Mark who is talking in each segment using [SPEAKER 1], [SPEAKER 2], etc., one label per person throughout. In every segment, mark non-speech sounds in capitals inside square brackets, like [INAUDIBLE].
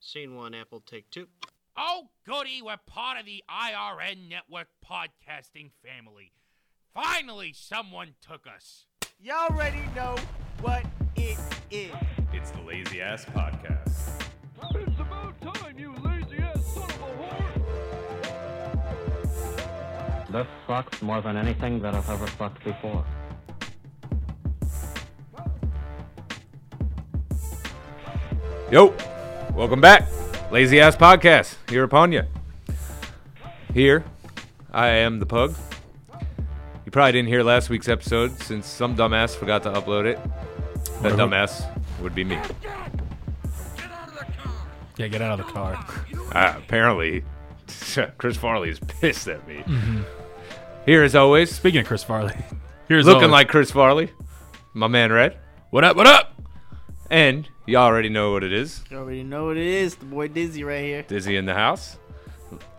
[SPEAKER 1] Scene one, Apple, take two.
[SPEAKER 2] Oh, goody, we're part of the IRN Network podcasting family. Finally, someone took us.
[SPEAKER 3] You already know what it is.
[SPEAKER 4] It's the Lazy Ass Podcast.
[SPEAKER 5] It's about time, you lazy ass son of a whore!
[SPEAKER 6] This sucks more than anything that I've ever sucked before.
[SPEAKER 4] Yo, welcome back, Lazy Ass Podcast. Here upon you. Here, I am the pug. You probably didn't hear last week's episode since some dumbass forgot to upload it. That dumbass would be me.
[SPEAKER 7] Yeah, get out of the car.
[SPEAKER 4] Uh, apparently, [LAUGHS] Chris Farley is pissed at me.
[SPEAKER 7] Mm-hmm.
[SPEAKER 4] Here, as always,
[SPEAKER 7] Speaking of
[SPEAKER 4] [LAUGHS]
[SPEAKER 7] Chris Farley, here's
[SPEAKER 4] looking
[SPEAKER 7] Owen.
[SPEAKER 4] like Chris Farley, my man Red,
[SPEAKER 7] what up, what up?
[SPEAKER 4] and you already know what it is.
[SPEAKER 3] You already know what it is. The boy Dizzy right here.
[SPEAKER 4] Dizzy in the house.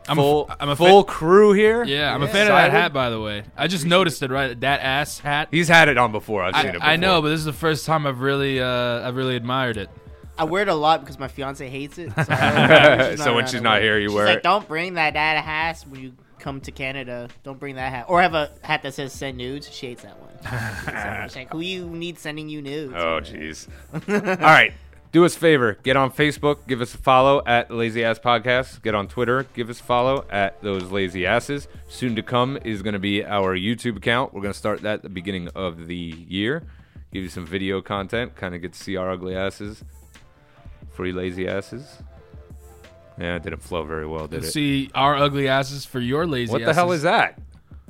[SPEAKER 7] I'm
[SPEAKER 4] full,
[SPEAKER 7] a, I'm a
[SPEAKER 4] full
[SPEAKER 7] Fan,
[SPEAKER 4] crew here.
[SPEAKER 7] yeah, I'm a fan of that hat, by the way. I just noticed it right that ass hat.
[SPEAKER 4] He's had it on before. I've seen
[SPEAKER 7] I,
[SPEAKER 4] it. Before.
[SPEAKER 7] I know, but this is the first time I've really uh, I've really admired it.
[SPEAKER 3] I wear it a lot because my fiance hates it.
[SPEAKER 4] [LAUGHS]
[SPEAKER 3] So,
[SPEAKER 4] So when she's
[SPEAKER 3] around, I
[SPEAKER 4] not
[SPEAKER 3] wear it.
[SPEAKER 4] here, you
[SPEAKER 3] she's
[SPEAKER 4] wear
[SPEAKER 3] like,
[SPEAKER 4] it.
[SPEAKER 3] Don't bring that dad hat when you come to Canada. Don't bring that hat. Or have a hat that says send nudes. She hates that one.
[SPEAKER 4] [LAUGHS]
[SPEAKER 3] She's like, Who you need sending you nudes?
[SPEAKER 4] Oh, jeez.
[SPEAKER 3] [LAUGHS]
[SPEAKER 4] All right. Do us a favor. Get on Facebook. Give us a follow at Lazy Ass Podcast. Get on Twitter. Give us a follow at Those Lazy Asses. Soon to come is going to be our YouTube account. We're going to start that at the beginning of the year. Give you some video content. Kind of get to see our ugly asses. Free lazy asses. Yeah, it didn't flow very well, did it?
[SPEAKER 7] See our ugly asses for your lazy.
[SPEAKER 4] what the hell
[SPEAKER 7] asses.
[SPEAKER 4] is that?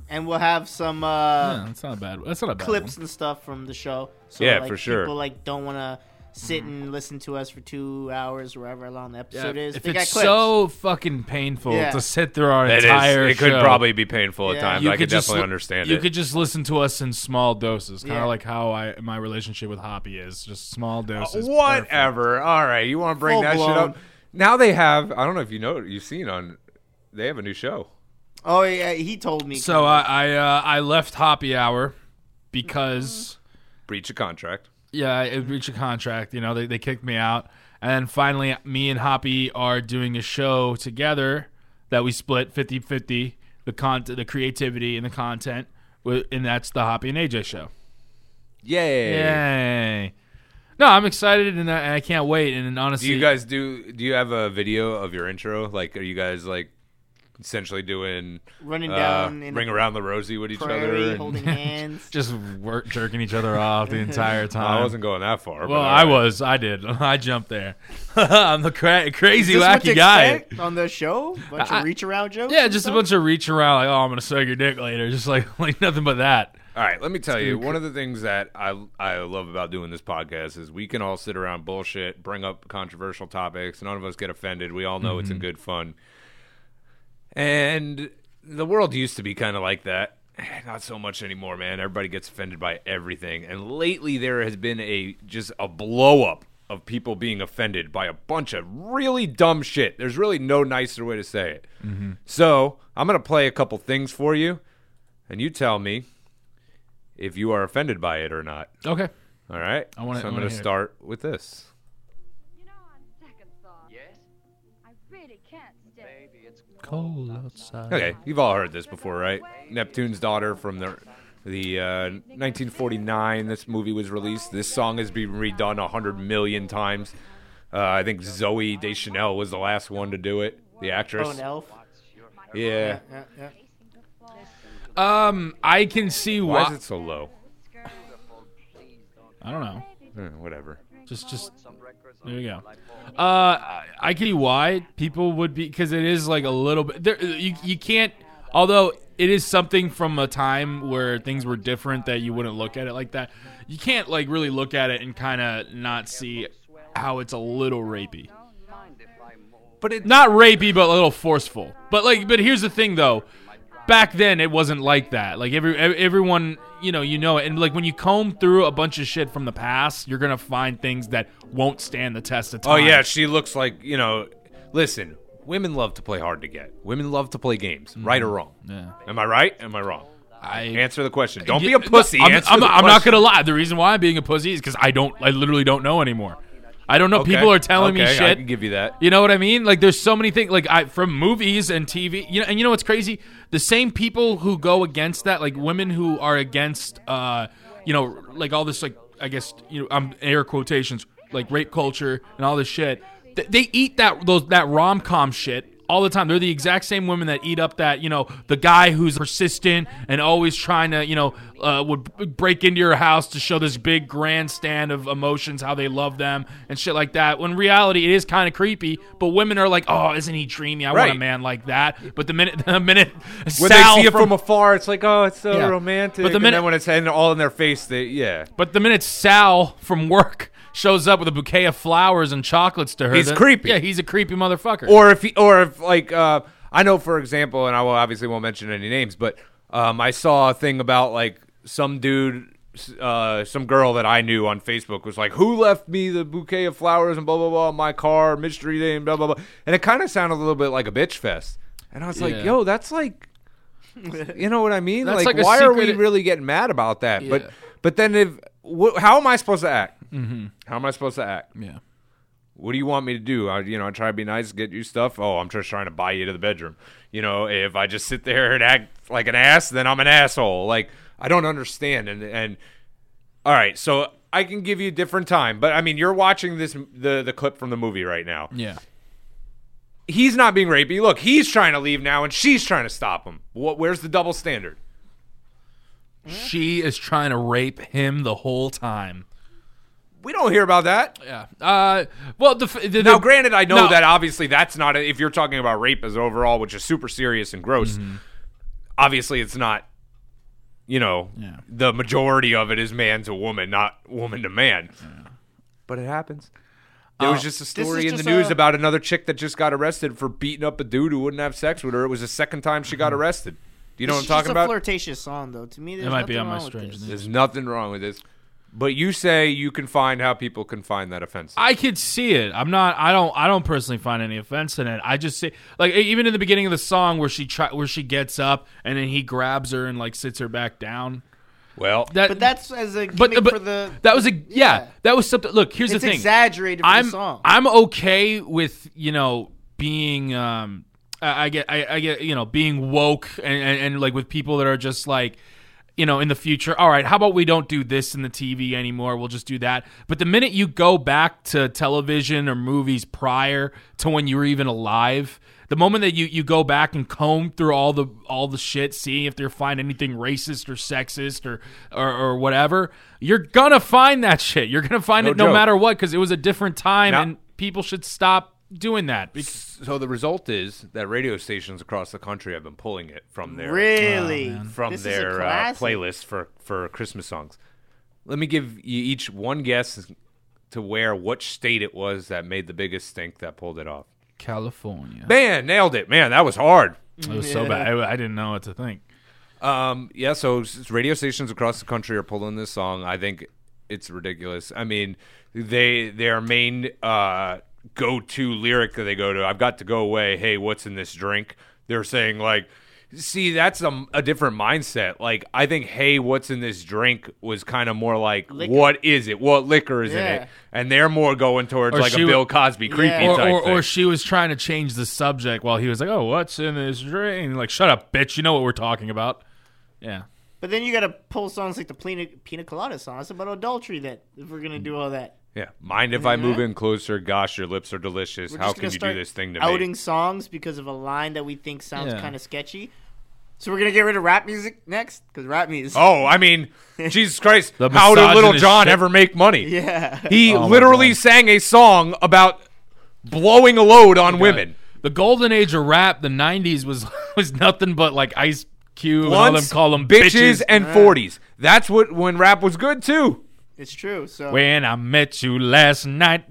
[SPEAKER 3] And we'll have some uh,
[SPEAKER 7] Yeah, that's not a bad. That's not a bad
[SPEAKER 3] clips and stuff from the show. So,
[SPEAKER 4] Yeah,
[SPEAKER 3] like,
[SPEAKER 4] for sure.
[SPEAKER 3] People like don't want to
[SPEAKER 7] Mm-hmm.
[SPEAKER 3] sit and listen to us for two hours, or however long the
[SPEAKER 7] One.
[SPEAKER 3] episode is.
[SPEAKER 7] if
[SPEAKER 3] They
[SPEAKER 7] it's
[SPEAKER 3] got clips.
[SPEAKER 7] so fucking painful
[SPEAKER 3] Yeah.
[SPEAKER 7] to sit through our
[SPEAKER 4] It is.
[SPEAKER 7] entire
[SPEAKER 4] It could
[SPEAKER 7] show,
[SPEAKER 4] probably be painful at
[SPEAKER 3] Yeah.
[SPEAKER 4] times.
[SPEAKER 7] You
[SPEAKER 4] I could
[SPEAKER 7] just
[SPEAKER 4] definitely
[SPEAKER 7] li-
[SPEAKER 4] understand
[SPEAKER 7] You
[SPEAKER 4] it.
[SPEAKER 7] could just listen to us in small doses, kind of
[SPEAKER 3] Yeah. Uh,
[SPEAKER 7] like how I my relationship with Hoppy is, just small doses.
[SPEAKER 4] Whatever. All right, you want to bring that shit
[SPEAKER 3] Full-blown.
[SPEAKER 4] up? Now they have. I don't know if you know. You've seen on. They have a new show.
[SPEAKER 3] Oh yeah, he told me.
[SPEAKER 7] So I I, uh, I left Hoppy Hour because
[SPEAKER 4] Breach of contract.
[SPEAKER 7] yeah, I reached a contract. You know, they they kicked me out, and then finally, me and Hoppy are doing a show together that we split 50-50, the content, the creativity, and the content, wi- and that's the Hoppy and AJ show.
[SPEAKER 4] Yay!
[SPEAKER 7] Yay! No, I'm excited and I, and I can't wait. And
[SPEAKER 4] Do
[SPEAKER 7] honestly,
[SPEAKER 4] you guys do? Do you have a video of your intro? Like, are you guys like essentially doing
[SPEAKER 3] running
[SPEAKER 4] uh,
[SPEAKER 3] down in
[SPEAKER 4] ring around the rosy with each
[SPEAKER 3] prairie,
[SPEAKER 4] other? And, [LAUGHS]
[SPEAKER 3] holding hands.
[SPEAKER 7] just work jerking each other off the entire
[SPEAKER 4] [LAUGHS]
[SPEAKER 7] time.
[SPEAKER 4] I wasn't going that far.
[SPEAKER 7] Well,
[SPEAKER 4] but all
[SPEAKER 7] I
[SPEAKER 4] right.
[SPEAKER 7] was. I did. [LAUGHS] I jumped there. I'm the cra- crazy
[SPEAKER 3] Is this what to
[SPEAKER 7] wacky guy.
[SPEAKER 3] expect on the show? [LAUGHS] Bunch
[SPEAKER 7] I-
[SPEAKER 3] of reach around jokes.
[SPEAKER 7] Yeah,
[SPEAKER 3] and
[SPEAKER 7] just a
[SPEAKER 3] stuff?
[SPEAKER 7] bunch of reach around like, oh, I'm gonna suck your dick later. Just like [LAUGHS] like nothing but that.
[SPEAKER 4] All right, let me tell you. One of the things that I I love about doing this podcast is we can all sit around bullshit, bring up controversial topics, none of us get offended. We all know it's in good fun. And the world used to be kind of like that. [SIGHS] Not so much anymore, man. Everybody gets offended by everything. And lately there has been a just a blow up of people being offended by a bunch of really dumb shit. There's really no nicer way to say it. So, I'm going to play a couple things for you and you tell me if you are offended by it or not.
[SPEAKER 7] Okay.
[SPEAKER 4] All right?
[SPEAKER 7] I wanna-
[SPEAKER 4] so
[SPEAKER 7] I
[SPEAKER 4] I'm going
[SPEAKER 7] wanna
[SPEAKER 4] to
[SPEAKER 7] hear it.
[SPEAKER 4] start with this.
[SPEAKER 8] You know, on second thought. Yes? I really can't stay.
[SPEAKER 7] Cold outside.
[SPEAKER 4] Okay, you've all heard this before, right? Neptune's Daughter from the the uh, 1949. This movie was released. This song has been redone a hundred million times. Uh, I think Zoe Deschanel was the last one to do it. The
[SPEAKER 3] Bone
[SPEAKER 4] actress.
[SPEAKER 3] elf.
[SPEAKER 4] Yeah.
[SPEAKER 3] Yeah, yeah.
[SPEAKER 7] Um, I can see
[SPEAKER 4] Why
[SPEAKER 7] why.
[SPEAKER 4] is it so low?
[SPEAKER 7] I don't know.
[SPEAKER 4] Eh, whatever.
[SPEAKER 7] Just just there you go. Uh, I- I can see why people would be because it is like a little bit. There, you you can't. Although it is something from a time where things were different that you wouldn't look at it like that. You can't like really look at it and kind of not see how it's a little rapey.
[SPEAKER 4] But it
[SPEAKER 7] Not rapey, but a little forceful. But like, but here's the thing though. Back then, it wasn't like that. Like every ev- everyone, you know, you know it. And like when you comb through a bunch of shit from the past, you're gonna find things that won't stand the test of time.
[SPEAKER 4] Oh yeah, she looks like you know. Listen, women love to play hard to get. Women love to play games, right or wrong.
[SPEAKER 7] Mm-hmm. Yeah.
[SPEAKER 4] Am I right? Am I wrong?
[SPEAKER 7] I
[SPEAKER 4] Answer the question. Don't
[SPEAKER 7] Yeah,
[SPEAKER 4] be a pussy.
[SPEAKER 7] Uh, I'm,
[SPEAKER 4] Answer
[SPEAKER 7] I'm-
[SPEAKER 4] the
[SPEAKER 7] I'm not
[SPEAKER 4] question.
[SPEAKER 7] gonna lie. The reason why I'm being a pussy is because I don't. I literally don't know anymore. I don't know.
[SPEAKER 4] Okay.
[SPEAKER 7] People are telling
[SPEAKER 4] Okay,
[SPEAKER 7] me
[SPEAKER 4] I
[SPEAKER 7] shit.
[SPEAKER 4] can give you that.
[SPEAKER 7] You know what I mean? Like there's so many things like I from movies and TV. You know, and you know what's crazy? The same people who go against that, like women who are against, uh, you know, like all this, like I guess you know, I'm air quotations, like rape culture and all this shit. Th- they eat that those that rom com shit. All the time, they're the exact same women that eat up that you know the guy who's persistent and always trying to you know uh, would b- break into your house to show this big grandstand of emotions how they love them and shit like that. When in reality, it is kind of creepy, but women are like, "Oh, isn't he dreamy? I want
[SPEAKER 4] Right.
[SPEAKER 7] a man like that." But the minute [LAUGHS] the minute
[SPEAKER 4] When
[SPEAKER 7] Sal
[SPEAKER 4] they see it
[SPEAKER 7] from
[SPEAKER 4] from afar, it's like, oh, it's so
[SPEAKER 7] Yeah.
[SPEAKER 4] romantic.
[SPEAKER 7] But the
[SPEAKER 4] and
[SPEAKER 7] minute-
[SPEAKER 4] then when it's in, all in their face, they yeah,
[SPEAKER 7] [LAUGHS] But the minute Sal from work shows up with a bouquet of flowers and chocolates to her,
[SPEAKER 4] He's
[SPEAKER 7] then-
[SPEAKER 4] creepy.
[SPEAKER 7] Yeah, he's a creepy motherfucker.
[SPEAKER 4] or if he, or if like uh, I know for example, and I will obviously won't mention any names, but um, I saw a thing about like some dude. Uh, some girl that I knew on Facebook was like, "Who left me the bouquet of flowers and blah blah blah in my car? Mystery name, blah blah blah." And it kind of sounded a little bit like a bitch fest. And I was like,
[SPEAKER 7] Yeah.
[SPEAKER 4] "Yo, that's like, you know what I mean?
[SPEAKER 7] That's
[SPEAKER 4] like,
[SPEAKER 7] like a
[SPEAKER 4] why are we
[SPEAKER 7] secret-
[SPEAKER 4] really getting mad about that?"
[SPEAKER 7] Yeah. Mm-hmm.
[SPEAKER 4] But but then if wh- how am I supposed to act? How am I supposed to act?
[SPEAKER 7] yeah.
[SPEAKER 4] what do you want me to do? I, you know, I try to be nice, get you stuff. Oh, I'm just trying to buy you to the bedroom. You know, if I just sit there and act like an ass, then I'm an asshole. Like I don't understand. And and all right, so I can give you a different time, but I mean, you're watching this the the clip from the movie right now.
[SPEAKER 7] Yeah.
[SPEAKER 4] He's not being rapey. Look, he's trying to leave now, and she's trying to stop him. What? Where's the double standard?
[SPEAKER 7] She is trying to rape him the whole time.
[SPEAKER 4] We don't hear about that.
[SPEAKER 7] Yeah. Uh, well, the, f- the
[SPEAKER 4] Now,
[SPEAKER 7] the-
[SPEAKER 4] granted, I know
[SPEAKER 7] No.
[SPEAKER 4] that obviously that's not if you're talking about rape as overall, which is super serious and gross.
[SPEAKER 3] Mm-hmm.
[SPEAKER 4] Obviously, it's not. You know,
[SPEAKER 7] Yeah.
[SPEAKER 4] the majority of it is man to woman, not woman to man. But it happens. There was just
[SPEAKER 3] Uh,
[SPEAKER 4] a
[SPEAKER 3] is
[SPEAKER 4] story in the
[SPEAKER 3] just
[SPEAKER 4] news
[SPEAKER 3] a-
[SPEAKER 4] about another chick that just got arrested for beating up a dude who wouldn't have sex with her. It was the second time she got arrested. Do you know
[SPEAKER 3] It's
[SPEAKER 4] what I'm
[SPEAKER 3] Mm-hmm. just
[SPEAKER 4] talking
[SPEAKER 3] a
[SPEAKER 4] about?
[SPEAKER 3] flirtatious song, though. To me, there's
[SPEAKER 7] It might be
[SPEAKER 3] nothing
[SPEAKER 7] on my
[SPEAKER 3] wrong with
[SPEAKER 7] strange
[SPEAKER 3] this.
[SPEAKER 7] thing.
[SPEAKER 4] There's nothing wrong with this. But you say you can find how people can find that offensive.
[SPEAKER 7] I could see it. I'm not. I don't. I don't personally find any offense in it. I just see, like, e- even in the beginning of the song where she try, where she gets up and then he grabs her and like sits her back down.
[SPEAKER 4] well,
[SPEAKER 7] That,
[SPEAKER 3] But that's as a
[SPEAKER 7] [LAUGHS] but,
[SPEAKER 3] gimmick
[SPEAKER 7] but
[SPEAKER 3] for the.
[SPEAKER 7] that was a yeah,
[SPEAKER 3] Yeah.
[SPEAKER 7] That was something. Look, here's
[SPEAKER 3] it's
[SPEAKER 7] the thing.
[SPEAKER 3] exaggerated for
[SPEAKER 7] I'm
[SPEAKER 3] the song.
[SPEAKER 7] I'm okay with you know being um I, I get I, I get you know being woke and, and and like with people that are just like you know in the future all right how about we don't do this in the TV anymore we'll just do that but the minute you go back to television or movies prior to when you were even alive the moment that you, you go back and comb through all the all the shit, seeing if they find anything racist or sexist or, or or whatever, you're gonna find that shit. You're gonna find
[SPEAKER 4] No
[SPEAKER 7] it no
[SPEAKER 4] joke.
[SPEAKER 7] matter what because it was a different time
[SPEAKER 4] Now-
[SPEAKER 7] and people should stop doing that. Because,
[SPEAKER 4] So the result is that radio stations across the country have been pulling it from their
[SPEAKER 3] really
[SPEAKER 4] from
[SPEAKER 3] This is a
[SPEAKER 4] their uh,
[SPEAKER 3] classic.
[SPEAKER 4] playlist for for Christmas songs. Let me give you each one guess to where which state it was that made the biggest stink that pulled it off.
[SPEAKER 7] California.
[SPEAKER 4] Man, nailed it. Man, that was hard.
[SPEAKER 7] It was so bad. I, I didn't know what to think.
[SPEAKER 4] Um, yeah, so s- radio stations across the country are pulling this song. I think it's ridiculous. I mean, they their main uh, go to lyric that they go to, "I've got to go away." Hey, what's in this drink? They're saying like, see, that's a, a different mindset. Like, I think, "Hey, what's in this drink?" was kind of more like,
[SPEAKER 3] Liquor.
[SPEAKER 4] "What is it? What liquor is in
[SPEAKER 3] Yeah.
[SPEAKER 4] it?" And they're more going towards
[SPEAKER 7] Or
[SPEAKER 4] like
[SPEAKER 7] she
[SPEAKER 4] a Bill
[SPEAKER 7] w-
[SPEAKER 4] Cosby creepy
[SPEAKER 7] Or,
[SPEAKER 4] type
[SPEAKER 7] or,
[SPEAKER 4] thing.
[SPEAKER 7] or she was trying to change the subject while he was like, "Oh, what's in this drink?" Like, shut up, bitch. You know what we're talking about. Yeah.
[SPEAKER 3] But then you got to pull songs like the Pina, Pina Colada song. It's about adultery. That if we're gonna do all that,
[SPEAKER 4] yeah, mind if I move in closer? Gosh, your lips are delicious.
[SPEAKER 3] Mm-hmm. we're
[SPEAKER 4] How
[SPEAKER 3] just
[SPEAKER 4] can
[SPEAKER 3] gonna
[SPEAKER 4] you do
[SPEAKER 3] start
[SPEAKER 4] this thing to me?
[SPEAKER 3] outing songs because of a line that we think sounds
[SPEAKER 7] Yeah.
[SPEAKER 3] kind of sketchy. So we're gonna get rid of rap music next because rap music.
[SPEAKER 4] Oh, I mean, Jesus Christ!
[SPEAKER 7] The
[SPEAKER 4] how did Little
[SPEAKER 7] misogynist
[SPEAKER 4] John
[SPEAKER 7] shit.
[SPEAKER 4] ever make money?
[SPEAKER 3] [LAUGHS] yeah.
[SPEAKER 4] He
[SPEAKER 7] my
[SPEAKER 4] literally
[SPEAKER 7] God.
[SPEAKER 4] sang a song about blowing a load on women.
[SPEAKER 7] The golden age of rap, the '90s was [LAUGHS] was nothing but like Ice Cube and all them
[SPEAKER 4] Blunts,
[SPEAKER 7] call them
[SPEAKER 4] bitches,
[SPEAKER 7] bitches.
[SPEAKER 4] and forties. That's what when rap was good too.
[SPEAKER 3] it's true. So
[SPEAKER 7] when I met you last night,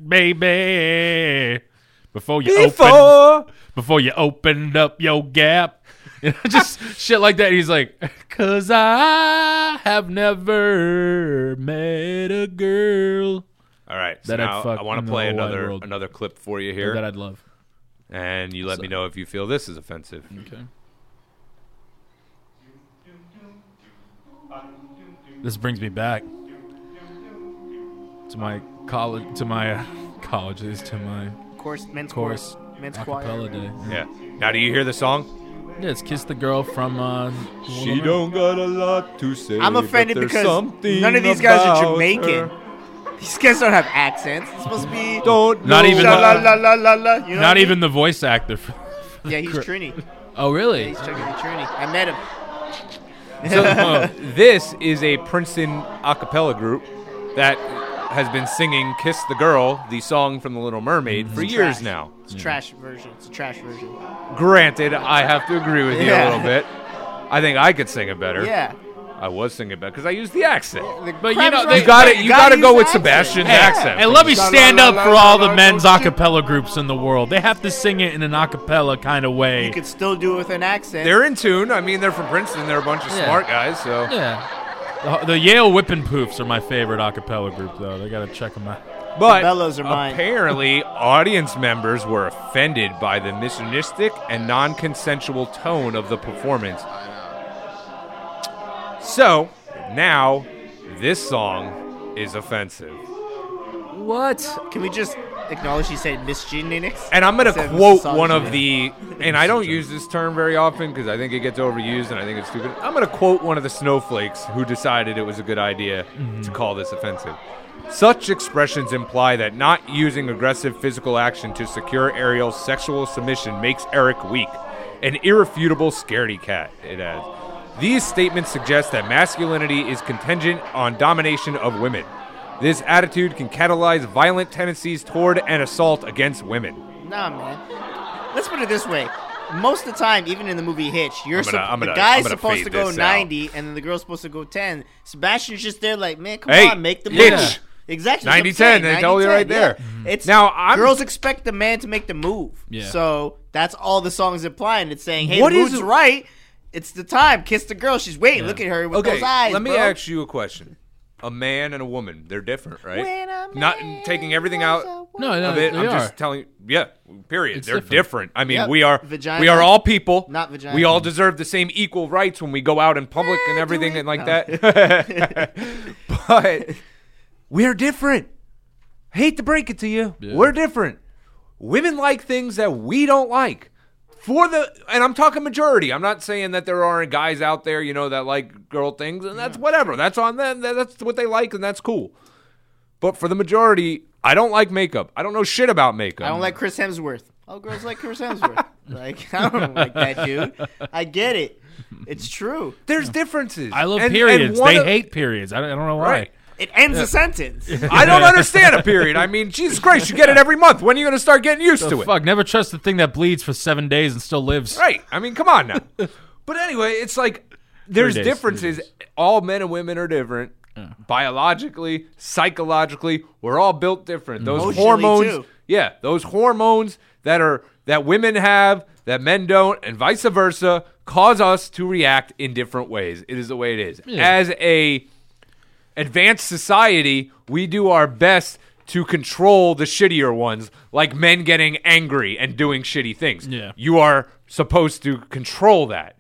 [SPEAKER 7] baby, before you opened
[SPEAKER 4] Before
[SPEAKER 7] before you opened up your gap. [LAUGHS] You know, just shit like that. He's like, cause I have never met a girl
[SPEAKER 4] all right, so
[SPEAKER 7] That I'd
[SPEAKER 4] now
[SPEAKER 7] fuck
[SPEAKER 4] I want
[SPEAKER 7] in
[SPEAKER 4] to
[SPEAKER 7] the
[SPEAKER 4] play
[SPEAKER 7] whole wide
[SPEAKER 4] another
[SPEAKER 7] world.
[SPEAKER 4] another clip for you
[SPEAKER 7] that
[SPEAKER 4] here,
[SPEAKER 7] I'd love.
[SPEAKER 4] and you let me know if you feel this is offensive.
[SPEAKER 7] Okay. This brings me back to my college, to my uh, [LAUGHS] college days to my
[SPEAKER 3] Course, men's
[SPEAKER 7] course
[SPEAKER 3] choir- men's choir.
[SPEAKER 7] acapella day.
[SPEAKER 4] Yeah. Now, do you hear the song?
[SPEAKER 7] Yeah, it's "Kiss the Girl" from. Uh,
[SPEAKER 4] She don't got a lot to say.
[SPEAKER 3] I'm
[SPEAKER 4] but
[SPEAKER 3] offended
[SPEAKER 4] there's
[SPEAKER 3] because
[SPEAKER 4] something
[SPEAKER 3] none of these guys are
[SPEAKER 4] about
[SPEAKER 3] Jamaican.
[SPEAKER 4] her.
[SPEAKER 3] These guys don't have accents. It's supposed to be.
[SPEAKER 4] Don't
[SPEAKER 7] Not
[SPEAKER 4] know
[SPEAKER 7] even
[SPEAKER 4] why.
[SPEAKER 7] the-
[SPEAKER 3] la, la, la, la, la, you know what I
[SPEAKER 7] Not
[SPEAKER 3] mean?
[SPEAKER 7] even the voice actor. [LAUGHS] For,
[SPEAKER 3] Yeah, he's Trini.
[SPEAKER 7] oh, really?
[SPEAKER 3] He's checking the Trini. I met him.
[SPEAKER 4] So, uh, this is a Princeton a cappella group that has been singing Kiss the Girl, the song from The Little Mermaid, for years
[SPEAKER 3] Mm-hmm. Trash.
[SPEAKER 4] now.
[SPEAKER 3] It's a trash version. It's a trash version.
[SPEAKER 4] Granted, I have to agree with you
[SPEAKER 3] Yeah.
[SPEAKER 4] a little bit. I think I could sing it better.
[SPEAKER 3] Yeah.
[SPEAKER 4] I was singing it better because I used the accent.
[SPEAKER 3] The
[SPEAKER 7] But you
[SPEAKER 3] crowd
[SPEAKER 7] know,
[SPEAKER 3] is
[SPEAKER 7] they-
[SPEAKER 3] right.
[SPEAKER 4] You got
[SPEAKER 3] But
[SPEAKER 4] it. You got to
[SPEAKER 3] use
[SPEAKER 4] go with
[SPEAKER 3] the accent.
[SPEAKER 4] Sebastian's
[SPEAKER 3] Yeah.
[SPEAKER 4] accent.
[SPEAKER 7] And let me stand up for all the men's a cappella groups in the world. They have to sing it in an a cappella kind of way.
[SPEAKER 3] You could still do it with an accent.
[SPEAKER 4] They're in tune. I mean, they're from Princeton. They're a bunch of
[SPEAKER 7] Yeah.
[SPEAKER 4] smart guys. So
[SPEAKER 7] Yeah. The, the Yale Whippin' Poofs are my favorite a cappella group, though. They got to check them out.
[SPEAKER 4] But
[SPEAKER 3] Cabela's are mine.
[SPEAKER 4] apparently, audience members were offended by the misogynistic and non-consensual tone of the performance. So now, this song is offensive,
[SPEAKER 3] what? Can we just acknowledge he said Miss Genetics?
[SPEAKER 4] and I'm going
[SPEAKER 3] Instead
[SPEAKER 4] to
[SPEAKER 3] of
[SPEAKER 4] quote one of
[SPEAKER 3] misogyny.
[SPEAKER 4] the. And I don't use this term very often because I think it gets overused and I think it's stupid. I'm going to quote one of the snowflakes who decided it was a good idea to call this offensive. Such expressions imply that not using aggressive physical action to secure Ariel's sexual submission makes Eric weak, an irrefutable scaredy cat, it adds. These statements suggest that masculinity is contingent on domination of women. This attitude can catalyze violent tendencies toward and assault against women.
[SPEAKER 3] Nah, man. Let's put it this way. Most of the time, even in the movie Hitch, you're
[SPEAKER 4] I'm gonna-
[SPEAKER 3] sup-
[SPEAKER 4] I'm
[SPEAKER 3] the
[SPEAKER 4] gonna- I'm
[SPEAKER 3] guy's
[SPEAKER 4] gonna
[SPEAKER 3] supposed
[SPEAKER 4] fade
[SPEAKER 3] to go
[SPEAKER 4] this out.
[SPEAKER 3] 90, and then the girl's supposed to go 10. Sebastian's just there, like, man, come
[SPEAKER 4] Hey,
[SPEAKER 3] on, make the movie.
[SPEAKER 4] Hitch.
[SPEAKER 3] Exactly.
[SPEAKER 4] 90, 10,
[SPEAKER 3] They
[SPEAKER 4] they told you right there.
[SPEAKER 3] It's
[SPEAKER 4] Now, I'm-
[SPEAKER 3] girls expect the man to make the move.
[SPEAKER 7] Yeah.
[SPEAKER 3] So that's all the song's implying. It's saying, hey,
[SPEAKER 4] What
[SPEAKER 3] the
[SPEAKER 4] is
[SPEAKER 3] mood's
[SPEAKER 4] it-
[SPEAKER 3] right. It's the time. Kiss the girl. She's waiting.
[SPEAKER 7] Yeah.
[SPEAKER 3] Look at her with those eyes.
[SPEAKER 4] let me
[SPEAKER 3] bro.
[SPEAKER 4] ask you a question. A man and a woman, they're different, right?
[SPEAKER 3] When a man
[SPEAKER 4] Not taking everything
[SPEAKER 3] was
[SPEAKER 4] out
[SPEAKER 3] a
[SPEAKER 7] No, no,
[SPEAKER 4] of it.
[SPEAKER 7] they
[SPEAKER 4] I'm
[SPEAKER 7] are.
[SPEAKER 4] just telling you. Yeah, period.
[SPEAKER 7] It's
[SPEAKER 4] they're
[SPEAKER 7] different.
[SPEAKER 4] different. I mean,
[SPEAKER 3] Yep.
[SPEAKER 4] we are
[SPEAKER 3] Vagina,
[SPEAKER 4] we are all people.
[SPEAKER 3] not vagina.
[SPEAKER 4] We all deserve the same equal rights when we go out in public and everything
[SPEAKER 3] we?
[SPEAKER 4] and like
[SPEAKER 3] No. [LAUGHS]
[SPEAKER 4] that. [LAUGHS] but we're different. Hate to break it to you,
[SPEAKER 7] Yeah.
[SPEAKER 4] we're different. Women like things that we don't like. For the and I'm talking majority. I'm not saying that there aren't guys out there, you know, that like girl things, and that's whatever. That's on them. That- That's what they like, and that's cool. But for the majority, I don't like makeup. I don't know shit about makeup.
[SPEAKER 3] I don't
[SPEAKER 7] Mm.
[SPEAKER 3] like Chris Hemsworth. All girls like Chris
[SPEAKER 7] [LAUGHS]
[SPEAKER 3] Hemsworth. like I don't like that dude. I get it. It's true.
[SPEAKER 4] There's differences.
[SPEAKER 7] I love
[SPEAKER 4] And- and
[SPEAKER 7] periods.
[SPEAKER 4] one
[SPEAKER 7] they
[SPEAKER 4] of-
[SPEAKER 7] hate periods. I don't, I don't know why.
[SPEAKER 4] Right.
[SPEAKER 3] It ends a sentence.
[SPEAKER 4] I
[SPEAKER 7] [LAUGHS]
[SPEAKER 4] don't understand a period. I mean, Jesus Christ, you get it every month. When are you going to start getting used to
[SPEAKER 7] The
[SPEAKER 4] it?
[SPEAKER 7] fuck, never trust the thing that bleeds for seven days and still lives.
[SPEAKER 4] Right. I mean, come on now.
[SPEAKER 7] [LAUGHS]
[SPEAKER 4] But anyway, it's like there's
[SPEAKER 7] days, three
[SPEAKER 4] differences.
[SPEAKER 7] days.
[SPEAKER 4] All men and women are different. Biologically, psychologically, we're all built different.
[SPEAKER 7] Mm-hmm.
[SPEAKER 4] Those
[SPEAKER 3] Emotionally,
[SPEAKER 4] hormones,
[SPEAKER 3] too.
[SPEAKER 4] yeah, those hormones that are that women have that men don't, and vice versa, cause us to react in different ways. It is the way it is. As a advanced society, we do our best to control the shittier ones, like men getting angry and doing shitty things.
[SPEAKER 7] Yeah.
[SPEAKER 4] You are supposed to control that.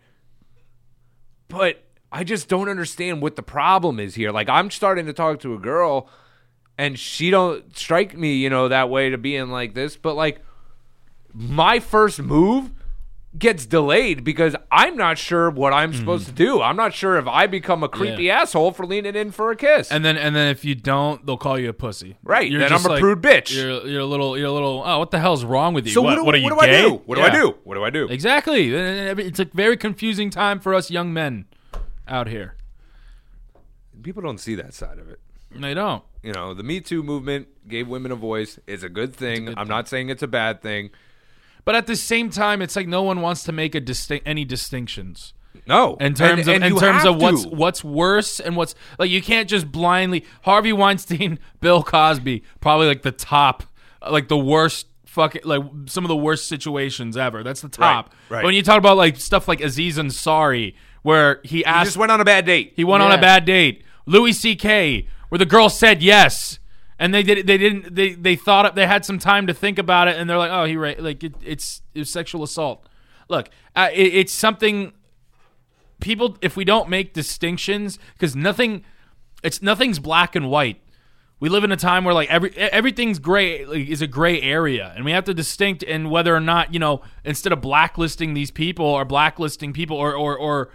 [SPEAKER 4] But I just don't understand what the problem is here. Like I'm starting to talk to a girl and she don't strike me, you know, that way to being like this, but like my first move gets delayed because I'm not sure what I'm supposed to do. I'm not sure if I become a creepy asshole for leaning in for a kiss.
[SPEAKER 7] And then and then if you don't, they'll call you a pussy.
[SPEAKER 4] Right,
[SPEAKER 7] You're
[SPEAKER 4] then
[SPEAKER 7] just
[SPEAKER 4] I'm a
[SPEAKER 7] like-
[SPEAKER 4] prude bitch.
[SPEAKER 7] You're you're a little you're a little oh what the hell's wrong with you?
[SPEAKER 4] so
[SPEAKER 7] what,
[SPEAKER 4] what, do,
[SPEAKER 7] what are you
[SPEAKER 4] what do
[SPEAKER 7] gay?
[SPEAKER 4] I do? What do
[SPEAKER 7] Yeah.
[SPEAKER 4] I do? What do I do?
[SPEAKER 7] Exactly. And It's a very confusing time for us young men out here.
[SPEAKER 4] People don't see that side of it.
[SPEAKER 7] They don't.
[SPEAKER 4] You know, the Me Too movement gave women a voice. It's a good thing. I'm not saying it's a bad thing.
[SPEAKER 7] But at the same time, it's like no one wants to make a distinct any distinctions.
[SPEAKER 4] No.
[SPEAKER 7] in
[SPEAKER 4] And-
[SPEAKER 7] terms of
[SPEAKER 4] and
[SPEAKER 7] in
[SPEAKER 4] you
[SPEAKER 7] terms
[SPEAKER 4] have
[SPEAKER 7] of what's
[SPEAKER 4] to.
[SPEAKER 7] what's worse and what's like you can't just blindly Harvey Weinstein, [LAUGHS] Bill Cosby, probably like the top, like the worst fucking like some of the worst situations ever. That's the top.
[SPEAKER 4] Right, right.
[SPEAKER 7] But when you talk about like stuff like Aziz Ansari, where he
[SPEAKER 4] You
[SPEAKER 7] asked,
[SPEAKER 4] just went on a bad date.
[SPEAKER 7] he went on
[SPEAKER 3] Yeah.
[SPEAKER 7] a bad date. Louis C.K., where the girl said yes. And they did. They didn't. They they thought it- they had some time to think about it, and they're like, "Oh, he right. Like it, it's it was sexual assault." Look, uh, it, it's something people if we don't make distinctions because nothing it's nothing's black and white we live in a time where like every e- everything's gray like, is a gray area, and we have to distinct in whether or not you know instead of blacklisting these people or blacklisting people or or, or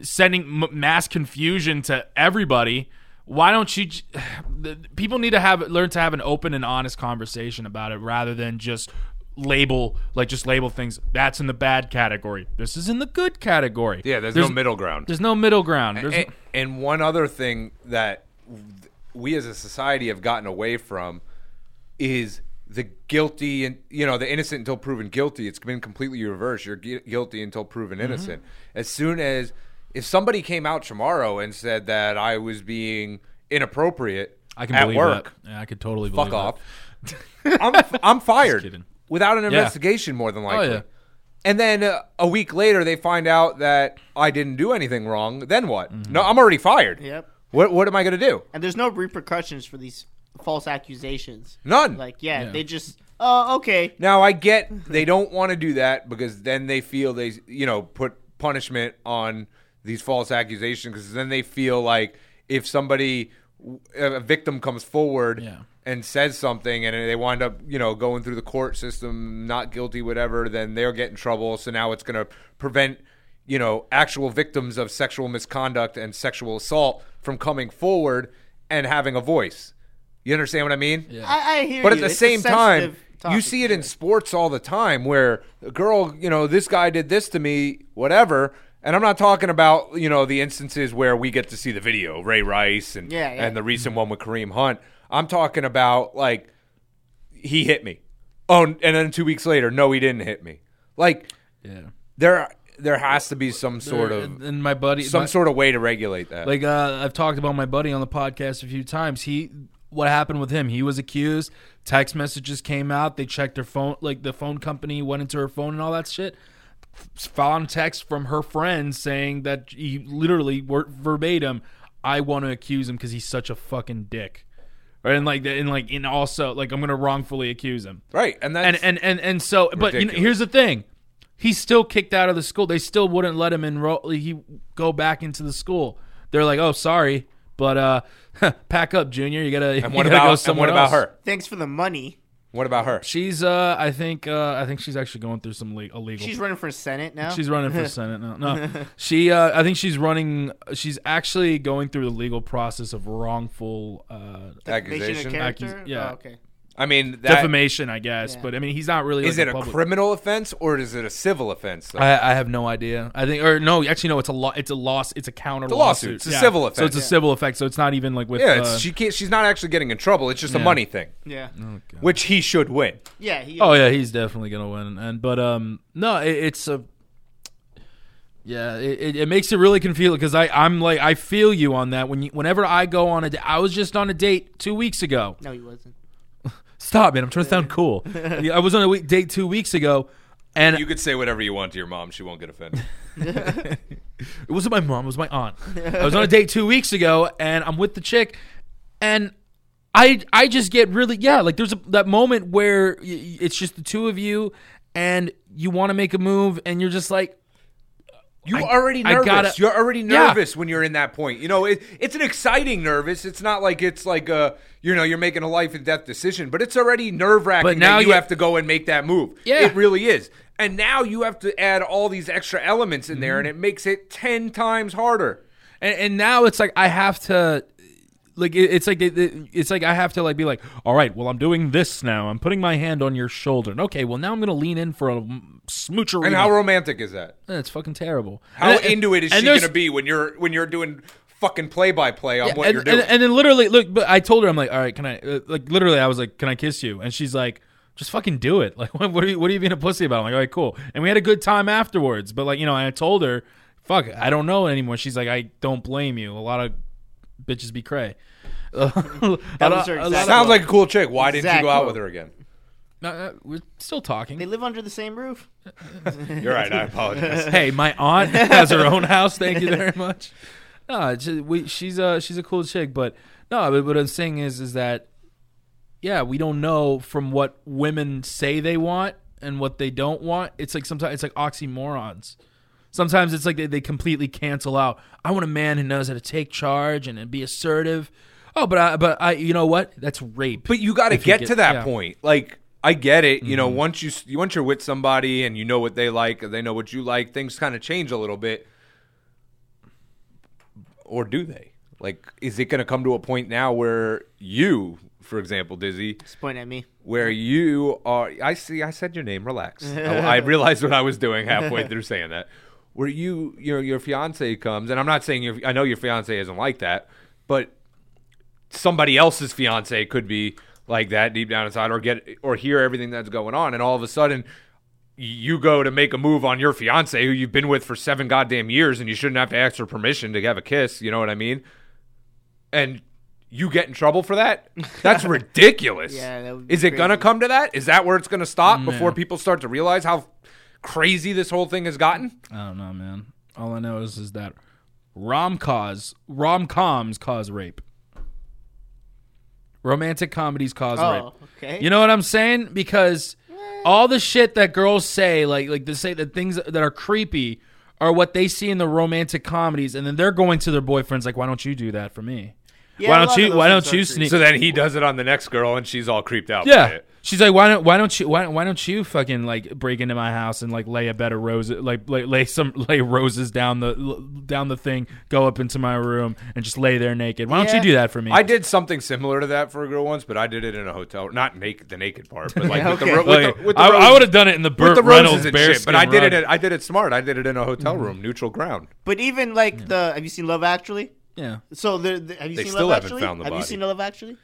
[SPEAKER 7] sending m- mass confusion to everybody. Why don't you? j- [SIGHS] the- People need to have learn to have an open and honest conversation about it rather than just label like just label things. That's in the bad category. This is in the good category.
[SPEAKER 4] Yeah, there's, no middle ground.
[SPEAKER 7] There's no middle ground. There's
[SPEAKER 4] and, and one other thing that we as a society have gotten away from is the guilty and you know the innocent until proven guilty it's been completely reversed you're gui- guilty until proven
[SPEAKER 7] Mm-hmm.
[SPEAKER 4] innocent as soon as if somebody came out tomorrow and said that i was being inappropriate
[SPEAKER 7] I can
[SPEAKER 4] at
[SPEAKER 7] believe
[SPEAKER 4] work
[SPEAKER 7] that. Yeah, I could totally believe
[SPEAKER 4] fuck
[SPEAKER 7] that.
[SPEAKER 4] off. I'm
[SPEAKER 7] [LAUGHS]
[SPEAKER 4] I'm fired
[SPEAKER 7] kidding. Oh,
[SPEAKER 4] without an investigation, more than likely.
[SPEAKER 7] yeah.
[SPEAKER 4] And then uh, a week later, they find out that I didn't do anything wrong. Then what? No, I'm already fired.
[SPEAKER 3] Yep.
[SPEAKER 4] What What am I gonna do?
[SPEAKER 3] and there's no repercussions for these false accusations.
[SPEAKER 4] None.
[SPEAKER 3] Like, yeah,
[SPEAKER 7] Yeah.
[SPEAKER 3] they just, oh, okay.
[SPEAKER 4] now I get they don't want to do that because then they feel they you know put punishment on these false accusations because then they feel like if somebody a victim comes forward
[SPEAKER 7] Yeah.
[SPEAKER 4] and says something and they wind up you know going through the court system not guilty whatever then they're getting trouble so now it's going to prevent you know actual victims of sexual misconduct and sexual assault from coming forward and having a voice you understand what i mean yeah
[SPEAKER 3] I, I hear
[SPEAKER 4] but
[SPEAKER 3] you.
[SPEAKER 4] at the
[SPEAKER 3] It's a
[SPEAKER 4] same time,
[SPEAKER 3] sensitive
[SPEAKER 4] you
[SPEAKER 3] topic.
[SPEAKER 4] see it in sports all the time where a girl, you know, this guy did this to me, whatever. And I'm not talking about, you know, the instances where we get to see the video, Ray Rice and
[SPEAKER 3] Yeah, yeah.
[SPEAKER 4] and the recent one with Kareem Hunt. I'm talking about like he hit me. Oh, and then 2 weeks later, no he didn't hit me. Like
[SPEAKER 7] Yeah.
[SPEAKER 4] there there has to be some sort of
[SPEAKER 7] And- and my buddy
[SPEAKER 4] some
[SPEAKER 7] my-
[SPEAKER 4] sort of way to regulate that.
[SPEAKER 7] like uh, I've talked about my buddy on the podcast a few times. He what happened with him? He was accused. Text messages came out. They checked her phone, like the phone company went into her phone and all that shit. Found text from her friends saying that he literally wor- verbatim, "I want to accuse him because he's such a fucking dick," right? And like, and like, and also like, I'm gonna wrongfully accuse him.
[SPEAKER 4] right. And that's
[SPEAKER 7] and and and and so but you know,
[SPEAKER 4] ridiculous.
[SPEAKER 7] here's the thing he's still kicked out of the school they still wouldn't let him enroll he go back into the school they're like oh sorry but uh [LAUGHS] pack up junior you gotta [LAUGHS]
[SPEAKER 4] and
[SPEAKER 7] you
[SPEAKER 4] what
[SPEAKER 7] gotta go
[SPEAKER 4] about and
[SPEAKER 7] somewhere
[SPEAKER 4] what about
[SPEAKER 7] else."
[SPEAKER 4] her?
[SPEAKER 3] Thanks for the money.
[SPEAKER 4] What about her?
[SPEAKER 7] she's uh i think uh i think she's actually going through some le- illegal
[SPEAKER 3] She's running for Senate now.
[SPEAKER 7] She's running
[SPEAKER 3] [LAUGHS]
[SPEAKER 7] for Senate now. No, she. Uh, I think she's running. She's actually going through the legal process of wrongful uh,
[SPEAKER 3] Defamation
[SPEAKER 4] Accusation.
[SPEAKER 3] of character?
[SPEAKER 7] Accus- yeah.
[SPEAKER 3] Oh, okay.
[SPEAKER 4] I mean, that,
[SPEAKER 7] defamation, I guess.
[SPEAKER 3] Yeah.
[SPEAKER 7] But I mean, he's not really.
[SPEAKER 4] Is
[SPEAKER 7] like
[SPEAKER 4] it a
[SPEAKER 7] public-
[SPEAKER 4] criminal offense or is it a civil offense? Though?
[SPEAKER 7] I, I have no idea. I think, or no, actually, no. It's a law. It's a loss. It's a counter
[SPEAKER 4] a lawsuit. It's a civil
[SPEAKER 7] So it's
[SPEAKER 4] offense.
[SPEAKER 7] a civil effect. So it's not even like with.
[SPEAKER 4] yeah, it's,
[SPEAKER 7] uh,
[SPEAKER 4] she can't, she's not actually getting in trouble. It's just a
[SPEAKER 7] Yeah.
[SPEAKER 4] money thing,
[SPEAKER 3] Yeah.
[SPEAKER 4] which he should win.
[SPEAKER 3] Yeah. He,
[SPEAKER 7] oh yeah, he's definitely gonna win. And but um, no, it, it's a. Yeah, it, it, it makes it really confusing because I I'm like I feel you on that. When you, whenever I go on a da- I was just on a date two weeks ago.
[SPEAKER 3] No, he wasn't.
[SPEAKER 7] Stop, man! I'm trying to
[SPEAKER 4] [LAUGHS]
[SPEAKER 7] sound cool. I was on a week, date two weeks ago, and
[SPEAKER 4] You could say whatever you want to your mom; she won't get [LAUGHS] offended.
[SPEAKER 7] It wasn't my mom. It was my aunt. I was on a date two weeks ago, and I'm with the chick, and I I just get really yeah. Like there's a, that moment where y- y- it's just the two of you, and you want to make a move, and you're just like,
[SPEAKER 4] You
[SPEAKER 7] I-
[SPEAKER 4] already
[SPEAKER 7] I
[SPEAKER 4] nervous.
[SPEAKER 7] gotta-
[SPEAKER 4] You're already
[SPEAKER 7] Yeah.
[SPEAKER 4] nervous when you're in that point. You know, it, it's an exciting nervous. It's not like it's like a you know you're making a life and death decision, but it's already nerve
[SPEAKER 7] But
[SPEAKER 4] wracking.
[SPEAKER 7] now
[SPEAKER 4] you
[SPEAKER 7] you-
[SPEAKER 4] have to go and make that move.
[SPEAKER 7] Yeah.
[SPEAKER 4] it really is. And now you have to add all these extra elements in
[SPEAKER 7] Mm-hmm.
[SPEAKER 4] there, and it makes it ten times harder.
[SPEAKER 7] and, and now it's like I have to. Like it- it's like it- it- it's like I have to like be like, all right, well I'm doing this now. I'm putting my hand on your shoulder. And, okay, well now I'm gonna lean in for a smoocheroo.
[SPEAKER 4] And how romantic is that?
[SPEAKER 7] It's fucking terrible.
[SPEAKER 4] How
[SPEAKER 7] And- and-
[SPEAKER 4] into it is
[SPEAKER 7] and
[SPEAKER 4] she
[SPEAKER 7] there's-
[SPEAKER 4] going to be when you're when you're doing fucking play by play on
[SPEAKER 7] Yeah,
[SPEAKER 4] what
[SPEAKER 7] and,
[SPEAKER 4] you're doing?
[SPEAKER 7] And, and then literally, look, but I told her, I'm like, all right, can I, uh, like, literally, I was like, can I kiss you? And she's like, just fucking do it. [LAUGHS] Like, what, what, are you, what are you being a pussy about? I'm like, all right, cool. And we had a good time afterwards. But, like, you know, and I told her, fuck, I don't know anymore. She's like, I don't blame you. A lot of bitches be cray. [LAUGHS] that
[SPEAKER 3] was her exact-
[SPEAKER 4] Sounds like a cool chick. Why didn't
[SPEAKER 3] Exact
[SPEAKER 4] you go out
[SPEAKER 3] quote.
[SPEAKER 4] with her again?
[SPEAKER 7] uh, we're still
[SPEAKER 3] They
[SPEAKER 7] talking.
[SPEAKER 3] live under the same roof.
[SPEAKER 4] You're right.
[SPEAKER 7] [LAUGHS]
[SPEAKER 4] I apologize.
[SPEAKER 7] Hey, my aunt has her own house. Thank you very much. No, it's just, we, she's a she's a cool chick, but no. But what I'm saying is, is that yeah, we don't know from what women say they want and what they don't want. It's like sometimes it's like oxymorons. Sometimes it's like they, they completely cancel out. I want a man who knows how to take charge and, and be assertive. Oh, but I, but I, you know what? That's rape.
[SPEAKER 4] But you got to
[SPEAKER 7] If you
[SPEAKER 4] get,
[SPEAKER 7] get-
[SPEAKER 4] to that
[SPEAKER 7] yeah. Mhm.
[SPEAKER 4] point. Like I get it, you know. Once you s- you- once you're with somebody and you know what they like, and they know what you like, things kind of change a little bit. Or do they? Like, is it going to come to a point now where you, for example, Dizzy,
[SPEAKER 3] Just point at me.
[SPEAKER 4] where you are? I see. I said your name. Relax. I, I realized what I was doing halfway through saying that. Where you, your your fiance comes, and I'm not saying your. I know your fiance isn't like that, but somebody else's fiance could be like that deep down inside or get or hear everything that's going on and all of a sudden you go to make a move on your fiance who you've been with for seven goddamn years and you shouldn't have to ask her permission to have a kiss you know what i mean and you get in trouble for
[SPEAKER 3] [LAUGHS]
[SPEAKER 4] that that's ridiculous
[SPEAKER 3] Yeah, that would be
[SPEAKER 4] is it gonna
[SPEAKER 3] crazy.
[SPEAKER 4] come to that is that where it's gonna stop before people start to realize how crazy this whole thing has gotten
[SPEAKER 7] I don't know, man. All I know is is that rom cause rom coms cause rape. Romantic comedies cause rape.
[SPEAKER 3] Oh, okay.
[SPEAKER 7] You know what I'm saying? Because all the shit that girls say, like like they say the things that are creepy, are what they see in the romantic comedies, and then they're going to their boyfriends like, "Why don't you do that for me?
[SPEAKER 3] Yeah, a lot
[SPEAKER 7] why don't
[SPEAKER 3] of
[SPEAKER 7] you?
[SPEAKER 3] those
[SPEAKER 7] Why
[SPEAKER 3] things
[SPEAKER 7] don't
[SPEAKER 3] are
[SPEAKER 7] you
[SPEAKER 3] creepy.
[SPEAKER 7] sneak?
[SPEAKER 4] so then he does it on the next girl and she's all creeped out by
[SPEAKER 7] yeah."
[SPEAKER 4] it.
[SPEAKER 7] She's like, why don't why don't you why, why don't you fucking like break into my house and like lay a bed of roses like lay, lay some [LAUGHS] lay roses down the l- down the thing, go up into my room and just lay there naked. Why don't
[SPEAKER 3] Yeah.
[SPEAKER 7] you do that for me?
[SPEAKER 4] I did something similar to that for a girl once, but I did it in a hotel. Not naked, the naked part,
[SPEAKER 3] [LAUGHS]
[SPEAKER 4] but like with the
[SPEAKER 3] Okay.
[SPEAKER 4] ro- with the, with the
[SPEAKER 7] I,
[SPEAKER 4] roses-
[SPEAKER 7] would have done it in the
[SPEAKER 4] with
[SPEAKER 7] Burt
[SPEAKER 4] the
[SPEAKER 7] Reynolds
[SPEAKER 4] roses and
[SPEAKER 7] bear
[SPEAKER 4] shit. But I did it. At, I did it smart. I did it in a hotel
[SPEAKER 3] Mm-hmm.
[SPEAKER 4] room, neutral ground.
[SPEAKER 3] But even like the have you seen Love Actually?
[SPEAKER 7] yeah.
[SPEAKER 3] So there, the- have you
[SPEAKER 4] They
[SPEAKER 3] seen
[SPEAKER 4] still
[SPEAKER 3] Love
[SPEAKER 4] haven't
[SPEAKER 3] Actually?
[SPEAKER 4] found the
[SPEAKER 3] have you
[SPEAKER 4] body.
[SPEAKER 3] seen Love Actually?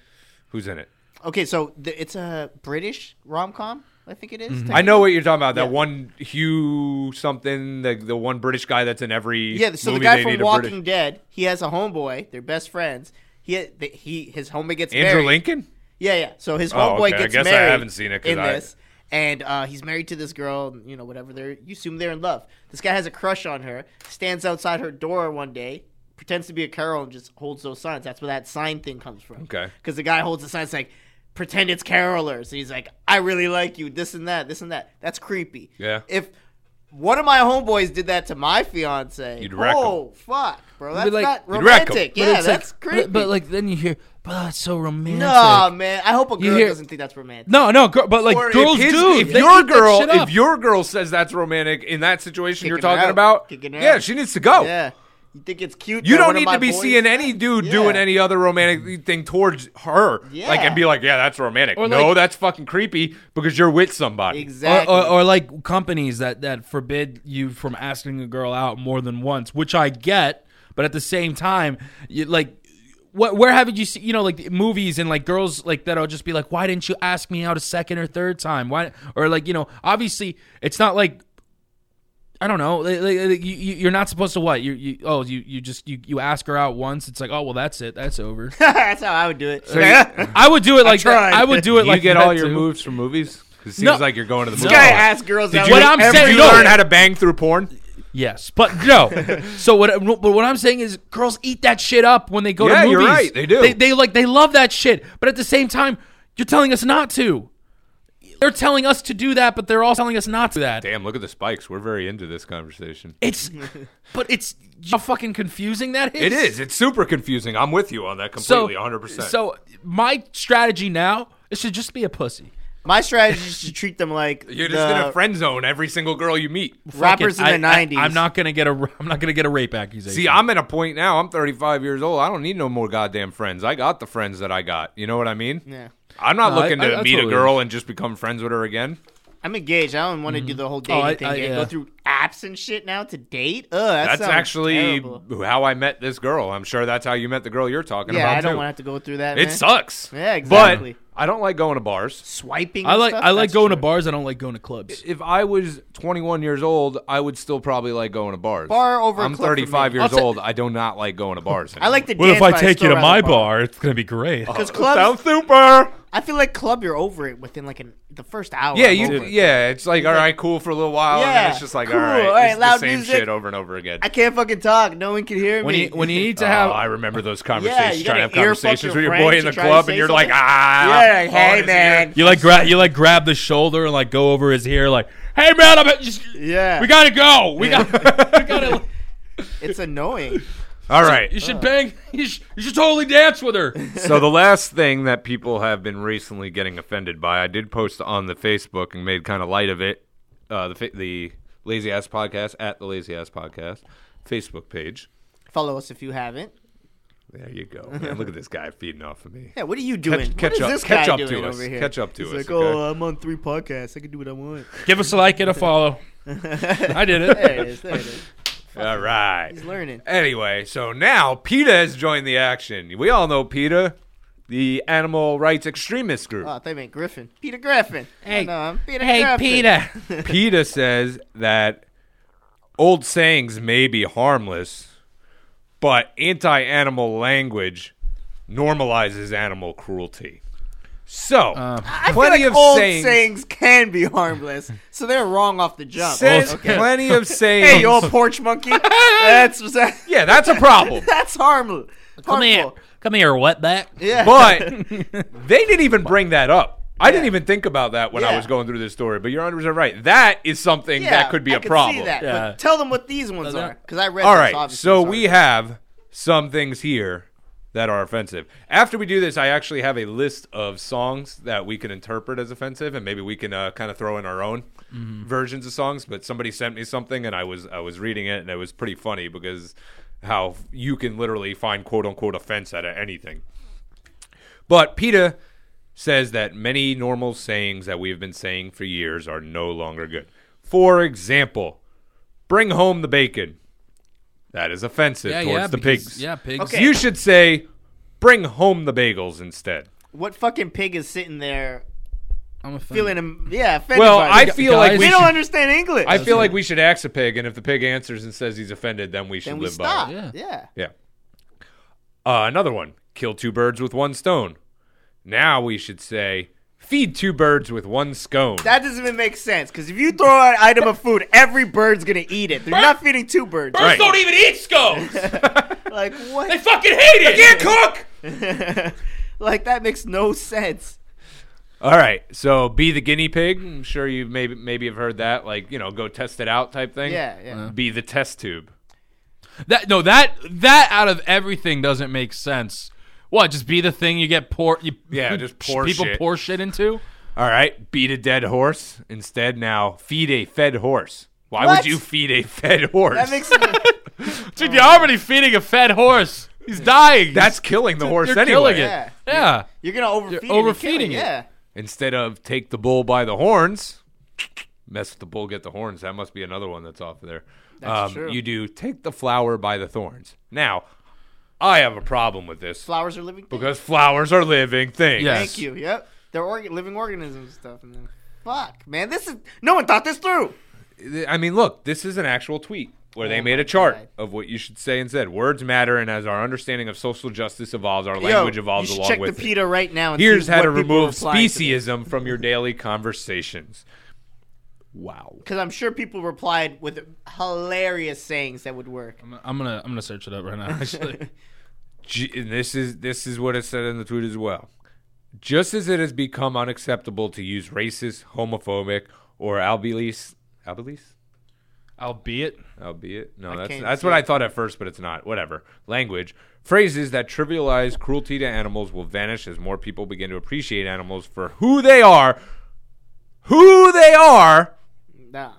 [SPEAKER 4] Who's in it?
[SPEAKER 3] Okay, so the, it's a British rom com. I think it is.
[SPEAKER 4] Mm-hmm. I know what you're talking about. That
[SPEAKER 3] Yeah.
[SPEAKER 4] one Hugh something, the the one British guy that's in every
[SPEAKER 3] Yeah, so the
[SPEAKER 4] movie
[SPEAKER 3] guy
[SPEAKER 4] they
[SPEAKER 3] from
[SPEAKER 4] need a
[SPEAKER 3] Walking
[SPEAKER 4] British-
[SPEAKER 3] Dead, he has a homeboy. They're best friends. He the, he his homeboy gets
[SPEAKER 4] Andrew
[SPEAKER 3] married.
[SPEAKER 4] Lincoln.
[SPEAKER 3] Yeah, yeah. So his
[SPEAKER 4] Oh,
[SPEAKER 3] homeboy
[SPEAKER 4] okay. I
[SPEAKER 3] gets
[SPEAKER 4] guess I
[SPEAKER 3] married.
[SPEAKER 4] haven't seen it 'cause
[SPEAKER 3] in
[SPEAKER 4] I-
[SPEAKER 3] this, and uh, he's married to this girl. You know, whatever. They're you assume they're in love. This guy has a crush on her. Stands outside her door one day, pretends to be a Carol, and just holds those signs. That's where that sign thing comes from.
[SPEAKER 4] Okay.
[SPEAKER 3] Because the guy holds the sign, it's like, pretend it's carolers. And he's like, I really like you. This and that. This and that. That's creepy.
[SPEAKER 4] Yeah.
[SPEAKER 3] If one of my homeboys did that to my fiance,
[SPEAKER 4] You'd wreck 'em.
[SPEAKER 3] oh fuck, bro, that's
[SPEAKER 7] But, like-
[SPEAKER 3] not
[SPEAKER 4] You'd wreck 'em.
[SPEAKER 3] romantic.
[SPEAKER 7] But
[SPEAKER 3] Yeah,
[SPEAKER 7] it's like-
[SPEAKER 3] that's
[SPEAKER 7] but-
[SPEAKER 3] creepy.
[SPEAKER 7] But, like then you hear, but that's so romantic.
[SPEAKER 3] No, man. I hope a
[SPEAKER 7] You
[SPEAKER 3] girl
[SPEAKER 7] hear-
[SPEAKER 3] doesn't think that's romantic.
[SPEAKER 7] no, no, gir- but like
[SPEAKER 4] Or if
[SPEAKER 7] girls
[SPEAKER 4] his-
[SPEAKER 7] do.
[SPEAKER 4] If
[SPEAKER 7] They
[SPEAKER 4] your
[SPEAKER 7] eat that
[SPEAKER 4] girl,
[SPEAKER 7] shit up.
[SPEAKER 4] if your girl says that's romantic in that situation you're
[SPEAKER 3] Kicking her
[SPEAKER 4] talking
[SPEAKER 3] out.
[SPEAKER 4] about,
[SPEAKER 3] Kicking her
[SPEAKER 4] yeah,
[SPEAKER 3] out.
[SPEAKER 4] she needs to go.
[SPEAKER 3] Yeah. You think it's cute?
[SPEAKER 4] You
[SPEAKER 3] that one
[SPEAKER 4] don't
[SPEAKER 3] of
[SPEAKER 4] need
[SPEAKER 3] my
[SPEAKER 4] to be
[SPEAKER 3] boys-
[SPEAKER 4] seeing any dude
[SPEAKER 3] Yeah.
[SPEAKER 4] doing any other romantic thing towards her. Like,
[SPEAKER 3] Yeah.
[SPEAKER 4] and be like, yeah, that's romantic.
[SPEAKER 7] Or
[SPEAKER 4] no,
[SPEAKER 7] like-
[SPEAKER 4] that's fucking creepy because you're with [LAUGHS] somebody.
[SPEAKER 7] or,
[SPEAKER 3] Exactly.
[SPEAKER 7] or, or like companies that that forbid you from asking a girl out more than once, which I get, but at the same time, you, like. What, where haven't you seen you know like movies and like girls like that'll just be like why didn't you ask me out a second or third time why or like you know obviously it's not like I don't know like, like, like, you, you- you're not supposed to what you, you oh you you just you, you ask her out once it's like oh well that's it
[SPEAKER 4] [LAUGHS]
[SPEAKER 7] that's over
[SPEAKER 3] [LAUGHS] that's how I would do it.
[SPEAKER 7] I would do it like that.
[SPEAKER 3] tried.
[SPEAKER 7] I would do it
[SPEAKER 4] you
[SPEAKER 7] like
[SPEAKER 4] get
[SPEAKER 7] that
[SPEAKER 4] all your
[SPEAKER 7] too.
[SPEAKER 4] moves from movies? 'Cause it
[SPEAKER 7] No.
[SPEAKER 4] seems like you're going to the
[SPEAKER 7] This
[SPEAKER 4] movie.
[SPEAKER 3] guy
[SPEAKER 7] No.
[SPEAKER 3] asked girls
[SPEAKER 4] Did
[SPEAKER 3] out.
[SPEAKER 4] you,
[SPEAKER 7] What I'm
[SPEAKER 4] ever-
[SPEAKER 7] saying-
[SPEAKER 4] did you
[SPEAKER 7] no.
[SPEAKER 4] learn how [LAUGHS] to bang through porn?
[SPEAKER 7] Yes, but
[SPEAKER 4] [LAUGHS]
[SPEAKER 7] no. so what? But what I'm saying is, girls eat that shit up when they go
[SPEAKER 4] Yeah,
[SPEAKER 7] to
[SPEAKER 4] you're
[SPEAKER 7] movies.
[SPEAKER 4] right, they do.
[SPEAKER 7] They, they like they love that shit, but at the same time, you're telling us not to. They're telling us to do that, but they're all telling us not to that.
[SPEAKER 4] Damn, look at the spikes. We're very into this conversation. [LAUGHS]
[SPEAKER 7] It's, but it's you know how fucking confusing that is.
[SPEAKER 4] It is. It's super confusing. I'm with you on that completely, 100%.
[SPEAKER 7] So my strategy now is to just be a pussy.
[SPEAKER 3] My strategy is to treat them
[SPEAKER 7] [LAUGHS]
[SPEAKER 3] like
[SPEAKER 4] you're
[SPEAKER 3] the
[SPEAKER 4] just going to friend zone every single girl you meet.
[SPEAKER 3] rappers in
[SPEAKER 7] Fucking-
[SPEAKER 3] the
[SPEAKER 7] I- I-
[SPEAKER 3] '90s.
[SPEAKER 7] I'm not gonna get a. I'm not gonna get a rape accusation.
[SPEAKER 4] See, I'm at a point now. I'm 35 years old. I don't need no more goddamn friends. I got the friends that I got. You know what I mean?
[SPEAKER 3] Yeah.
[SPEAKER 4] I'm not
[SPEAKER 7] No, I-
[SPEAKER 4] looking
[SPEAKER 7] I-
[SPEAKER 4] to
[SPEAKER 7] I
[SPEAKER 4] meet
[SPEAKER 7] totally
[SPEAKER 4] a girl and just become friends with her again.
[SPEAKER 3] I'm engaged. I don't want to do the whole dating
[SPEAKER 7] Mm-hmm. Oh, I-
[SPEAKER 3] thing.
[SPEAKER 7] I-
[SPEAKER 3] yet.
[SPEAKER 7] yeah.
[SPEAKER 3] Go through apps and shit now to date. Ugh, that
[SPEAKER 4] That's
[SPEAKER 3] sounds
[SPEAKER 4] actually
[SPEAKER 3] terrible.
[SPEAKER 4] how I met this girl. I'm sure that's how you met the girl you're talking
[SPEAKER 3] Yeah,
[SPEAKER 4] about.
[SPEAKER 3] I don't
[SPEAKER 4] too.
[SPEAKER 3] want to have to go through that.
[SPEAKER 4] It
[SPEAKER 3] man.
[SPEAKER 4] sucks.
[SPEAKER 3] Yeah, exactly.
[SPEAKER 4] But I don't like going to bars.
[SPEAKER 3] Swiping.
[SPEAKER 7] I
[SPEAKER 3] and
[SPEAKER 7] like.
[SPEAKER 3] stuff?
[SPEAKER 7] I like
[SPEAKER 3] That's
[SPEAKER 7] going to
[SPEAKER 3] true.
[SPEAKER 7] bars. I don't like going to clubs.
[SPEAKER 4] If I was 21 years old, I would still probably like going to bars.
[SPEAKER 3] Bar over a
[SPEAKER 4] I'm
[SPEAKER 3] club for
[SPEAKER 4] 35
[SPEAKER 3] me.
[SPEAKER 4] years
[SPEAKER 7] I'll ta-
[SPEAKER 4] old. I do not like going to bars.
[SPEAKER 3] I like the.
[SPEAKER 7] Well, if
[SPEAKER 3] dance,
[SPEAKER 7] I
[SPEAKER 3] but
[SPEAKER 7] take you
[SPEAKER 3] still
[SPEAKER 7] to
[SPEAKER 3] rather [LAUGHS]
[SPEAKER 7] my
[SPEAKER 3] bar.
[SPEAKER 7] bar, it's gonna be great.
[SPEAKER 3] Because clubs,
[SPEAKER 4] Sounds super.
[SPEAKER 3] I feel like club, you're over it within like an the first hour.
[SPEAKER 4] Yeah,
[SPEAKER 3] I'm
[SPEAKER 4] you.
[SPEAKER 3] over Oh, it.
[SPEAKER 4] Yeah, it's like all right, cool for a little while, and then
[SPEAKER 3] Yeah,
[SPEAKER 4] it's just like
[SPEAKER 3] cool,
[SPEAKER 4] all right,
[SPEAKER 3] all right,
[SPEAKER 4] it's the
[SPEAKER 3] loud
[SPEAKER 4] same
[SPEAKER 3] music.
[SPEAKER 4] shit over and over again.
[SPEAKER 3] I can't fucking talk. No one can hear
[SPEAKER 7] when
[SPEAKER 3] me.
[SPEAKER 7] you when you need to
[SPEAKER 4] Oh,
[SPEAKER 7] have
[SPEAKER 4] I remember those conversations.
[SPEAKER 3] you
[SPEAKER 4] trying to have
[SPEAKER 3] gotta ear fuck your
[SPEAKER 4] conversations with your
[SPEAKER 3] friends
[SPEAKER 4] boy in
[SPEAKER 3] to
[SPEAKER 4] the
[SPEAKER 3] try to
[SPEAKER 4] club,
[SPEAKER 3] say
[SPEAKER 4] and you're like,
[SPEAKER 3] something.
[SPEAKER 4] ah,
[SPEAKER 3] yeah, like,
[SPEAKER 4] hard
[SPEAKER 3] hey
[SPEAKER 4] as
[SPEAKER 3] man,
[SPEAKER 7] you like grab you like grab the shoulder and like go over his hair like hey man I'm just
[SPEAKER 3] yeah,
[SPEAKER 7] [LAUGHS] we gotta go we got we gotta
[SPEAKER 3] it's annoying.
[SPEAKER 4] [LAUGHS] All right.
[SPEAKER 3] [LAUGHS]
[SPEAKER 7] You should bang. You should, you should totally dance with her.
[SPEAKER 4] so the last thing that people have been recently getting offended by, I did post on the Facebook and made kind of light of it. Uh, the fa- the Lazy Ass Podcast at the Lazy Ass Podcast Facebook page.
[SPEAKER 3] Follow us if you haven't.
[SPEAKER 4] There you go. Man, look at this guy feeding off
[SPEAKER 3] [LAUGHS]
[SPEAKER 4] of me.
[SPEAKER 3] Yeah, what are you doing? what
[SPEAKER 4] Catch, catch
[SPEAKER 3] is
[SPEAKER 4] up,
[SPEAKER 3] this
[SPEAKER 4] catch
[SPEAKER 3] guy
[SPEAKER 4] up
[SPEAKER 3] doing
[SPEAKER 4] to us.
[SPEAKER 3] over here?
[SPEAKER 4] Catch up to us.
[SPEAKER 3] like,
[SPEAKER 4] okay?
[SPEAKER 3] oh, I'm on three podcasts. I can do what I want. [LAUGHS]
[SPEAKER 7] Give us a like and a follow. I did
[SPEAKER 3] There it
[SPEAKER 7] it.
[SPEAKER 3] is. There it is.
[SPEAKER 4] All right.
[SPEAKER 3] He's learning.
[SPEAKER 4] Anyway, so now PETA has joined the action. We all know PETA, the animal rights extremist group.
[SPEAKER 3] Oh, I thought you meant Griffin. Peter Griffin. Hey, no, I'm Peter Griffin.
[SPEAKER 4] PETA says that old sayings may be harmless, but anti animal language normalizes animal cruelty. So,
[SPEAKER 3] I feel
[SPEAKER 4] plenty
[SPEAKER 3] like
[SPEAKER 4] of
[SPEAKER 3] old
[SPEAKER 4] sayings.
[SPEAKER 3] sayings can be harmless, so they're wrong off the jump.
[SPEAKER 4] says
[SPEAKER 3] okay. [LAUGHS]
[SPEAKER 4] plenty of sayings.
[SPEAKER 3] Hey, you old porch
[SPEAKER 4] [LAUGHS]
[SPEAKER 3] monkey. That's [LAUGHS]
[SPEAKER 4] yeah, that's a problem.
[SPEAKER 3] that's harmless. Come
[SPEAKER 7] Come here, wetback.
[SPEAKER 3] Yeah.
[SPEAKER 4] But they didn't even bring that up. I didn't even think about that when I
[SPEAKER 3] Yeah.
[SPEAKER 4] was going through this story, but you're 100% right. That is something
[SPEAKER 3] yeah,
[SPEAKER 4] that could be
[SPEAKER 3] a
[SPEAKER 4] a problem.
[SPEAKER 3] See that,
[SPEAKER 7] Yeah.
[SPEAKER 3] but tell them what these ones
[SPEAKER 7] Doesn't
[SPEAKER 3] are,
[SPEAKER 7] it?
[SPEAKER 3] because I read.
[SPEAKER 4] All
[SPEAKER 3] this,
[SPEAKER 4] right,
[SPEAKER 3] obviously,
[SPEAKER 4] so
[SPEAKER 3] sorry.
[SPEAKER 4] we have some things here that are offensive. After we do this, I actually have a list of songs that we can interpret as offensive, and maybe we can uh, kind of throw in our own versions of songs. But somebody sent me something, and I was I was reading it, and it was pretty funny because how you can literally find quote unquote offense out of anything. But PETA says that many normal sayings that we have been saying for years are no longer good. For example, bring home the bacon. That is offensive
[SPEAKER 7] Yeah,
[SPEAKER 4] towards
[SPEAKER 7] yeah.
[SPEAKER 4] the
[SPEAKER 7] because-
[SPEAKER 4] pigs.
[SPEAKER 7] Yeah, pigs.
[SPEAKER 3] Okay.
[SPEAKER 4] You should say, bring home the bagels instead.
[SPEAKER 3] what fucking pig is sitting there
[SPEAKER 7] I'm a fan.
[SPEAKER 3] feeling him? Yeah, offended
[SPEAKER 4] Well,
[SPEAKER 3] by
[SPEAKER 4] I
[SPEAKER 3] this?
[SPEAKER 4] feel
[SPEAKER 7] guys,
[SPEAKER 4] like we,
[SPEAKER 3] we don't
[SPEAKER 4] should,
[SPEAKER 3] understand English.
[SPEAKER 4] I feel like we should ask a pig, and if the pig answers and says he's offended, then we should
[SPEAKER 3] then we
[SPEAKER 4] live
[SPEAKER 3] stop.
[SPEAKER 4] by it.
[SPEAKER 3] Yeah.
[SPEAKER 7] Yeah.
[SPEAKER 4] Yeah. Uh, another one: kill two birds with one stone. Now we should say, feed two birds with one scone.
[SPEAKER 3] That doesn't even make sense because if you throw an item of food, every bird's gonna eat it. They're not feeding two birds.
[SPEAKER 4] Right.
[SPEAKER 2] Don't even eat scones.
[SPEAKER 7] [LAUGHS]
[SPEAKER 3] Like what?
[SPEAKER 2] I fucking hate it. can't cook.
[SPEAKER 3] [LAUGHS] like that makes no sense.
[SPEAKER 4] All right, so be the guinea pig. I'm sure you maybe maybe have heard that, like you know, go test it out type thing.
[SPEAKER 3] Yeah, Uh-huh. yeah.
[SPEAKER 4] Be the test tube.
[SPEAKER 7] That no, that that out of everything doesn't make sense. What? Just be the thing you get pour. You,
[SPEAKER 4] Yeah, just pour
[SPEAKER 7] people
[SPEAKER 4] shit.
[SPEAKER 7] pour shit into.
[SPEAKER 4] All right, beat a dead horse. Instead, now feed a fed horse. Why would
[SPEAKER 3] What?
[SPEAKER 4] you feed a fed horse?
[SPEAKER 3] That makes
[SPEAKER 4] [LAUGHS]
[SPEAKER 3] sense.
[SPEAKER 7] Dude, you're already feeding a fed horse. He's dying.
[SPEAKER 3] [LAUGHS]
[SPEAKER 4] That's killing the horse
[SPEAKER 7] you're
[SPEAKER 4] anyway.
[SPEAKER 7] killing it.
[SPEAKER 3] Yeah.
[SPEAKER 7] Yeah.
[SPEAKER 3] You're gonna overfeed
[SPEAKER 7] You're
[SPEAKER 3] it and kill
[SPEAKER 7] overfeeding it.
[SPEAKER 3] Yeah.
[SPEAKER 4] Instead of take the bull by the horns, mess with the bull, get the horns. That must be another one that's off of there.
[SPEAKER 3] That's
[SPEAKER 4] um,
[SPEAKER 3] true.
[SPEAKER 4] You do take the flower by the thorns. Now, I have a problem with this
[SPEAKER 3] Flowers are living things.
[SPEAKER 4] because flowers are living things.
[SPEAKER 7] Yeah.
[SPEAKER 3] Thank you. Yep. They're organ- living organisms and stuff. And then, fuck, man, this is no one thought this through.
[SPEAKER 4] I mean, look, this is an actual tweet where they
[SPEAKER 3] Oh
[SPEAKER 4] made
[SPEAKER 3] my
[SPEAKER 4] a chart
[SPEAKER 3] God.
[SPEAKER 4] of what you should say and said. Words matter, and as our understanding of social justice evolves, our language
[SPEAKER 3] Yo,
[SPEAKER 4] evolves
[SPEAKER 3] you should
[SPEAKER 4] along
[SPEAKER 3] check
[SPEAKER 4] with
[SPEAKER 3] the
[SPEAKER 4] it.
[SPEAKER 3] PETA right now. And
[SPEAKER 4] Here's
[SPEAKER 3] see
[SPEAKER 4] how
[SPEAKER 3] what
[SPEAKER 4] to
[SPEAKER 3] people
[SPEAKER 4] remove
[SPEAKER 3] replying to this.
[SPEAKER 4] speciesism from your daily conversations. Wow.
[SPEAKER 3] Because I'm sure people replied with hilarious sayings that would work.
[SPEAKER 7] I'm gonna I'm gonna search it up right now. [LAUGHS] Actually,
[SPEAKER 4] G- and this is this is what it said in the tweet as well. Just as it has become unacceptable to use racist, homophobic, or albilis, albilis,
[SPEAKER 7] albeit
[SPEAKER 4] albeit no, that's
[SPEAKER 3] can't
[SPEAKER 4] that's
[SPEAKER 3] see
[SPEAKER 4] what
[SPEAKER 3] it.
[SPEAKER 4] I thought at first, but it's not. Whatever. Language phrases that trivialize cruelty to animals will vanish as more people begin to appreciate animals for who they are. Who they are?
[SPEAKER 3] Nah,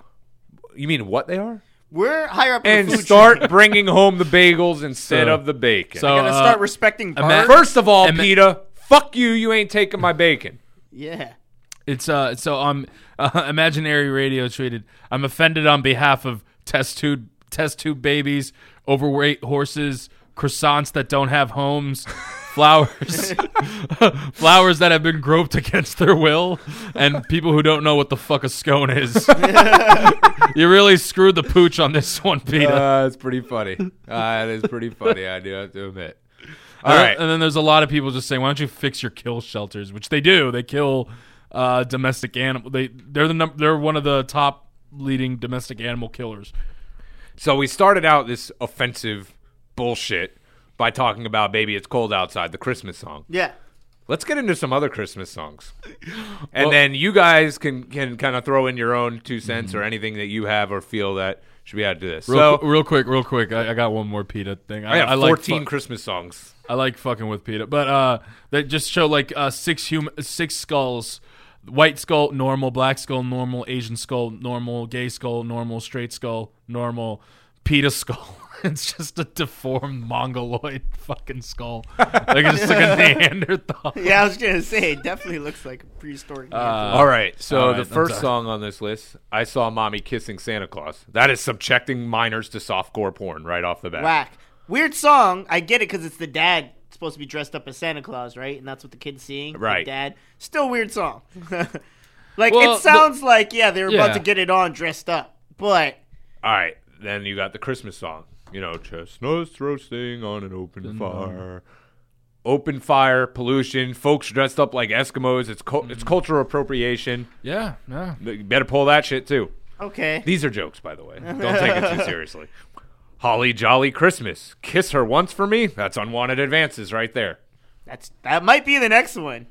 [SPEAKER 4] You mean what they are?
[SPEAKER 3] we're higher up in
[SPEAKER 4] And
[SPEAKER 3] the food
[SPEAKER 4] start bringing home the bagels instead
[SPEAKER 7] So-
[SPEAKER 4] of the bacon.
[SPEAKER 7] so
[SPEAKER 3] chain. Gotta
[SPEAKER 7] uh,
[SPEAKER 3] start respecting birds.
[SPEAKER 7] ima-
[SPEAKER 4] First of all,
[SPEAKER 7] And-
[SPEAKER 4] PETA, fuck you. You ain't taking my bacon.
[SPEAKER 3] yeah.
[SPEAKER 7] it's uh so um [LAUGHS] uh, imaginary radio tweeted I'm offended on behalf of test tube test tube babies, overweight horses, croissants that don't have homes, flowers, [LAUGHS] flowers that have been groped against their will, and people who don't know what the fuck a scone is. [LAUGHS] you really screwed the pooch on this one, Peter.
[SPEAKER 4] [LAUGHS] Uh, that's pretty funny. Uh, that is pretty funny. I do have to admit. All
[SPEAKER 7] And then-
[SPEAKER 4] right.
[SPEAKER 7] And then there's a lot of people just saying, "Why don't you fix your kill shelters?" Which they do. They kill uh, domestic animal. They they're the num- they're one of the top leading domestic animal killers.
[SPEAKER 4] So we started out this offensive bullshit by talking about "Baby It's Cold Outside," the Christmas song.
[SPEAKER 3] Yeah.
[SPEAKER 4] Let's get into some other Christmas
[SPEAKER 7] [LAUGHS]
[SPEAKER 4] songs, and then you guys can can kind of throw in your own two cents or anything that you have or feel that should be added to this.
[SPEAKER 7] Mm-hmm. Real,
[SPEAKER 4] so Oh,
[SPEAKER 7] qu- real quick, real quick. I, I got one more PETA thing. I,
[SPEAKER 4] I got
[SPEAKER 7] I like
[SPEAKER 4] 14
[SPEAKER 7] fu-
[SPEAKER 4] Christmas songs.
[SPEAKER 7] I like fucking with PETA, but uh, they just show like uh, six human, six skulls: white skull, normal; black skull, normal; Asian skull, normal; gay skull, normal; straight skull, normal; PETA skull. [LAUGHS] It's just a deformed mongoloid [LAUGHS] fucking skull, like it's just like a Neanderthal.
[SPEAKER 3] Yeah, I was gonna say it definitely looks like a prehistoric.
[SPEAKER 7] Uh,
[SPEAKER 3] man.
[SPEAKER 4] all right. So
[SPEAKER 7] all right,
[SPEAKER 4] the
[SPEAKER 7] I'm
[SPEAKER 4] first
[SPEAKER 7] sorry.
[SPEAKER 4] song on this list, I saw mommy kissing Santa Claus. That is subjecting minors to softcore porn right off the bat.
[SPEAKER 3] Whack. Weird song. I get it because it's the dad supposed to be dressed up as Santa Claus, right? And that's what the kid's seeing. the
[SPEAKER 4] Right.
[SPEAKER 3] dad. Still weird song. [LAUGHS] like
[SPEAKER 7] Well,
[SPEAKER 3] it sounds like yeah they were
[SPEAKER 7] Yeah.
[SPEAKER 3] about to get it on dressed up, but
[SPEAKER 4] All right. Then you got the Christmas song. You know, chestnuts roasting on an open fire. Open fire, pollution, folks dressed up like Eskimos. It's cul
[SPEAKER 3] Mm-hmm.
[SPEAKER 4] it's cultural appropriation.
[SPEAKER 7] Yeah, yeah.
[SPEAKER 4] You better pull that shit too.
[SPEAKER 3] okay.
[SPEAKER 4] These are jokes, by the way. Don't take
[SPEAKER 3] [LAUGHS]
[SPEAKER 4] it too seriously. Holly Jolly Christmas. Kiss her once for me. That's unwanted advances right there.
[SPEAKER 3] That's that might be the next
[SPEAKER 4] [LAUGHS]
[SPEAKER 3] one.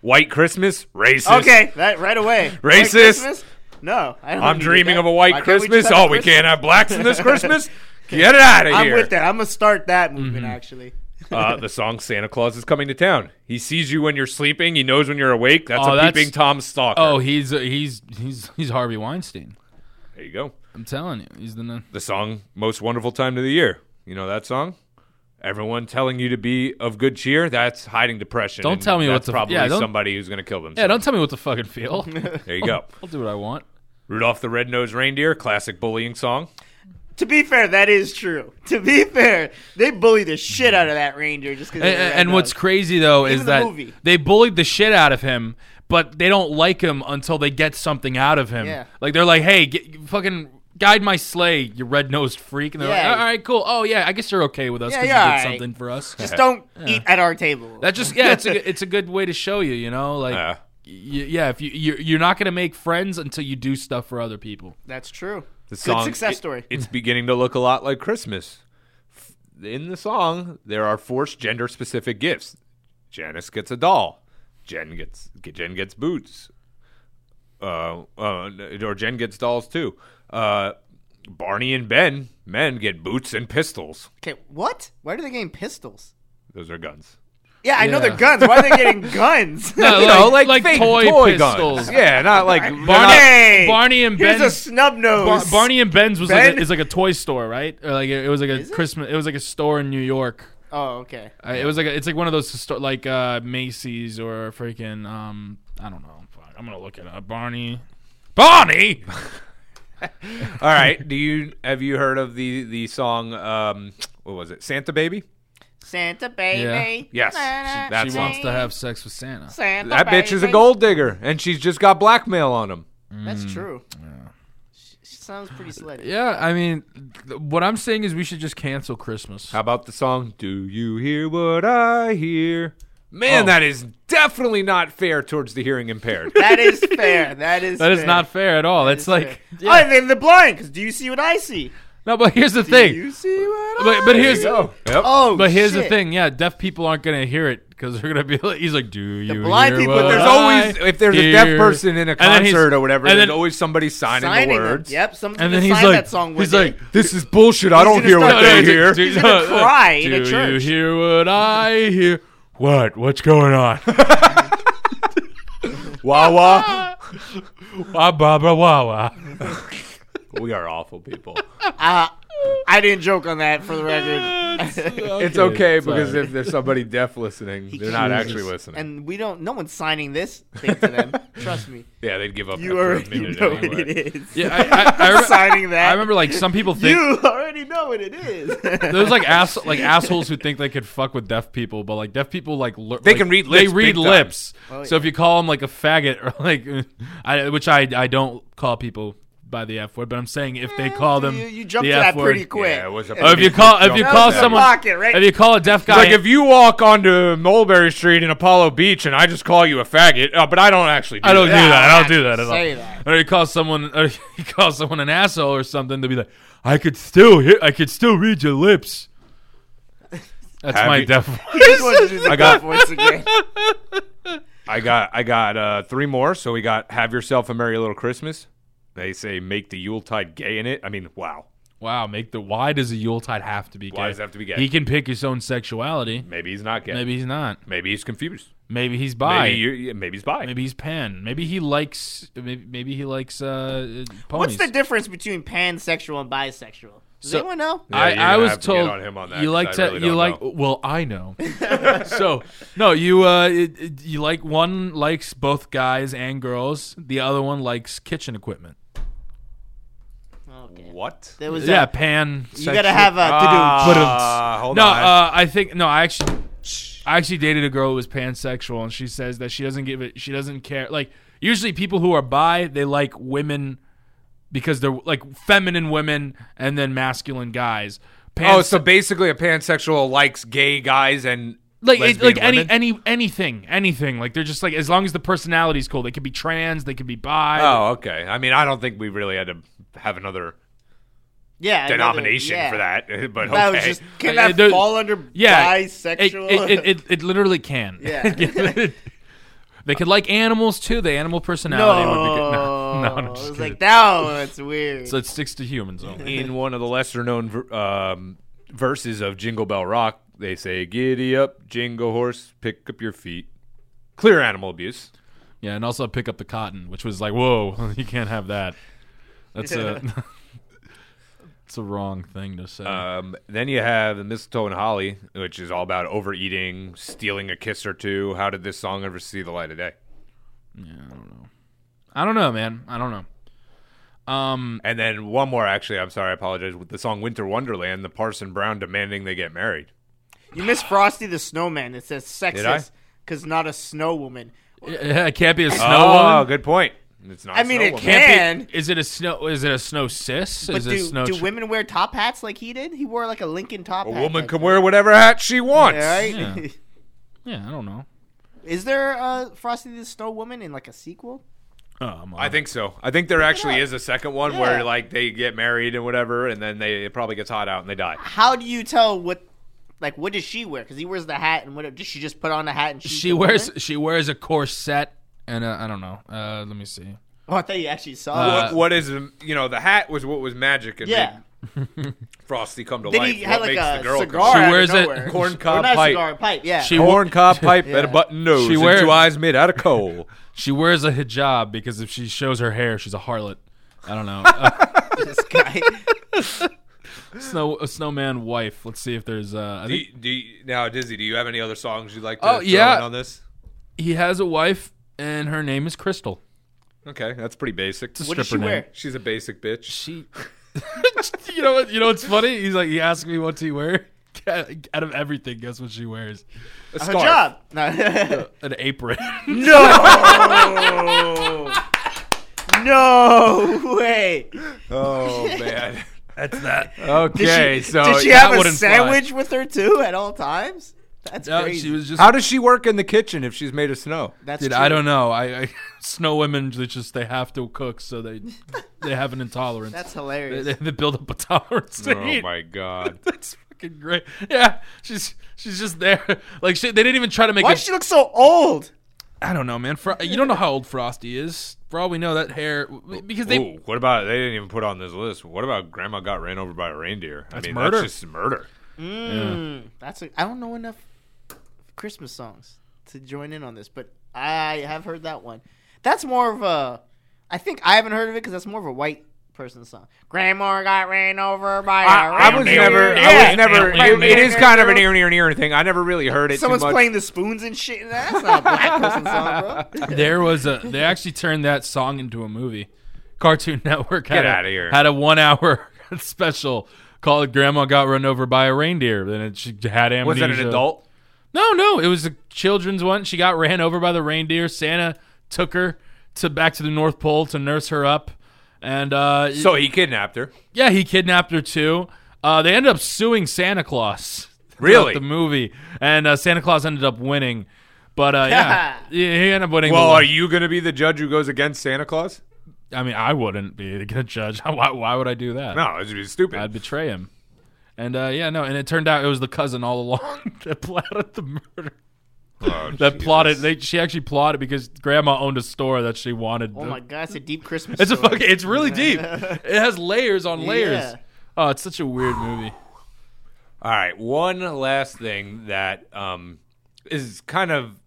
[SPEAKER 4] White Christmas. Racist.
[SPEAKER 3] okay, that right away. White
[SPEAKER 4] Racist.
[SPEAKER 3] Christmas? No, I don't
[SPEAKER 4] I'm
[SPEAKER 3] need
[SPEAKER 4] dreaming
[SPEAKER 3] that.
[SPEAKER 4] of a
[SPEAKER 3] Why
[SPEAKER 4] white
[SPEAKER 3] can't we just
[SPEAKER 4] Christmas.
[SPEAKER 3] have a
[SPEAKER 4] Oh, we
[SPEAKER 3] Christmas?
[SPEAKER 4] can't have blacks in this Christmas.
[SPEAKER 3] [LAUGHS]
[SPEAKER 4] Get it out of here. Mm-hmm.
[SPEAKER 3] I'm with that. I'm gonna start that movement actually.
[SPEAKER 7] [LAUGHS]
[SPEAKER 4] uh, the song Santa Claus is coming to town. He sees you when you're sleeping. He knows when you're awake. That's
[SPEAKER 7] Oh,
[SPEAKER 4] a
[SPEAKER 7] that's-
[SPEAKER 4] peeping Tom stalker.
[SPEAKER 7] Oh, he's he's he's he's Harvey Weinstein.
[SPEAKER 4] there you go.
[SPEAKER 7] I'm telling you, he's the
[SPEAKER 4] The song Most Wonderful Time of the Year. You know that song? Everyone telling you to be of good cheer. That's hiding depression.
[SPEAKER 7] Don't
[SPEAKER 4] and
[SPEAKER 7] tell me
[SPEAKER 4] that's
[SPEAKER 7] what the-
[SPEAKER 4] probably
[SPEAKER 7] yeah, don't-
[SPEAKER 4] somebody who's going to kill themselves.
[SPEAKER 7] yeah. Don't tell me what to fucking feel. [LAUGHS]
[SPEAKER 4] there you go.
[SPEAKER 7] I'll do what I want.
[SPEAKER 4] Rudolph the Red-Nosed Reindeer, classic bullying song.
[SPEAKER 3] to be fair, that is true. To be fair, they bully the
[SPEAKER 4] Mm-hmm.
[SPEAKER 3] shit out of that ranger just because.
[SPEAKER 7] And, and what's crazy though
[SPEAKER 3] Even
[SPEAKER 7] is
[SPEAKER 3] the
[SPEAKER 7] that
[SPEAKER 3] movie.
[SPEAKER 7] they bullied the shit out of him, but they don't like him until they get something out of him.
[SPEAKER 3] Yeah.
[SPEAKER 7] Like they're like, "Hey, get, fucking guide my sleigh, you red nosed freak," and they're
[SPEAKER 3] Yeah.
[SPEAKER 7] like, "All right, cool. Oh yeah, I guess you're okay with us
[SPEAKER 3] Yeah,
[SPEAKER 7] because
[SPEAKER 3] yeah,
[SPEAKER 7] you did
[SPEAKER 3] all right.
[SPEAKER 7] something for us."
[SPEAKER 3] just don't eat at our table.
[SPEAKER 7] [LAUGHS] that just yeah, it's a it's a good way to show you, you know, like.
[SPEAKER 4] Yeah.
[SPEAKER 7] y- yeah, if you you're, you're not gonna make friends until you do stuff for other people.
[SPEAKER 3] That's true.
[SPEAKER 4] The
[SPEAKER 3] Good
[SPEAKER 4] song,
[SPEAKER 3] success
[SPEAKER 4] it-
[SPEAKER 3] story.
[SPEAKER 4] It's beginning to look a lot like Christmas. F- In the song, there are forced gender-specific gifts. Janice gets a doll. Jen gets Jen gets boots. Uh, uh, or Jen gets dolls too. Uh, Barney and Ben, men get boots and pistols.
[SPEAKER 3] okay, what? Why are they getting pistols?
[SPEAKER 4] Those are guns.
[SPEAKER 3] Yeah, I know they're
[SPEAKER 7] Yeah.
[SPEAKER 3] guns. Why are they
[SPEAKER 4] [LAUGHS]
[SPEAKER 3] getting guns? [LAUGHS]
[SPEAKER 7] No,
[SPEAKER 4] No,
[SPEAKER 7] like, like,
[SPEAKER 4] fake
[SPEAKER 7] toy,
[SPEAKER 4] guns.
[SPEAKER 7] pistols.
[SPEAKER 4] Yeah, not like they're
[SPEAKER 7] Barney-
[SPEAKER 4] not-
[SPEAKER 3] Hey,
[SPEAKER 7] Barney and
[SPEAKER 3] here's a
[SPEAKER 7] Ben's-
[SPEAKER 3] snub nose.
[SPEAKER 7] Bar- Barney and Ben's was like
[SPEAKER 3] Ben?
[SPEAKER 7] a, is like a toy store, right? Or like it was like a
[SPEAKER 3] Is it?
[SPEAKER 7] Christmas. It was like a store in New York.
[SPEAKER 3] Oh, okay.
[SPEAKER 7] Uh, it was like a, it's like one of those histo- like uh, Macy's or freaking um I don't know. Fuck, I'm gonna look it up. Barney.
[SPEAKER 4] Bonnie. [LAUGHS] All right. Do you have you heard of the the song? Um, what was it? Santa Baby.
[SPEAKER 3] Santa baby.
[SPEAKER 4] Yes,
[SPEAKER 3] Na, na,
[SPEAKER 4] that's
[SPEAKER 7] She
[SPEAKER 4] one.
[SPEAKER 7] wants to have sex with Santa.
[SPEAKER 3] Santa
[SPEAKER 4] That bitch is a
[SPEAKER 3] baby.
[SPEAKER 4] gold digger, and she's just got blackmail on him.
[SPEAKER 3] That's true. She, she sounds pretty slutty.
[SPEAKER 7] Mm. Yeah, I mean, th- what I'm saying is we should just cancel Christmas.
[SPEAKER 4] How about the song "Do You Hear What I Hear"? Man,
[SPEAKER 7] Oh.
[SPEAKER 4] that is definitely not fair towards the
[SPEAKER 3] [LAUGHS]
[SPEAKER 4] hearing impaired. [LAUGHS]
[SPEAKER 3] That is
[SPEAKER 7] [LAUGHS]
[SPEAKER 3] fair. That is.
[SPEAKER 7] That
[SPEAKER 3] fair.
[SPEAKER 7] is not fair at all. That's like
[SPEAKER 3] Oh, and then the blind. Because do you see what I see?
[SPEAKER 7] [LAUGHS] no, but here's the
[SPEAKER 3] Do you
[SPEAKER 7] thing.
[SPEAKER 3] see what I?
[SPEAKER 7] But but here's
[SPEAKER 4] go. Yep.
[SPEAKER 3] Oh,
[SPEAKER 7] but here's the
[SPEAKER 3] shit.
[SPEAKER 7] thing. Yeah, deaf people aren't gonna hear it because they're gonna be like, he's like, do you?
[SPEAKER 3] blind
[SPEAKER 7] hear
[SPEAKER 3] people,
[SPEAKER 7] what
[SPEAKER 4] There's
[SPEAKER 3] there's
[SPEAKER 7] I
[SPEAKER 4] always if there's a deaf
[SPEAKER 7] hear?"
[SPEAKER 4] person in a
[SPEAKER 7] And then he's-
[SPEAKER 4] concert or whatever,
[SPEAKER 7] and
[SPEAKER 4] there's
[SPEAKER 7] then-
[SPEAKER 4] always somebody signing,
[SPEAKER 3] signing
[SPEAKER 4] the
[SPEAKER 3] them.
[SPEAKER 4] words.
[SPEAKER 3] Yep. Someone's
[SPEAKER 7] and
[SPEAKER 3] gonna
[SPEAKER 7] then he's
[SPEAKER 3] sign
[SPEAKER 7] like,
[SPEAKER 3] that song. One
[SPEAKER 7] he's
[SPEAKER 3] day.
[SPEAKER 7] like,
[SPEAKER 4] This is bullshit. I don't
[SPEAKER 3] gonna
[SPEAKER 4] hear what
[SPEAKER 3] start-
[SPEAKER 4] they
[SPEAKER 3] No, no,
[SPEAKER 4] hear.
[SPEAKER 7] do-
[SPEAKER 3] He's
[SPEAKER 7] [LAUGHS]
[SPEAKER 3] gonna cry in a
[SPEAKER 7] do
[SPEAKER 3] church.
[SPEAKER 7] you hear what I hear? What? What's going [LAUGHS] on?
[SPEAKER 4] Wah wah.
[SPEAKER 7] Wah, bah, bah, wah, wah.
[SPEAKER 4] we are
[SPEAKER 3] [LAUGHS]
[SPEAKER 4] awful people.
[SPEAKER 3] Uh, I didn't joke on that for the record.
[SPEAKER 4] It's okay because
[SPEAKER 7] sorry.
[SPEAKER 4] if there's somebody deaf listening, they're
[SPEAKER 3] [LAUGHS]
[SPEAKER 4] not actually listening.
[SPEAKER 3] and we don't. No one's signing this thing to
[SPEAKER 7] [LAUGHS]
[SPEAKER 3] them. Trust me.
[SPEAKER 4] yeah, they'd give up.
[SPEAKER 3] You
[SPEAKER 4] after a
[SPEAKER 3] already [LAUGHS]
[SPEAKER 4] minute
[SPEAKER 3] know
[SPEAKER 4] anyway.
[SPEAKER 3] what it is.
[SPEAKER 7] Yeah, I, I, I, re-
[SPEAKER 3] signing that.
[SPEAKER 7] I remember like some people think
[SPEAKER 3] You already know what it
[SPEAKER 7] [LAUGHS]
[SPEAKER 3] is.
[SPEAKER 7] there's like ass like assholes who think they could fuck with deaf people, but like deaf people like lear-
[SPEAKER 4] They
[SPEAKER 7] like,
[SPEAKER 4] can read
[SPEAKER 7] They
[SPEAKER 4] lips big
[SPEAKER 7] read
[SPEAKER 4] time.
[SPEAKER 7] lips.
[SPEAKER 3] Oh,
[SPEAKER 7] So
[SPEAKER 3] yeah.
[SPEAKER 7] if you call them like a faggot or like, I, which I I don't call people by the f word, but I'm saying if they call them
[SPEAKER 3] Eh, you, you jumped
[SPEAKER 7] the
[SPEAKER 3] to that
[SPEAKER 7] f word,
[SPEAKER 3] pretty quick.
[SPEAKER 4] Yeah, it was a
[SPEAKER 7] Or Oh, if you
[SPEAKER 4] pretty
[SPEAKER 7] call
[SPEAKER 4] quick
[SPEAKER 7] if you
[SPEAKER 4] jump
[SPEAKER 7] call
[SPEAKER 4] there.
[SPEAKER 7] someone
[SPEAKER 3] Pocket, right?
[SPEAKER 7] if you call a deaf guy
[SPEAKER 4] Like if you walk onto Mulberry Street in Apollo Beach and I just call you a faggot, uh, but I don't actually. Do
[SPEAKER 7] I don't
[SPEAKER 4] that.
[SPEAKER 7] do that. I don't do that at all.
[SPEAKER 3] Say that.
[SPEAKER 7] Or you call someone, or [LAUGHS] you call someone an asshole or something. They'll be like, "I could still hear, I could still read your lips." That's
[SPEAKER 4] Have
[SPEAKER 7] my
[SPEAKER 4] you- [LAUGHS]
[SPEAKER 7] deaf
[SPEAKER 3] [LAUGHS] He just wanted to do the
[SPEAKER 4] I got-
[SPEAKER 3] golf voice again.
[SPEAKER 4] I got I got uh, three more. So we got "Have Yourself a Merry Little Christmas." They say "Make the Yuletide Gay" in it. I mean, wow.
[SPEAKER 7] Wow, make the why does a Yuletide have to be gay?
[SPEAKER 4] Why does it have to be gay?
[SPEAKER 7] He can pick his own sexuality.
[SPEAKER 4] Maybe he's not gay.
[SPEAKER 7] Maybe he's not.
[SPEAKER 4] Maybe he's confused.
[SPEAKER 7] Maybe he's bi.
[SPEAKER 4] Maybe you, yeah, maybe he's bi.
[SPEAKER 7] Maybe he's pan. Maybe he likes. Maybe, maybe he likes uh,
[SPEAKER 3] What's
[SPEAKER 7] ponies.
[SPEAKER 3] the difference between pansexual and bisexual? Does
[SPEAKER 7] So-
[SPEAKER 3] anyone know?
[SPEAKER 4] Yeah,
[SPEAKER 7] I,
[SPEAKER 4] you're
[SPEAKER 7] I
[SPEAKER 4] gonna
[SPEAKER 7] was
[SPEAKER 4] have to get
[SPEAKER 7] told
[SPEAKER 4] on him on that,
[SPEAKER 7] you
[SPEAKER 4] 'cause
[SPEAKER 7] like
[SPEAKER 4] I
[SPEAKER 7] to
[SPEAKER 4] really
[SPEAKER 7] you
[SPEAKER 4] don't
[SPEAKER 7] like
[SPEAKER 4] know.
[SPEAKER 7] well
[SPEAKER 3] [LAUGHS]
[SPEAKER 7] I know so no you uh it- it- you like one likes both guys and girls the other one likes kitchen equipment
[SPEAKER 3] Okay.
[SPEAKER 4] What?
[SPEAKER 3] There was
[SPEAKER 7] yeah
[SPEAKER 3] a-
[SPEAKER 7] pan
[SPEAKER 3] you gotta have a to do.
[SPEAKER 4] Ah, hold
[SPEAKER 7] no
[SPEAKER 4] on.
[SPEAKER 7] uh I think no I actually I actually dated a girl who was pansexual and she says that she doesn't give it she doesn't care like usually people who are bi they like women because they're like feminine women and then masculine guys
[SPEAKER 4] oh,
[SPEAKER 7] Panse-
[SPEAKER 4] so basically, a pansexual likes gay guys and
[SPEAKER 7] like it,
[SPEAKER 4] lesbian
[SPEAKER 7] like any
[SPEAKER 4] women?
[SPEAKER 7] any anything anything like they're just like as long as the personality's cool they could be trans they could be bi
[SPEAKER 4] Oh, okay. I mean, I don't think we really had to have another
[SPEAKER 3] Yeah, another-
[SPEAKER 4] denomination
[SPEAKER 3] yeah.
[SPEAKER 4] for that, [LAUGHS] but
[SPEAKER 3] That
[SPEAKER 4] okay.
[SPEAKER 3] was just can
[SPEAKER 7] Uh,
[SPEAKER 3] that
[SPEAKER 7] there-
[SPEAKER 3] fall under
[SPEAKER 7] yeah it-
[SPEAKER 3] bisexual? [LAUGHS]
[SPEAKER 7] it, it, it, it literally can [LAUGHS]
[SPEAKER 3] Yeah.
[SPEAKER 7] they could like animals too the animal personality would be good no, no I'm
[SPEAKER 3] I
[SPEAKER 7] just
[SPEAKER 3] was
[SPEAKER 7] kidding.
[SPEAKER 3] like, no, it's weird.
[SPEAKER 7] so it sticks to humans only
[SPEAKER 4] in one of the lesser known ver- um, verses of Jingle Bell Rock, they say, Giddy up, jingle horse, pick up your feet. Clear animal abuse.
[SPEAKER 7] yeah and also pick up the cotton which was like whoa [LAUGHS] you can't have that that's a [LAUGHS] it's a wrong thing to say
[SPEAKER 4] Um, then you have the mistletoe and holly, which is all about overeating, stealing a kiss or two. How did this song ever see the light of day?
[SPEAKER 7] I don't know man I don't know um
[SPEAKER 4] And then one more, actually. I'm sorry, I apologize. With the song Winter Wonderland, the Parson Brown demanding they get married.
[SPEAKER 3] you miss Frosty the Snowman. It says
[SPEAKER 4] I?
[SPEAKER 3] sexist because not a snow woman.
[SPEAKER 7] [LAUGHS] it can't be a snow
[SPEAKER 4] oh,
[SPEAKER 7] woman
[SPEAKER 4] good point. It's not.
[SPEAKER 3] I
[SPEAKER 4] a
[SPEAKER 3] mean,
[SPEAKER 4] snow
[SPEAKER 3] it
[SPEAKER 4] woman.
[SPEAKER 3] can.
[SPEAKER 7] Can't be- is it a snow? Is it a snow cis?
[SPEAKER 3] But
[SPEAKER 7] is it
[SPEAKER 3] do,
[SPEAKER 7] snow?
[SPEAKER 3] do
[SPEAKER 7] tr-
[SPEAKER 3] women wear top hats like he did? He wore like a Lincoln top
[SPEAKER 4] A
[SPEAKER 3] hat.
[SPEAKER 4] woman
[SPEAKER 3] like
[SPEAKER 4] can wear whatever hat she
[SPEAKER 3] that,
[SPEAKER 4] wants.
[SPEAKER 3] right?
[SPEAKER 7] Yeah. yeah, I don't know.
[SPEAKER 3] [LAUGHS] Is there a Frosty the Snow Woman in like a sequel?
[SPEAKER 7] Oh, I'm
[SPEAKER 4] I
[SPEAKER 7] on.
[SPEAKER 4] think so. I think there actually is a second one
[SPEAKER 3] Yeah.
[SPEAKER 4] where like they get married and whatever, and then they it probably gets hot out and they die.
[SPEAKER 3] How do you tell what, like, what does she wear? Because he wears the hat, and what does she just put on a hat and she's
[SPEAKER 7] she
[SPEAKER 3] the
[SPEAKER 7] wears
[SPEAKER 3] woman?
[SPEAKER 7] she wears a corset and I I don't know. Uh, let me see.
[SPEAKER 3] Oh, I thought you actually saw.
[SPEAKER 7] Uh,
[SPEAKER 3] it.
[SPEAKER 4] what, what is you know the hat was what was magic and
[SPEAKER 3] Yeah.
[SPEAKER 7] [LAUGHS]
[SPEAKER 4] made Frosty come to
[SPEAKER 3] Then
[SPEAKER 4] life.
[SPEAKER 3] he
[SPEAKER 4] What
[SPEAKER 3] had like
[SPEAKER 4] makes
[SPEAKER 3] a
[SPEAKER 4] the girl
[SPEAKER 3] cigar.
[SPEAKER 7] She
[SPEAKER 3] out of
[SPEAKER 7] wears a
[SPEAKER 3] nowhere.
[SPEAKER 4] [LAUGHS] corn [LAUGHS]
[SPEAKER 3] Or
[SPEAKER 4] cob
[SPEAKER 3] not a
[SPEAKER 4] pipe.
[SPEAKER 3] cigar, a pipe. Yeah.
[SPEAKER 7] She
[SPEAKER 4] Come? Corn cob [LAUGHS] pipe and a
[SPEAKER 3] Yeah.
[SPEAKER 4] button nose
[SPEAKER 7] She
[SPEAKER 4] and
[SPEAKER 7] wear-
[SPEAKER 4] two eyes made
[SPEAKER 7] [LAUGHS]
[SPEAKER 4] out of coal.
[SPEAKER 7] She wears a hijab because if she shows her hair, she's a harlot. I don't know. Uh,
[SPEAKER 3] [LAUGHS] this
[SPEAKER 7] [LAUGHS]
[SPEAKER 3] guy.
[SPEAKER 7] snow a snowman wife. Let's see if there's. Uh, I
[SPEAKER 4] do
[SPEAKER 7] think
[SPEAKER 4] you, do you, now, Dizzy, do you have any other songs you'd like to
[SPEAKER 7] Oh,
[SPEAKER 4] throw
[SPEAKER 7] yeah.
[SPEAKER 4] in on this?
[SPEAKER 7] he has a wife and her name is Crystal.
[SPEAKER 4] Okay, that's pretty basic.
[SPEAKER 7] It's a
[SPEAKER 3] What does she
[SPEAKER 7] stripper name.
[SPEAKER 3] wear?
[SPEAKER 4] She's a basic bitch.
[SPEAKER 7] She. [LAUGHS] you know what? You know what's funny? He's like, he asked me what he wear. [LAUGHS] Out of everything, guess what she wears?
[SPEAKER 4] A
[SPEAKER 3] Her
[SPEAKER 4] scarf.
[SPEAKER 3] job.
[SPEAKER 7] [LAUGHS]
[SPEAKER 3] No. [LAUGHS]
[SPEAKER 7] An apron.
[SPEAKER 3] no. [LAUGHS] no way.
[SPEAKER 7] [LAUGHS]
[SPEAKER 4] Oh man.
[SPEAKER 7] That's that. Okay,
[SPEAKER 3] Did she,
[SPEAKER 7] so
[SPEAKER 3] did she
[SPEAKER 7] that
[SPEAKER 3] have a
[SPEAKER 7] wouldn't fly.
[SPEAKER 3] sandwich with her too at all times? That's
[SPEAKER 7] No,
[SPEAKER 3] crazy.
[SPEAKER 7] she was just.
[SPEAKER 4] How does she work in the kitchen if she's made of snow?
[SPEAKER 3] That's
[SPEAKER 7] Dude,
[SPEAKER 3] true.
[SPEAKER 7] I don't know. I, [LAUGHS] I snow women they just they have to cook, so they they have an intolerance.
[SPEAKER 3] That's
[SPEAKER 7] they,
[SPEAKER 3] hilarious.
[SPEAKER 7] they- they build up a tolerance. To
[SPEAKER 4] Oh
[SPEAKER 7] heat.
[SPEAKER 4] my god.
[SPEAKER 7] [LAUGHS] That's fucking great. Yeah, she's she's just there. [LAUGHS] Like she, they didn't even try to make.
[SPEAKER 3] Why
[SPEAKER 7] I
[SPEAKER 3] does she look so old?
[SPEAKER 7] I don't know, man. Fro- you don't know how old Frosty is. For all we know, that hair because they
[SPEAKER 4] Ooh, what about [LAUGHS] they didn't even put on this list? What about Grandma got ran over by a reindeer? I
[SPEAKER 7] That's
[SPEAKER 4] mean,
[SPEAKER 7] murder.
[SPEAKER 4] That's just murder.
[SPEAKER 3] Mm, That's a, I don't know enough Christmas songs to join in on this, but I have heard that one. That's more of a. I think I haven't heard of it because that's more of a white person song. Grandma got ran over by a
[SPEAKER 4] I, I was
[SPEAKER 3] reindeer.
[SPEAKER 4] never. I
[SPEAKER 3] Yeah.
[SPEAKER 4] was never. it- it is kind of an ear
[SPEAKER 3] Someone's
[SPEAKER 4] near near thing. I never really heard it. too much.
[SPEAKER 3] playing the spoons and shit. That's not a black person
[SPEAKER 7] [LAUGHS]
[SPEAKER 3] song, bro.
[SPEAKER 7] there was a they actually turned that song into a movie. Cartoon [LAUGHS] Network had
[SPEAKER 4] Get
[SPEAKER 7] a,
[SPEAKER 4] outta here.
[SPEAKER 7] had a one hour [LAUGHS] special called "Grandma Got Run Over by a Reindeer." and it, she had amnesia.
[SPEAKER 4] Was it an adult?
[SPEAKER 7] No, no, it was a children's one. She got ran over by the reindeer. Santa took her to back to the North Pole to nurse her up, and uh,
[SPEAKER 4] So he kidnapped her.
[SPEAKER 7] yeah, he kidnapped her too. Uh, they ended up suing Santa Claus. throughout
[SPEAKER 4] Really?
[SPEAKER 7] the movie, and uh, Santa Claus ended up winning. But uh,
[SPEAKER 4] [LAUGHS]
[SPEAKER 7] yeah, he he ended up winning.
[SPEAKER 4] Well,
[SPEAKER 7] but,
[SPEAKER 4] are you going to be the judge who goes against Santa Claus?
[SPEAKER 7] [LAUGHS] I mean, I wouldn't be a good judge. Why, why would I do that?
[SPEAKER 4] No, it's just stupid.
[SPEAKER 7] I'd betray him. And uh, yeah, no, and it turned out it was the cousin all along [LAUGHS] that plotted the murder.
[SPEAKER 4] Oh,
[SPEAKER 7] That
[SPEAKER 4] Jesus.
[SPEAKER 7] plotted. They, she actually plotted because grandma owned a store that she wanted.
[SPEAKER 3] Oh
[SPEAKER 7] the-
[SPEAKER 3] my god, it's a deep Christmas.
[SPEAKER 7] It's a
[SPEAKER 3] story.
[SPEAKER 7] fucking. It's
[SPEAKER 3] [LAUGHS]
[SPEAKER 7] really deep. It has layers on layers.
[SPEAKER 3] Yeah.
[SPEAKER 7] Oh, it's such a weird
[SPEAKER 3] [LAUGHS]
[SPEAKER 7] movie.
[SPEAKER 4] All right, one last thing that um, is kind of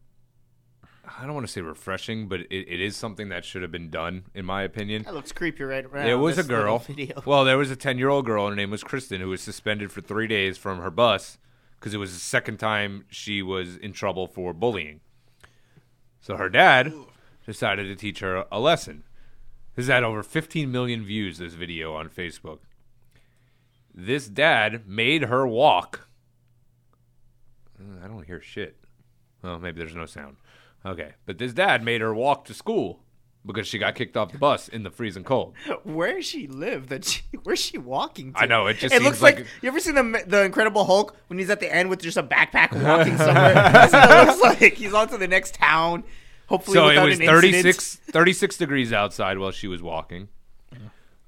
[SPEAKER 4] I don't want to say refreshing, but it, it is something that should have been done, in my opinion.
[SPEAKER 3] That looks creepy right around.
[SPEAKER 4] There was a
[SPEAKER 3] this little
[SPEAKER 4] girl.
[SPEAKER 3] Video.
[SPEAKER 4] [LAUGHS]
[SPEAKER 3] [LAUGHS]
[SPEAKER 4] Well, there was a 10 year old girl, and her name was Kristen, who was suspended for three days from her bus because it was the second time she was in trouble for bullying. So her dad decided to teach her a lesson. This had over 15 million views, this video on Facebook. This dad made her walk. Uh, I don't hear shit. Well, maybe there's no sound. Okay. But this dad made her walk to school because she got kicked off the bus in the freezing cold.
[SPEAKER 3] Where does she live? That she, [LAUGHS] where's she walking? to?
[SPEAKER 4] I know, it just
[SPEAKER 3] It
[SPEAKER 4] seems
[SPEAKER 3] looks like,
[SPEAKER 4] like-
[SPEAKER 3] you ever seen the the Incredible Hulk when he's at the end with just a
[SPEAKER 4] [LAUGHS]
[SPEAKER 3] backpack walking somewhere. That's what it looks like. He's on to the next town. Hopefully,
[SPEAKER 4] so it
[SPEAKER 3] without
[SPEAKER 4] was
[SPEAKER 3] an incident.
[SPEAKER 4] 36, 36 degrees outside while she was walking.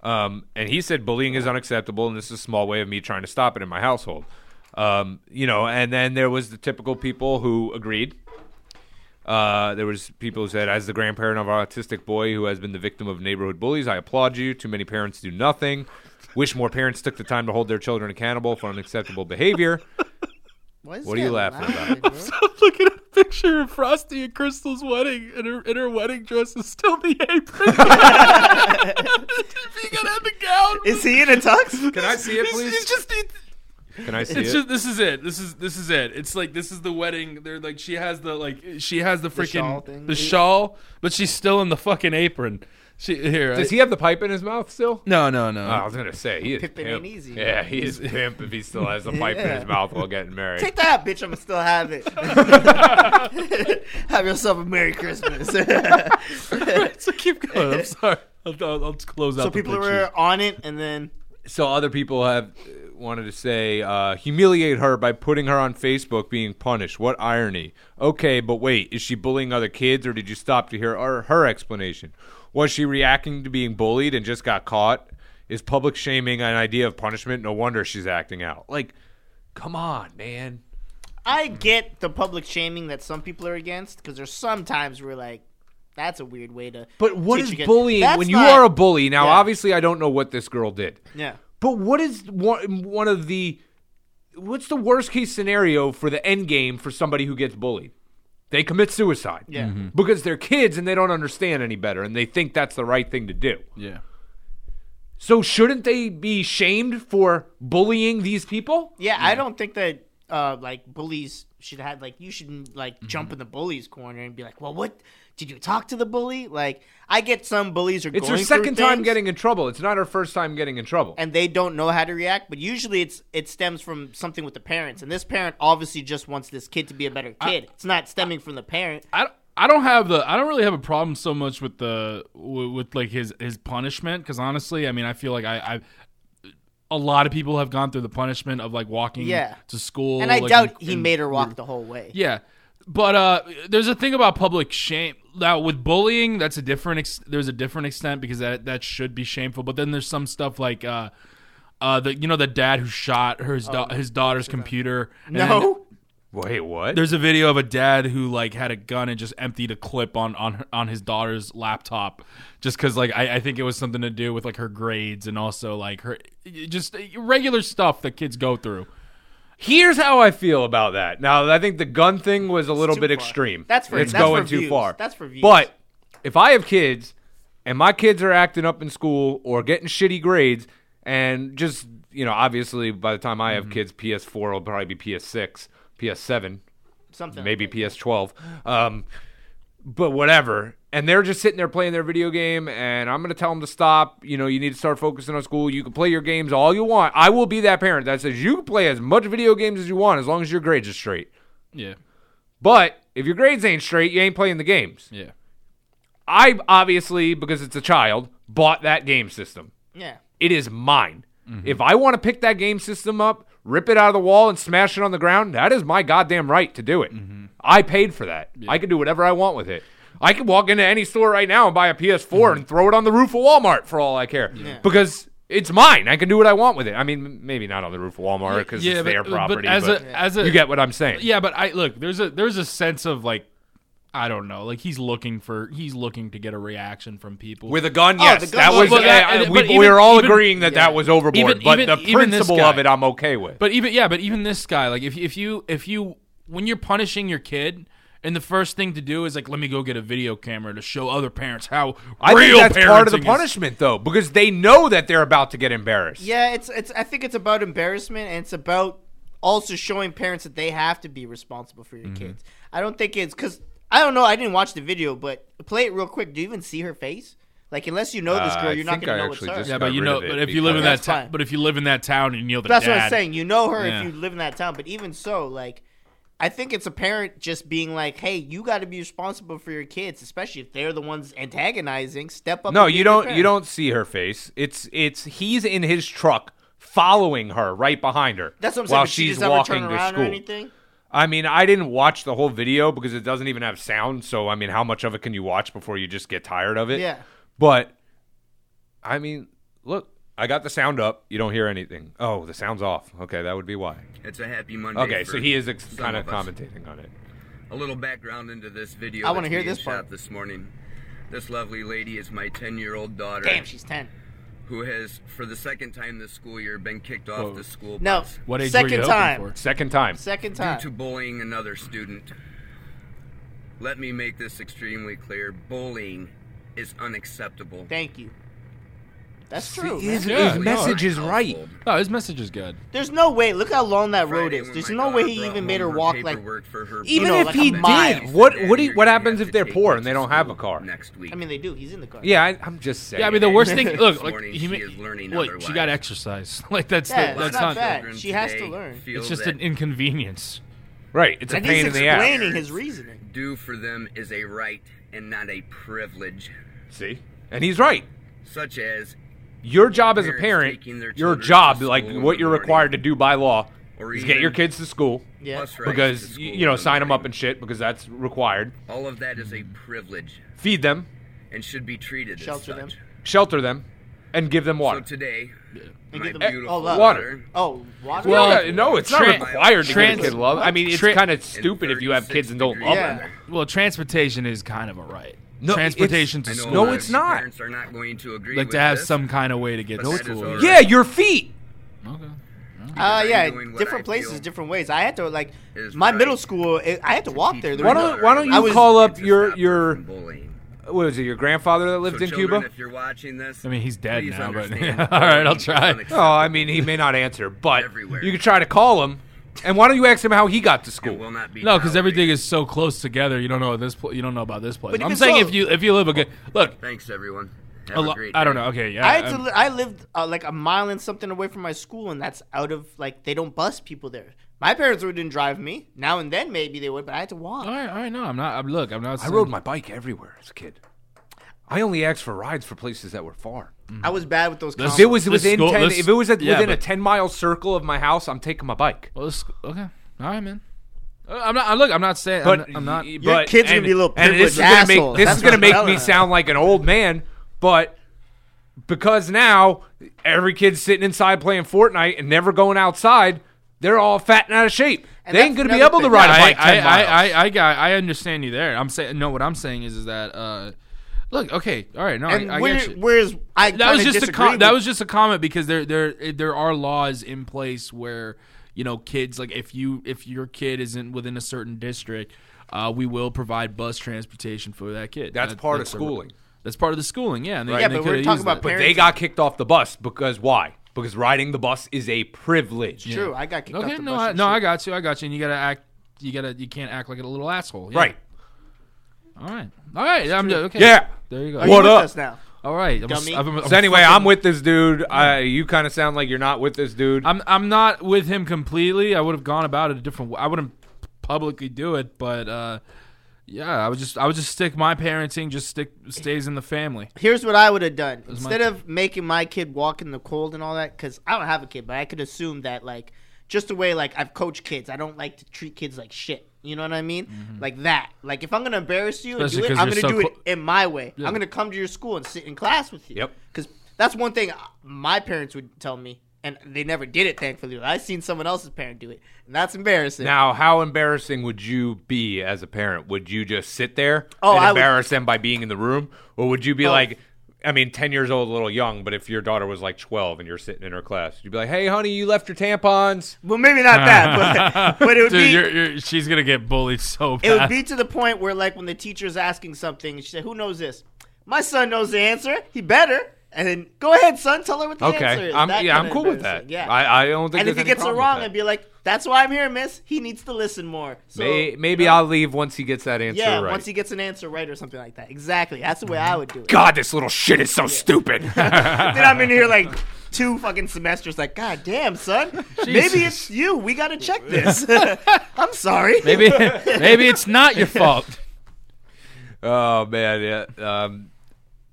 [SPEAKER 4] Um, and he said bullying is unacceptable, and this is a small way of me trying to stop it in my household. Um, you know, and then there was the typical people who agreed. Uh, there was people who said, as the grandparent of our autistic boy who has been the victim of neighborhood bullies, I applaud you. Too many parents do nothing. Wish more parents took the time to hold their children accountable for unacceptable behavior.
[SPEAKER 3] is
[SPEAKER 4] What are you
[SPEAKER 3] that
[SPEAKER 4] laughing
[SPEAKER 3] loud, bro?
[SPEAKER 7] I'm looking at a picture of Frosty and Crystal's wedding, and her, and her wedding dress is still the
[SPEAKER 3] [LAUGHS]
[SPEAKER 7] apron. [LAUGHS] she got the gown.
[SPEAKER 3] Is he in a tux?
[SPEAKER 4] [LAUGHS] [LAUGHS] Can I see it,
[SPEAKER 7] He's-
[SPEAKER 4] please?
[SPEAKER 7] he's just- he-
[SPEAKER 4] Can I see
[SPEAKER 7] it's
[SPEAKER 4] it?
[SPEAKER 7] just this is it. This is this is it. It's like this is the wedding. They're like she has the like she has the
[SPEAKER 3] shawl
[SPEAKER 7] freaking the
[SPEAKER 3] thing.
[SPEAKER 7] shawl, but she's still in the fucking apron. She here.
[SPEAKER 4] Does
[SPEAKER 7] I-
[SPEAKER 4] he have the pipe in his mouth still?
[SPEAKER 7] No, no, no.
[SPEAKER 3] Oh,
[SPEAKER 4] Oh, I was gonna say he is
[SPEAKER 3] Pippin
[SPEAKER 4] pimp.
[SPEAKER 3] ain't easy.
[SPEAKER 4] Yeah,
[SPEAKER 3] [LAUGHS]
[SPEAKER 4] he is pimp if he still has a pipe in his
[SPEAKER 3] Yeah.
[SPEAKER 4] mouth while getting married.
[SPEAKER 3] Take that, bitch. I'ma still have
[SPEAKER 4] [LAUGHS]
[SPEAKER 3] it. [LAUGHS] have yourself a Merry Christmas. [LAUGHS]
[SPEAKER 7] so keep going. I'm sorry. I'll, I'll, I'll close out.
[SPEAKER 3] so
[SPEAKER 7] the
[SPEAKER 3] people
[SPEAKER 7] pictures.
[SPEAKER 3] were on it, and then
[SPEAKER 4] so other people have uh, wanted to say uh, humiliate her by putting her on Facebook being punished. What irony. Okay, but wait, is she bullying other kids or did you stop to hear her, her explanation? Was she reacting to being bullied and just got caught? Is public shaming an idea of punishment? No wonder she's acting out. Like, come on, man.
[SPEAKER 3] I get the public shaming that some people are against because there's sometimes we're like, that's a weird way to.
[SPEAKER 4] But what
[SPEAKER 3] teach
[SPEAKER 4] is
[SPEAKER 3] a kid.
[SPEAKER 4] bullying
[SPEAKER 3] That's
[SPEAKER 4] when you
[SPEAKER 3] not-
[SPEAKER 4] are a bully? Now,
[SPEAKER 3] Yeah.
[SPEAKER 4] obviously, I don't know what this girl did.
[SPEAKER 3] yeah.
[SPEAKER 4] But what is one, one of the what's the worst case scenario for the end game for somebody who gets bullied? They commit suicide.
[SPEAKER 3] Yeah. Mhm.
[SPEAKER 4] Because they're kids and they don't understand any better and they think that's the right thing to do.
[SPEAKER 7] Yeah.
[SPEAKER 4] So shouldn't they be shamed for bullying these people?
[SPEAKER 3] yeah, I don't think that uh, like bullies should have like you shouldn't like jump
[SPEAKER 4] Mm-hmm.
[SPEAKER 3] in the bully's corner and be like, well, what did you talk to the bully? Like, I get some bullies are
[SPEAKER 4] It's
[SPEAKER 3] going
[SPEAKER 4] her second
[SPEAKER 3] through
[SPEAKER 4] time
[SPEAKER 3] things
[SPEAKER 4] getting in trouble. It's not her first time getting in trouble.
[SPEAKER 3] and they don't know how to react. But usually, it's it stems from something with the parents, and this parent obviously just wants this kid to be a better kid. it's not stemming from the parent.
[SPEAKER 7] I, I don't have the I don't really have a problem so much with the with, with like his his punishment because honestly I mean I feel like I, I a lot of people have gone through the punishment of like walking
[SPEAKER 3] Yeah.
[SPEAKER 7] to
[SPEAKER 4] Oh,
[SPEAKER 7] school
[SPEAKER 3] and I
[SPEAKER 7] like,
[SPEAKER 3] doubt he
[SPEAKER 7] and-
[SPEAKER 3] made her walk the whole way.
[SPEAKER 7] yeah but uh there's a thing about public shame now with bullying that's a different ex- there's a different extent because that that should be shameful but then there's some stuff like uh uh the you know the dad who shot her his, da- his daughter's computer and then-
[SPEAKER 3] Oh, No,
[SPEAKER 4] Wait, what?
[SPEAKER 7] there's a video of a dad who like had a gun and just emptied a clip on on her- on his daughter's laptop, just because like I, I think it was something to do with like her grades and also like her just regular stuff that kids go through.
[SPEAKER 4] Here's how I feel about that. Now, I think the gun thing was a little
[SPEAKER 3] too
[SPEAKER 4] bit
[SPEAKER 3] far.
[SPEAKER 4] extreme.
[SPEAKER 3] That's for-
[SPEAKER 4] it's
[SPEAKER 3] that's
[SPEAKER 4] going
[SPEAKER 3] for
[SPEAKER 4] too
[SPEAKER 3] views.
[SPEAKER 4] far.
[SPEAKER 3] That's for views.
[SPEAKER 4] But if I have kids and my kids are acting up in school or getting shitty grades, and just you know, obviously by the time I
[SPEAKER 3] Mm-hmm.
[SPEAKER 4] have kids, PS4 will probably be PS6, PS7,
[SPEAKER 3] something
[SPEAKER 4] maybe PS12. Um, but whatever. And they're just sitting there playing their video game, and I'm gonna tell them to stop. You know, you need to start focusing on school. You can play your games all you want. I will be that parent that says you can play as much video games as you want as long as your grades are straight.
[SPEAKER 7] Yeah,
[SPEAKER 4] But if your grades ain't straight, you ain't playing the games.
[SPEAKER 7] yeah.
[SPEAKER 4] I obviously, because it's a child, bought that game system.
[SPEAKER 3] Yeah.
[SPEAKER 4] It is mine.
[SPEAKER 7] Mm-hmm.
[SPEAKER 4] If I want to pick that game system up, rip it out of the wall, and smash it on the ground, that is my goddamn right to do it.
[SPEAKER 7] Mm-hmm.
[SPEAKER 4] I paid for that. I can do whatever I want with it. I
[SPEAKER 7] Mm-hmm.
[SPEAKER 4] can walk into any store right now and buy a PS4 and throw it on the roof of Walmart for all I care because It's mine. I can do what I want with it. I mean, m- maybe not on the roof of Walmart because it's
[SPEAKER 7] but-
[SPEAKER 4] their property.
[SPEAKER 7] But as
[SPEAKER 4] but
[SPEAKER 7] a as a
[SPEAKER 4] you get what I'm saying.
[SPEAKER 7] yeah, but I look there's a there's a sense of like I don't know, like he's looking for he's looking to get a reaction from people.
[SPEAKER 4] With a gun,
[SPEAKER 3] Oh,
[SPEAKER 4] yes,
[SPEAKER 3] the gun
[SPEAKER 4] that
[SPEAKER 3] was-
[SPEAKER 4] was.
[SPEAKER 7] Well,
[SPEAKER 4] yeah,
[SPEAKER 7] that-
[SPEAKER 4] we,
[SPEAKER 7] but
[SPEAKER 4] we
[SPEAKER 7] even-
[SPEAKER 4] were all
[SPEAKER 7] even-
[SPEAKER 4] agreeing that that was overboard,
[SPEAKER 7] Even-
[SPEAKER 4] but
[SPEAKER 7] even-
[SPEAKER 4] the
[SPEAKER 7] even this
[SPEAKER 4] principle
[SPEAKER 7] guy.
[SPEAKER 4] of it, I'm okay with.
[SPEAKER 7] But even yeah, but even this guy, like if if you if you when you're punishing your kid, and the first thing to do is like let me go get a video camera to show other parents how
[SPEAKER 4] I
[SPEAKER 7] real
[SPEAKER 4] think that's part of the
[SPEAKER 7] parenting is.
[SPEAKER 4] punishment, though, because they know that they're about to get embarrassed.
[SPEAKER 3] Yeah, it's it's. I think it's about embarrassment, and it's about also showing parents that they have to be responsible for your
[SPEAKER 4] Mm-hmm.
[SPEAKER 3] kids. I don't think it's because I don't know. I didn't watch the video, but play it real quick. Do you even see her face? Like, unless you know oh, this
[SPEAKER 4] Uh,
[SPEAKER 3] girl,
[SPEAKER 4] I
[SPEAKER 3] you're not
[SPEAKER 4] think
[SPEAKER 3] gonna
[SPEAKER 4] I
[SPEAKER 3] know what's
[SPEAKER 4] actually
[SPEAKER 3] her.
[SPEAKER 4] just
[SPEAKER 7] Yeah,
[SPEAKER 4] got
[SPEAKER 7] but you
[SPEAKER 4] rid
[SPEAKER 7] know,
[SPEAKER 4] of it
[SPEAKER 7] but if you live in that
[SPEAKER 3] because-
[SPEAKER 7] town,
[SPEAKER 3] That's
[SPEAKER 7] but if you live in that town and you know the
[SPEAKER 3] That's
[SPEAKER 7] dad,
[SPEAKER 3] what I'm saying. You know her
[SPEAKER 7] Yeah.
[SPEAKER 3] if you live in that town, but even so, like, I think it's a parent just being like, "Hey, you got to be responsible for your kids, especially if they're the ones antagonizing. Step up."
[SPEAKER 4] No,
[SPEAKER 3] and be
[SPEAKER 4] you
[SPEAKER 3] a good
[SPEAKER 4] don't. You
[SPEAKER 3] parent."
[SPEAKER 4] don't see her face. It's it's he's in his truck following her right behind her.
[SPEAKER 3] That's what I'm saying.
[SPEAKER 4] While
[SPEAKER 3] but she
[SPEAKER 4] she's
[SPEAKER 3] doesn't ever
[SPEAKER 4] walking
[SPEAKER 3] turn
[SPEAKER 4] to
[SPEAKER 3] around or
[SPEAKER 4] school.
[SPEAKER 3] anything.
[SPEAKER 4] I mean, I didn't watch the whole video because it doesn't even have sound. So I mean, how much of it can you watch before you just get tired of it?
[SPEAKER 3] Yeah.
[SPEAKER 4] But I mean, look, I got the sound up. You don't hear anything. Oh, the sound's off. Okay, that would be why.
[SPEAKER 1] It's a happy Monday.
[SPEAKER 4] Okay,
[SPEAKER 1] for
[SPEAKER 4] so he is ex-
[SPEAKER 1] some
[SPEAKER 4] kind of
[SPEAKER 1] us.
[SPEAKER 4] commentating on it.
[SPEAKER 1] A little background into this video.
[SPEAKER 3] I wanna
[SPEAKER 1] that's
[SPEAKER 3] hear
[SPEAKER 1] being
[SPEAKER 3] this part.
[SPEAKER 1] shot This morning, this lovely lady is my 10-year-old daughter,
[SPEAKER 3] Damn, she's ten.
[SPEAKER 1] who has, for the second time this school year, been kicked off the school
[SPEAKER 3] No, Uh.
[SPEAKER 1] bus
[SPEAKER 7] What age
[SPEAKER 3] second
[SPEAKER 7] were you hoping
[SPEAKER 3] time.
[SPEAKER 7] for?
[SPEAKER 4] Second time.
[SPEAKER 3] Second
[SPEAKER 1] due
[SPEAKER 3] time.
[SPEAKER 1] to bullying another student. Let me make this extremely clear: bullying is unacceptable.
[SPEAKER 3] Thank you. That's true. man.
[SPEAKER 4] His,
[SPEAKER 7] Yeah,
[SPEAKER 4] his
[SPEAKER 7] no,
[SPEAKER 4] message is right.
[SPEAKER 7] No, his message is good.
[SPEAKER 3] There's no way. Look how long that road
[SPEAKER 1] Friday,
[SPEAKER 3] is.
[SPEAKER 1] when
[SPEAKER 3] There's
[SPEAKER 1] my
[SPEAKER 3] no
[SPEAKER 1] daughter
[SPEAKER 3] way he
[SPEAKER 1] brought
[SPEAKER 3] even made her
[SPEAKER 1] home
[SPEAKER 3] walk like.
[SPEAKER 1] paperwork for her
[SPEAKER 3] Even
[SPEAKER 1] birthday
[SPEAKER 3] if
[SPEAKER 1] back
[SPEAKER 3] he
[SPEAKER 1] in the
[SPEAKER 3] did,
[SPEAKER 1] day.
[SPEAKER 4] what-
[SPEAKER 1] Dad,
[SPEAKER 4] what do you-
[SPEAKER 1] you're
[SPEAKER 4] what
[SPEAKER 1] gonna
[SPEAKER 4] happens
[SPEAKER 1] have
[SPEAKER 4] if
[SPEAKER 1] to
[SPEAKER 4] they're
[SPEAKER 1] take
[SPEAKER 4] poor
[SPEAKER 1] me
[SPEAKER 4] and
[SPEAKER 1] to
[SPEAKER 4] they don't have a
[SPEAKER 1] school
[SPEAKER 4] car?
[SPEAKER 1] next week?
[SPEAKER 3] I mean, they do. He's in the car.
[SPEAKER 4] Yeah, I, I'm just saying.
[SPEAKER 7] Yeah, I mean the worst thing. Look, like
[SPEAKER 1] morning,
[SPEAKER 7] he,
[SPEAKER 1] she
[SPEAKER 7] ma-
[SPEAKER 1] is learning
[SPEAKER 7] look, she
[SPEAKER 1] otherwise.
[SPEAKER 7] got exercise. [LAUGHS] Like that's
[SPEAKER 3] Yeah,
[SPEAKER 7] the,
[SPEAKER 3] it's
[SPEAKER 7] that's
[SPEAKER 3] not
[SPEAKER 7] not.
[SPEAKER 3] bad.
[SPEAKER 1] children
[SPEAKER 3] She has to
[SPEAKER 1] today
[SPEAKER 3] learn.
[SPEAKER 1] feel
[SPEAKER 7] It's just
[SPEAKER 1] that
[SPEAKER 7] an inconvenience.
[SPEAKER 4] right. It's a
[SPEAKER 3] And
[SPEAKER 4] pain
[SPEAKER 3] he's
[SPEAKER 4] in the ass.
[SPEAKER 3] explaining his reasoning.
[SPEAKER 1] due for them is a right and not a privilege,
[SPEAKER 4] See, and he's right.
[SPEAKER 1] such as
[SPEAKER 4] Your job as a
[SPEAKER 1] Parents
[SPEAKER 4] parent,
[SPEAKER 1] taking their
[SPEAKER 4] your
[SPEAKER 1] children to
[SPEAKER 4] job,
[SPEAKER 1] school
[SPEAKER 4] like
[SPEAKER 1] in the
[SPEAKER 4] what you're
[SPEAKER 1] morning.
[SPEAKER 4] required to do by law,
[SPEAKER 1] Or
[SPEAKER 4] is
[SPEAKER 1] even
[SPEAKER 4] get your kids to school
[SPEAKER 3] Yeah.
[SPEAKER 1] bus rides to
[SPEAKER 4] because
[SPEAKER 1] school
[SPEAKER 4] you, you know
[SPEAKER 1] in the
[SPEAKER 4] sign them up
[SPEAKER 1] morning.
[SPEAKER 4] and shit because that's required.
[SPEAKER 1] All of that is a privilege
[SPEAKER 4] Feed them,
[SPEAKER 1] and should be treated
[SPEAKER 3] Shelter
[SPEAKER 1] as
[SPEAKER 3] them.
[SPEAKER 1] such.
[SPEAKER 4] shelter them, and give them
[SPEAKER 1] So
[SPEAKER 4] water.
[SPEAKER 1] today,
[SPEAKER 3] And
[SPEAKER 1] my
[SPEAKER 3] give them
[SPEAKER 1] beautiful
[SPEAKER 3] all love.
[SPEAKER 1] daughter,
[SPEAKER 3] Oh, water.
[SPEAKER 4] well, no, it's not
[SPEAKER 7] Tran-
[SPEAKER 4] required to
[SPEAKER 7] trans-
[SPEAKER 4] give a kid love. I mean, it's
[SPEAKER 7] Tran-
[SPEAKER 4] kind of stupid if you have
[SPEAKER 1] 36
[SPEAKER 4] kids and don't
[SPEAKER 1] degree
[SPEAKER 4] love
[SPEAKER 3] Yeah.
[SPEAKER 4] them.
[SPEAKER 1] weather.
[SPEAKER 7] Well, transportation is kind of a right.
[SPEAKER 4] No,
[SPEAKER 7] transportation
[SPEAKER 1] I
[SPEAKER 7] to
[SPEAKER 1] know
[SPEAKER 7] school.
[SPEAKER 1] a
[SPEAKER 4] No,
[SPEAKER 1] lot of
[SPEAKER 4] it's not.
[SPEAKER 1] Parents are not going to agree
[SPEAKER 7] like
[SPEAKER 1] with
[SPEAKER 7] to have
[SPEAKER 1] this.
[SPEAKER 7] some kind of way to get
[SPEAKER 1] But
[SPEAKER 7] to
[SPEAKER 1] that is
[SPEAKER 7] school.
[SPEAKER 1] all
[SPEAKER 4] Yeah, your feet.
[SPEAKER 7] Okay.
[SPEAKER 3] Uh,
[SPEAKER 1] I'm
[SPEAKER 3] yeah,
[SPEAKER 1] doing what
[SPEAKER 3] different
[SPEAKER 1] I
[SPEAKER 3] places,
[SPEAKER 1] feel
[SPEAKER 3] different ways. I had to like
[SPEAKER 1] is
[SPEAKER 3] my
[SPEAKER 1] right
[SPEAKER 3] middle school. It, I had to walk
[SPEAKER 1] teach
[SPEAKER 3] there. There
[SPEAKER 1] my
[SPEAKER 4] Why
[SPEAKER 3] was no-
[SPEAKER 4] don't Why don't
[SPEAKER 3] I
[SPEAKER 4] you
[SPEAKER 3] was-
[SPEAKER 4] call
[SPEAKER 1] It's
[SPEAKER 4] up
[SPEAKER 1] a
[SPEAKER 4] your
[SPEAKER 1] stop
[SPEAKER 4] your
[SPEAKER 1] from bullying.
[SPEAKER 4] what was it? Your grandfather that lived
[SPEAKER 1] So
[SPEAKER 4] in
[SPEAKER 1] children,
[SPEAKER 4] Cuba?
[SPEAKER 1] If you're watching this,
[SPEAKER 7] I mean, he's dead
[SPEAKER 1] please
[SPEAKER 4] [LAUGHS]
[SPEAKER 7] now, but- [LAUGHS]
[SPEAKER 1] understand
[SPEAKER 7] all right, I'll
[SPEAKER 1] bullying is
[SPEAKER 7] try.
[SPEAKER 4] Oh, I mean, he may not answer, but
[SPEAKER 1] Everywhere.
[SPEAKER 4] you could try to call him. And why don't you ask him how he got to
[SPEAKER 1] It
[SPEAKER 4] school?
[SPEAKER 1] will not be
[SPEAKER 7] No, because everything
[SPEAKER 1] tolerated.
[SPEAKER 7] is so close together. You don't know this. Pl- you don't know about this place.
[SPEAKER 3] But
[SPEAKER 7] I'm
[SPEAKER 3] even
[SPEAKER 7] saying
[SPEAKER 3] so-
[SPEAKER 7] if you if you live a good look,
[SPEAKER 1] Thanks, everyone. Have
[SPEAKER 7] a
[SPEAKER 1] a
[SPEAKER 7] lo-
[SPEAKER 1] great
[SPEAKER 7] I don't
[SPEAKER 1] day.
[SPEAKER 7] know. Okay, yeah,
[SPEAKER 3] I had to.
[SPEAKER 7] I'm-
[SPEAKER 3] Li- I lived uh, like a mile and something away from my school, and that's out of like they don't bus people there. My parents wouldn't drive me. Now and then maybe they would, but I had to walk.
[SPEAKER 7] all right, all right. No, I'm not. I'm, look, I'm not.
[SPEAKER 4] I rode my bike everywhere as a kid. I only asked for rides for places that were far.
[SPEAKER 3] I was bad with those.
[SPEAKER 7] This-
[SPEAKER 4] If it was
[SPEAKER 7] This
[SPEAKER 4] within
[SPEAKER 7] school-
[SPEAKER 4] ten,
[SPEAKER 7] this-
[SPEAKER 4] if it was at,
[SPEAKER 7] yeah,
[SPEAKER 4] within a
[SPEAKER 7] but-
[SPEAKER 4] ten mile circle of my house, I'm taking my bike.
[SPEAKER 7] Well, this, okay, all right, man. Uh, I'm not. I, look, I'm not saying.
[SPEAKER 4] But
[SPEAKER 7] I'm, not.
[SPEAKER 4] y-
[SPEAKER 7] I'm not
[SPEAKER 4] but-
[SPEAKER 3] kids are gonna
[SPEAKER 4] and-
[SPEAKER 3] be little
[SPEAKER 4] and
[SPEAKER 3] privileged
[SPEAKER 4] this is gonna make
[SPEAKER 3] assholes.
[SPEAKER 4] this
[SPEAKER 3] That's
[SPEAKER 4] is gonna
[SPEAKER 3] what I'm
[SPEAKER 4] make
[SPEAKER 3] telling
[SPEAKER 4] me
[SPEAKER 3] her.
[SPEAKER 4] sound like an old man, but because now every kid's sitting inside playing Fortnite and never going outside, they're all fat and out of shape.
[SPEAKER 3] And
[SPEAKER 4] they ain't
[SPEAKER 3] that's
[SPEAKER 4] gonna be
[SPEAKER 3] another
[SPEAKER 4] able to
[SPEAKER 3] thing.
[SPEAKER 4] [LAUGHS] ride a
[SPEAKER 7] I,
[SPEAKER 4] bike
[SPEAKER 7] I,
[SPEAKER 4] ten miles.
[SPEAKER 7] I, I, I got. I understand you there. I'm saying. No, what I'm saying is, is that. Uh, look, okay, all right. No,
[SPEAKER 3] And
[SPEAKER 7] I, I
[SPEAKER 3] where,
[SPEAKER 7] get you.
[SPEAKER 3] whereas I
[SPEAKER 7] that was just a
[SPEAKER 3] disagree
[SPEAKER 7] com- that
[SPEAKER 3] with-
[SPEAKER 7] was just a comment because there there eh, there are laws in place where you know kids like if you if your kid isn't within a certain district, uh, we will provide bus transportation for that kid.
[SPEAKER 4] That's
[SPEAKER 7] That-
[SPEAKER 4] part of
[SPEAKER 7] a-
[SPEAKER 4] schooling.
[SPEAKER 7] that's part of the schooling, yeah. And they,
[SPEAKER 3] Yeah,
[SPEAKER 7] and they
[SPEAKER 3] but we're
[SPEAKER 7] coulda
[SPEAKER 3] talking
[SPEAKER 7] used
[SPEAKER 3] about
[SPEAKER 7] that.
[SPEAKER 4] but they
[SPEAKER 3] parenting.
[SPEAKER 4] got kicked off the bus because why? Because riding the bus is a privilege.
[SPEAKER 3] true. I got kicked off
[SPEAKER 7] okay.
[SPEAKER 3] the
[SPEAKER 7] No,
[SPEAKER 3] bus
[SPEAKER 7] I,
[SPEAKER 3] and
[SPEAKER 7] no,
[SPEAKER 3] shit.
[SPEAKER 7] I got you. I got you. And you gotta act. You gotta. You can't act like a little asshole. Yeah.
[SPEAKER 4] Right.
[SPEAKER 7] All right. All right. I'm okay.
[SPEAKER 4] Yeah.
[SPEAKER 7] There you go.
[SPEAKER 3] Are you
[SPEAKER 4] What
[SPEAKER 3] with
[SPEAKER 4] up?
[SPEAKER 3] us now?
[SPEAKER 7] All right. I'm a-
[SPEAKER 3] Dummy.
[SPEAKER 7] I'm a- I'm
[SPEAKER 4] So anyway,
[SPEAKER 7] fucking-
[SPEAKER 4] I'm with this dude. I, you kind of sound like you're not with this dude.
[SPEAKER 7] I'm I'm not with him completely. I would have gone about it a different way. I wouldn't publicly do it, but uh, yeah, I would just I would just stick my parenting just stick stays in the family.
[SPEAKER 3] Here's what I would have done
[SPEAKER 7] my-
[SPEAKER 3] instead of making my kid walk in the cold and all that, because I don't have a kid, but I could assume that like just the way like I've coached kids, I don't like to treat kids like shit. You know what I mean?
[SPEAKER 4] Mm-hmm.
[SPEAKER 3] Like that. Like if I'm gonna embarrass you and do
[SPEAKER 7] Especially
[SPEAKER 3] it,
[SPEAKER 7] 'cause
[SPEAKER 3] I'm gonna
[SPEAKER 7] you're so
[SPEAKER 3] do
[SPEAKER 7] clo-
[SPEAKER 3] it in my way.
[SPEAKER 7] Yeah.
[SPEAKER 3] I'm gonna come to your school and sit in class with you.
[SPEAKER 4] Yep.
[SPEAKER 3] Because that's one thing uh, my parents would tell me, and they never did it. Thankfully, but I've seen someone else's parent do it, and that's embarrassing.
[SPEAKER 4] Now, how embarrassing would you be as a parent? Would you just sit there
[SPEAKER 3] Oh,
[SPEAKER 4] and
[SPEAKER 3] I would-
[SPEAKER 4] embarrass them by being in the room, or would you be
[SPEAKER 3] Oh.
[SPEAKER 4] like, I mean, ten years old, a little young, but if your daughter was like twelve and you're sitting in her class, you'd be like, "Hey, honey, you left your tampons."
[SPEAKER 3] well, maybe not
[SPEAKER 4] [LAUGHS]
[SPEAKER 3] that, [LAUGHS] but, but it would
[SPEAKER 7] Dude,
[SPEAKER 3] be.
[SPEAKER 7] you're, you're, she's gonna get bullied so bad.
[SPEAKER 3] It would be to the point where, like, when the teacher's asking something, she said, "Who knows this? My son knows the answer. He better." And then go ahead, son. Tell her what the answer
[SPEAKER 4] Okay,
[SPEAKER 3] is.
[SPEAKER 4] I'm,
[SPEAKER 3] That
[SPEAKER 4] yeah,
[SPEAKER 3] kinda
[SPEAKER 4] I'm cool with
[SPEAKER 3] embarrassing.
[SPEAKER 4] that.
[SPEAKER 3] Yeah,
[SPEAKER 4] I, I don't think.
[SPEAKER 3] and if
[SPEAKER 4] there's
[SPEAKER 3] he
[SPEAKER 4] any
[SPEAKER 3] gets it
[SPEAKER 4] problem with
[SPEAKER 3] wrong,
[SPEAKER 4] that.
[SPEAKER 3] I'd be like, "That's why I'm here, Miss. He needs to listen more." So,
[SPEAKER 4] May, maybe I'll leave once he gets that answer
[SPEAKER 3] yeah,
[SPEAKER 4] right.
[SPEAKER 3] once he gets an answer right or something like that. Exactly. That's the way I would do
[SPEAKER 4] [LAUGHS]
[SPEAKER 3] it.
[SPEAKER 4] God, this little shit is so
[SPEAKER 3] [LAUGHS]
[SPEAKER 4] stupid.
[SPEAKER 3] then I'm in here like two fucking semesters. Like, God damn, son. Maybe it's you. We gotta check this. [LAUGHS] I'm sorry.
[SPEAKER 7] maybe [LAUGHS] maybe it's
[SPEAKER 3] [LAUGHS]
[SPEAKER 7] not your fault.
[SPEAKER 4] [LAUGHS] Oh man, yeah. Um,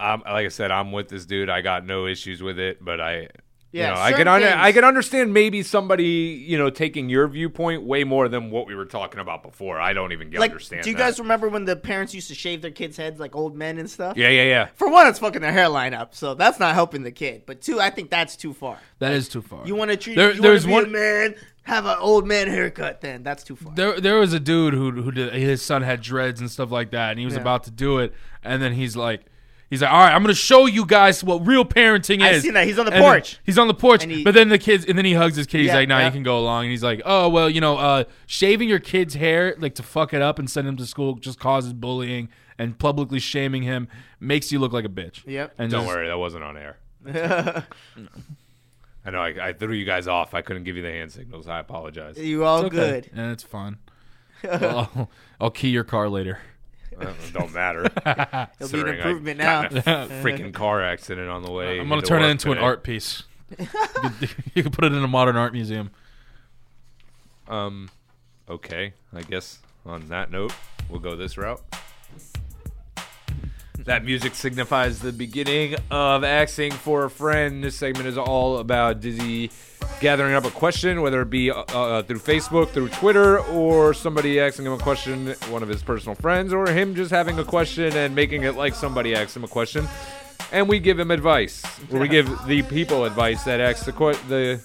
[SPEAKER 4] I'm like I said, I'm with this dude. I got no issues with it, but I,
[SPEAKER 3] Yeah,
[SPEAKER 4] you know, I
[SPEAKER 3] certain
[SPEAKER 4] can under,
[SPEAKER 3] things.
[SPEAKER 4] I can understand maybe somebody you know taking your viewpoint way more than what we were talking about before. I don't even get
[SPEAKER 3] Like,
[SPEAKER 4] understand.
[SPEAKER 3] do you
[SPEAKER 4] that.
[SPEAKER 3] guys remember when the parents used to shave their kids' heads like old men and stuff?
[SPEAKER 4] Yeah,
[SPEAKER 3] [LAUGHS]
[SPEAKER 4] yeah, yeah.
[SPEAKER 3] For one, it's fucking their hairline up, so that's not helping the kid. But two, I think that's too far.
[SPEAKER 7] That is too far.
[SPEAKER 3] You want to treat
[SPEAKER 7] There-
[SPEAKER 3] you
[SPEAKER 7] there's
[SPEAKER 3] there's be
[SPEAKER 7] one-
[SPEAKER 3] one a man have an old man haircut. Then that's too far.
[SPEAKER 7] There, there was a dude who who did, his son had dreads and stuff like that, and he was
[SPEAKER 3] Yeah.
[SPEAKER 7] about to do it, and then he's like, he's like, all right, I'm gonna show you guys what real parenting
[SPEAKER 3] I
[SPEAKER 7] is.
[SPEAKER 3] seen that. He's on the
[SPEAKER 7] And then-
[SPEAKER 3] porch.
[SPEAKER 7] he's on the porch,
[SPEAKER 3] And he-
[SPEAKER 7] but then the kids, and then he hugs his kid. He's
[SPEAKER 3] Yeah,
[SPEAKER 7] like, nah, you
[SPEAKER 3] yeah.
[SPEAKER 7] can go along. And he's like, oh well, you know, uh, shaving your kid's hair like to fuck it up and send him to school just causes bullying and publicly shaming him makes you look like a bitch.
[SPEAKER 3] Yep.
[SPEAKER 7] And
[SPEAKER 4] Don't
[SPEAKER 7] just-
[SPEAKER 4] worry, that wasn't on air. I know I, I threw you guys off. I couldn't give you the hand signals. I
[SPEAKER 3] [LAUGHS]
[SPEAKER 4] apologize.
[SPEAKER 3] you all
[SPEAKER 7] It's okay.
[SPEAKER 3] good.
[SPEAKER 7] And it's fun. I'll, I'll key your car
[SPEAKER 3] [LAUGHS]
[SPEAKER 7] later. [LAUGHS]
[SPEAKER 4] That Uh, don't matter.
[SPEAKER 3] It'll be an
[SPEAKER 4] Considering I
[SPEAKER 3] improvement now.
[SPEAKER 4] got in a freaking car accident on the way.
[SPEAKER 7] Uh, I'm gonna
[SPEAKER 4] to
[SPEAKER 7] turn it
[SPEAKER 4] work
[SPEAKER 7] into an
[SPEAKER 4] today.
[SPEAKER 7] art
[SPEAKER 3] [LAUGHS]
[SPEAKER 7] piece. you, could, you could put it in a modern art museum.
[SPEAKER 4] Um, okay, I guess on that note, we'll go this route. That music signifies the beginning of Asking for a Friend. This segment is all about Dizzy gathering up a question, whether it be uh, uh, through Facebook, through Twitter, or somebody asking him a question, one of his personal friends, or him just having a question and making it like somebody asked him a question. And we give him advice,
[SPEAKER 3] [LAUGHS]
[SPEAKER 4] or we give the people advice that asks the, que- the,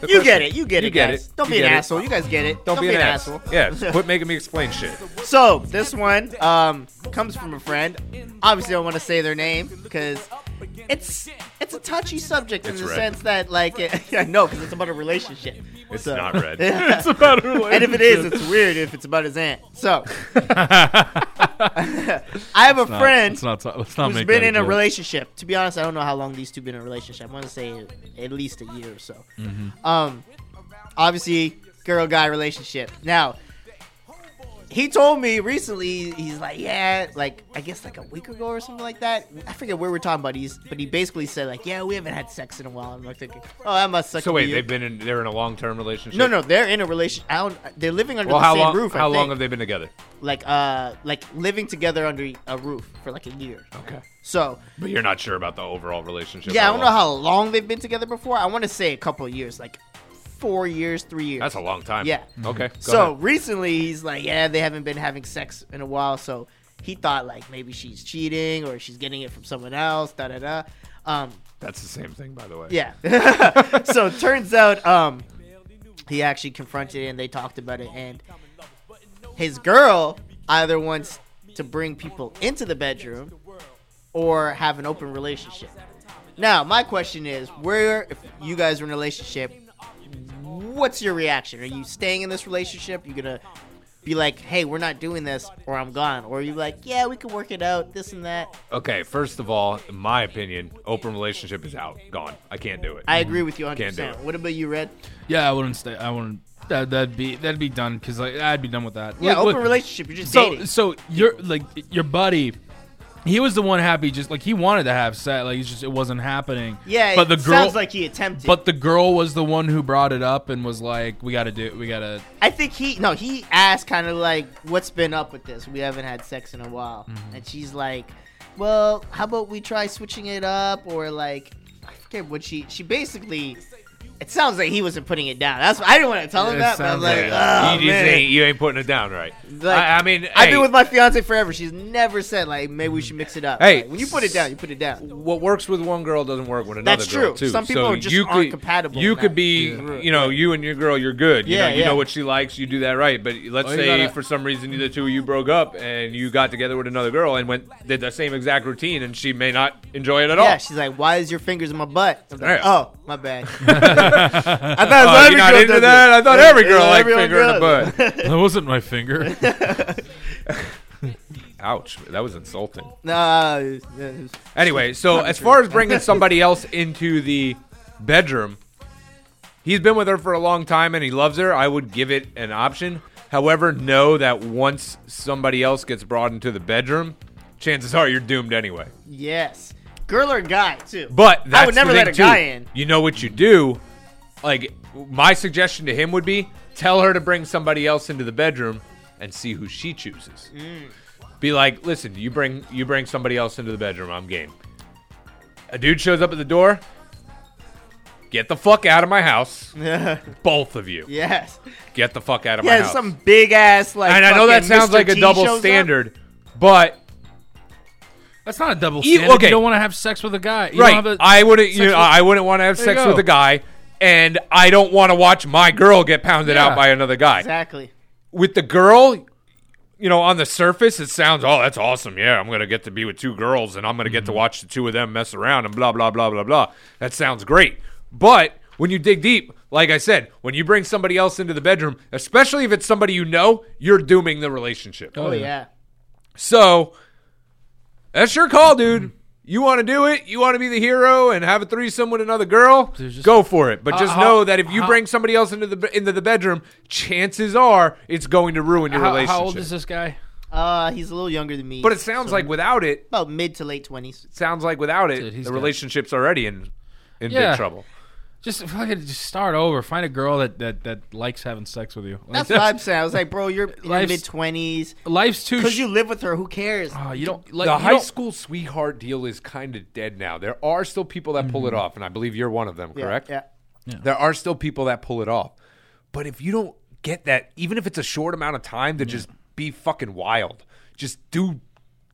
[SPEAKER 4] the
[SPEAKER 3] You
[SPEAKER 4] question.
[SPEAKER 3] get it. You get
[SPEAKER 4] You
[SPEAKER 3] it,
[SPEAKER 4] get
[SPEAKER 3] guys.
[SPEAKER 4] it.
[SPEAKER 3] Don't
[SPEAKER 4] You
[SPEAKER 3] be an
[SPEAKER 4] get it.
[SPEAKER 3] asshole. You guys get it.
[SPEAKER 4] Don't, be, an, asshole.
[SPEAKER 3] [LAUGHS]
[SPEAKER 4] Yeah, quit making me explain [LAUGHS] shit.
[SPEAKER 3] So this one um, comes from a friend. Obviously, I don't want to say their name because it's it's a touchy subject in
[SPEAKER 4] It's
[SPEAKER 3] the
[SPEAKER 4] red.
[SPEAKER 3] sense that like it, [LAUGHS] yeah, no, because it's about a relationship.
[SPEAKER 4] It's
[SPEAKER 3] So- [LAUGHS]
[SPEAKER 4] not red.
[SPEAKER 3] it's about a relationship. And if it is, it's weird if it's about his aunt. So I have a
[SPEAKER 7] Not-
[SPEAKER 3] friend
[SPEAKER 7] let's not talk, let's not
[SPEAKER 3] who's
[SPEAKER 7] make
[SPEAKER 3] been
[SPEAKER 7] that
[SPEAKER 3] in a
[SPEAKER 7] joke.
[SPEAKER 3] relationship. To be honest, I don't know how long these two been in a relationship. I want to say at least a year or so.
[SPEAKER 4] Mm-hmm.
[SPEAKER 3] Um, obviously, girl guy relationship. Now, he told me recently. He's like, yeah, like I guess like a week ago or something like that. I forget where we're talking about. He's, but he basically said like, yeah, we haven't had sex in a while. I'm like thinking, oh, that must suck.
[SPEAKER 4] So
[SPEAKER 3] to
[SPEAKER 4] wait,
[SPEAKER 3] you.
[SPEAKER 4] they've been in they're in a long term relationship.
[SPEAKER 3] no, no, they're in a relationship. I don't, they're living under
[SPEAKER 4] Well,
[SPEAKER 3] the
[SPEAKER 4] how
[SPEAKER 3] same
[SPEAKER 4] long?
[SPEAKER 3] roof. I
[SPEAKER 4] how long
[SPEAKER 3] think.
[SPEAKER 4] have they been together?
[SPEAKER 3] like uh like living together under a roof for like a year.
[SPEAKER 4] Okay,
[SPEAKER 3] So
[SPEAKER 4] but you're not sure about the overall relationship.
[SPEAKER 3] Yeah, I don't know
[SPEAKER 4] long.
[SPEAKER 3] how long they've been together before. I want to say a couple of years, like four years, three years.
[SPEAKER 4] That's a long time.
[SPEAKER 3] Yeah.
[SPEAKER 4] Okay. go
[SPEAKER 3] so
[SPEAKER 4] ahead.
[SPEAKER 3] recently, he's like, yeah, they haven't been having sex in a while. So he thought like maybe she's cheating or she's getting it from someone else. Da da da. Um,
[SPEAKER 4] that's the same thing, by the way.
[SPEAKER 3] [LAUGHS] yeah. so it turns out um he actually confronted it and they talked about it and his girl either wants to bring people into the bedroom or have an open relationship. Now, my question is, where if you guys are in a relationship, what's your reaction? Are you staying in this relationship? You gonna be like, hey, we're not doing this, or I'm gone, or are you like, yeah, we can work it out, this and that.
[SPEAKER 4] Okay. First of all, in my opinion, open relationship is out, gone. I can't do it.
[SPEAKER 3] I agree with you
[SPEAKER 4] Can't do
[SPEAKER 3] 100%.
[SPEAKER 4] it.
[SPEAKER 3] What about you, Red?
[SPEAKER 7] Yeah, I wouldn't stay. I wouldn't. That, that'd be that'd be done because like I'd be done with that.
[SPEAKER 3] Yeah,
[SPEAKER 7] Look,
[SPEAKER 3] open
[SPEAKER 7] look,
[SPEAKER 3] relationship. You're just
[SPEAKER 7] So
[SPEAKER 3] dating.
[SPEAKER 7] so your like your buddy, he was the one happy. Just like he wanted to have sex. Like it's just it wasn't happening.
[SPEAKER 3] Yeah,
[SPEAKER 7] but the
[SPEAKER 3] it
[SPEAKER 7] girl.
[SPEAKER 3] sounds like he attempted.
[SPEAKER 7] but the girl was the one who brought it up and was like, "We gotta do. We [LAUGHS] gotta."
[SPEAKER 3] I think he no, he asked kind of like, "What's been up with this? We haven't had sex in a while." And she's like, "Well, how about we try switching it up?" Or like, I forget what she she basically It sounds like he wasn't putting it down. That's I didn't want to tell him
[SPEAKER 7] It
[SPEAKER 3] that, but I was
[SPEAKER 7] sounds
[SPEAKER 3] like,
[SPEAKER 7] like it.
[SPEAKER 3] oh,
[SPEAKER 4] you just
[SPEAKER 3] man.
[SPEAKER 4] ain't you ain't putting it down right.
[SPEAKER 3] Like,
[SPEAKER 4] I, I mean,
[SPEAKER 3] I've
[SPEAKER 4] hey,
[SPEAKER 3] been with my fiance forever. She's never said like maybe we should mix it up.
[SPEAKER 4] Hey.
[SPEAKER 3] Like, when you put it down, you put it down.
[SPEAKER 4] what works with one girl doesn't work with another
[SPEAKER 3] That's
[SPEAKER 4] girl
[SPEAKER 3] true.
[SPEAKER 4] too.
[SPEAKER 3] Some people
[SPEAKER 4] so
[SPEAKER 3] are just
[SPEAKER 4] you
[SPEAKER 3] aren't
[SPEAKER 4] could,
[SPEAKER 3] compatible
[SPEAKER 4] You
[SPEAKER 3] with
[SPEAKER 4] could
[SPEAKER 3] that.
[SPEAKER 4] be, you know, you and your girl, you're good. You
[SPEAKER 3] Yeah,
[SPEAKER 4] know, you
[SPEAKER 3] yeah.
[SPEAKER 4] know what she likes. You do that right. But let's
[SPEAKER 7] Oh, you
[SPEAKER 4] say
[SPEAKER 7] gotta-
[SPEAKER 4] for some reason the two of you broke up and you got together with another girl and went did the same exact routine, and she may not enjoy it at
[SPEAKER 3] Yeah,
[SPEAKER 4] [LAUGHS]
[SPEAKER 3] [LAUGHS]
[SPEAKER 4] all.
[SPEAKER 3] she's like, why is your fingers in my butt? I'm like,
[SPEAKER 4] Yeah.
[SPEAKER 3] oh, my bad. [LAUGHS]
[SPEAKER 7] that
[SPEAKER 3] I thought
[SPEAKER 4] Oh, you're not into
[SPEAKER 3] does
[SPEAKER 4] that?
[SPEAKER 3] it.
[SPEAKER 4] I thought every
[SPEAKER 3] Yeah,
[SPEAKER 4] girl liked
[SPEAKER 3] everyone
[SPEAKER 4] finger in the
[SPEAKER 3] does. [LAUGHS]
[SPEAKER 7] wasn't my finger.
[SPEAKER 4] Ouch, that was insulting.
[SPEAKER 3] nah, it's- it's-
[SPEAKER 4] Anyway, so as far as bringing somebody else into the bedroom, he's been with her for a long time and he loves her. I would give it an option. However, know that once somebody else gets brought into the bedroom, chances are you're doomed anyway.
[SPEAKER 3] yes, girl or guy too.
[SPEAKER 4] But that's
[SPEAKER 3] I would never
[SPEAKER 4] the
[SPEAKER 3] let
[SPEAKER 4] thing,
[SPEAKER 3] a guy
[SPEAKER 4] too.
[SPEAKER 3] in.
[SPEAKER 4] You know what you do? Like my suggestion to him would be tell her to bring somebody else into the bedroom and see who she chooses.
[SPEAKER 3] Mm.
[SPEAKER 4] Be like, listen, you bring you bring somebody else into the bedroom. I'm game. A dude shows up at the door. Get the fuck out of my
[SPEAKER 3] [LAUGHS]
[SPEAKER 4] house, both of you.
[SPEAKER 3] yes,
[SPEAKER 4] Get the fuck out of my
[SPEAKER 3] yeah,
[SPEAKER 4] house.
[SPEAKER 3] some big ass like.
[SPEAKER 4] and I know that
[SPEAKER 3] fucking
[SPEAKER 4] sounds
[SPEAKER 3] Mr.
[SPEAKER 4] like a
[SPEAKER 3] T shows
[SPEAKER 4] double
[SPEAKER 3] up.
[SPEAKER 4] standard, but
[SPEAKER 7] That's not a double
[SPEAKER 4] You-
[SPEAKER 7] standard.
[SPEAKER 4] okay.
[SPEAKER 7] You don't want to have sex with a guy. You
[SPEAKER 4] right.
[SPEAKER 7] Don't have a,
[SPEAKER 4] I wouldn't. You
[SPEAKER 7] sex
[SPEAKER 4] know,
[SPEAKER 7] with-
[SPEAKER 4] I wouldn't want to have
[SPEAKER 7] There
[SPEAKER 4] sex
[SPEAKER 7] you
[SPEAKER 4] with
[SPEAKER 7] go.
[SPEAKER 4] a guy, and I don't want to watch my girl get pounded
[SPEAKER 7] Yeah.
[SPEAKER 4] out by another guy.
[SPEAKER 3] Exactly.
[SPEAKER 4] With the girl, you know, on the surface, it sounds, oh, that's awesome. Yeah, I'm gonna get to be with two girls, and I'm gonna
[SPEAKER 7] Mm-hmm.
[SPEAKER 4] get to watch the two of them mess around and blah blah blah blah blah. That sounds great. But when you dig deep, like I said, when you bring somebody else into the bedroom, especially if it's somebody you know, you're dooming the relationship.
[SPEAKER 3] Oh yeah.
[SPEAKER 4] So that's your call, dude. You want to do it? You want to be the hero and have a threesome with another girl?
[SPEAKER 7] There's just-
[SPEAKER 4] Go for it. But just
[SPEAKER 7] how-
[SPEAKER 4] know that if you
[SPEAKER 7] how-
[SPEAKER 4] bring somebody else into the be- into the bedroom, chances are it's going to ruin your
[SPEAKER 7] how,
[SPEAKER 4] relationship.
[SPEAKER 7] how old is this guy?
[SPEAKER 3] Uh, he's a little younger than me.
[SPEAKER 4] But it sounds like without it,
[SPEAKER 3] about mid to late
[SPEAKER 4] [LAUGHS]
[SPEAKER 3] twenties.
[SPEAKER 4] sounds like without it,
[SPEAKER 7] Dude, he's
[SPEAKER 4] the
[SPEAKER 7] dead.
[SPEAKER 4] relationship's already in in
[SPEAKER 7] Yeah.
[SPEAKER 4] big trouble.
[SPEAKER 7] Just fucking just start over. Find a girl that that, that likes having sex with you. Like,
[SPEAKER 3] That's what I'm saying. I was like, bro, you're in your
[SPEAKER 7] Life's-
[SPEAKER 3] mid twenties
[SPEAKER 7] [LAUGHS] life's too.
[SPEAKER 3] because
[SPEAKER 7] sh-
[SPEAKER 3] you live with her. Who cares?
[SPEAKER 4] Ah,
[SPEAKER 7] Oh, you don't like
[SPEAKER 4] the
[SPEAKER 7] you
[SPEAKER 4] high
[SPEAKER 7] don't-
[SPEAKER 4] school sweetheart deal is kind of dead now. There are still people that
[SPEAKER 7] Mm-hmm.
[SPEAKER 4] pull it off, and I believe you're one of them,
[SPEAKER 3] Yeah,
[SPEAKER 4] correct?
[SPEAKER 3] Yeah.
[SPEAKER 4] There are still people that pull it off. But if you don't get that, even if it's a short amount of time to just be fucking wild, just do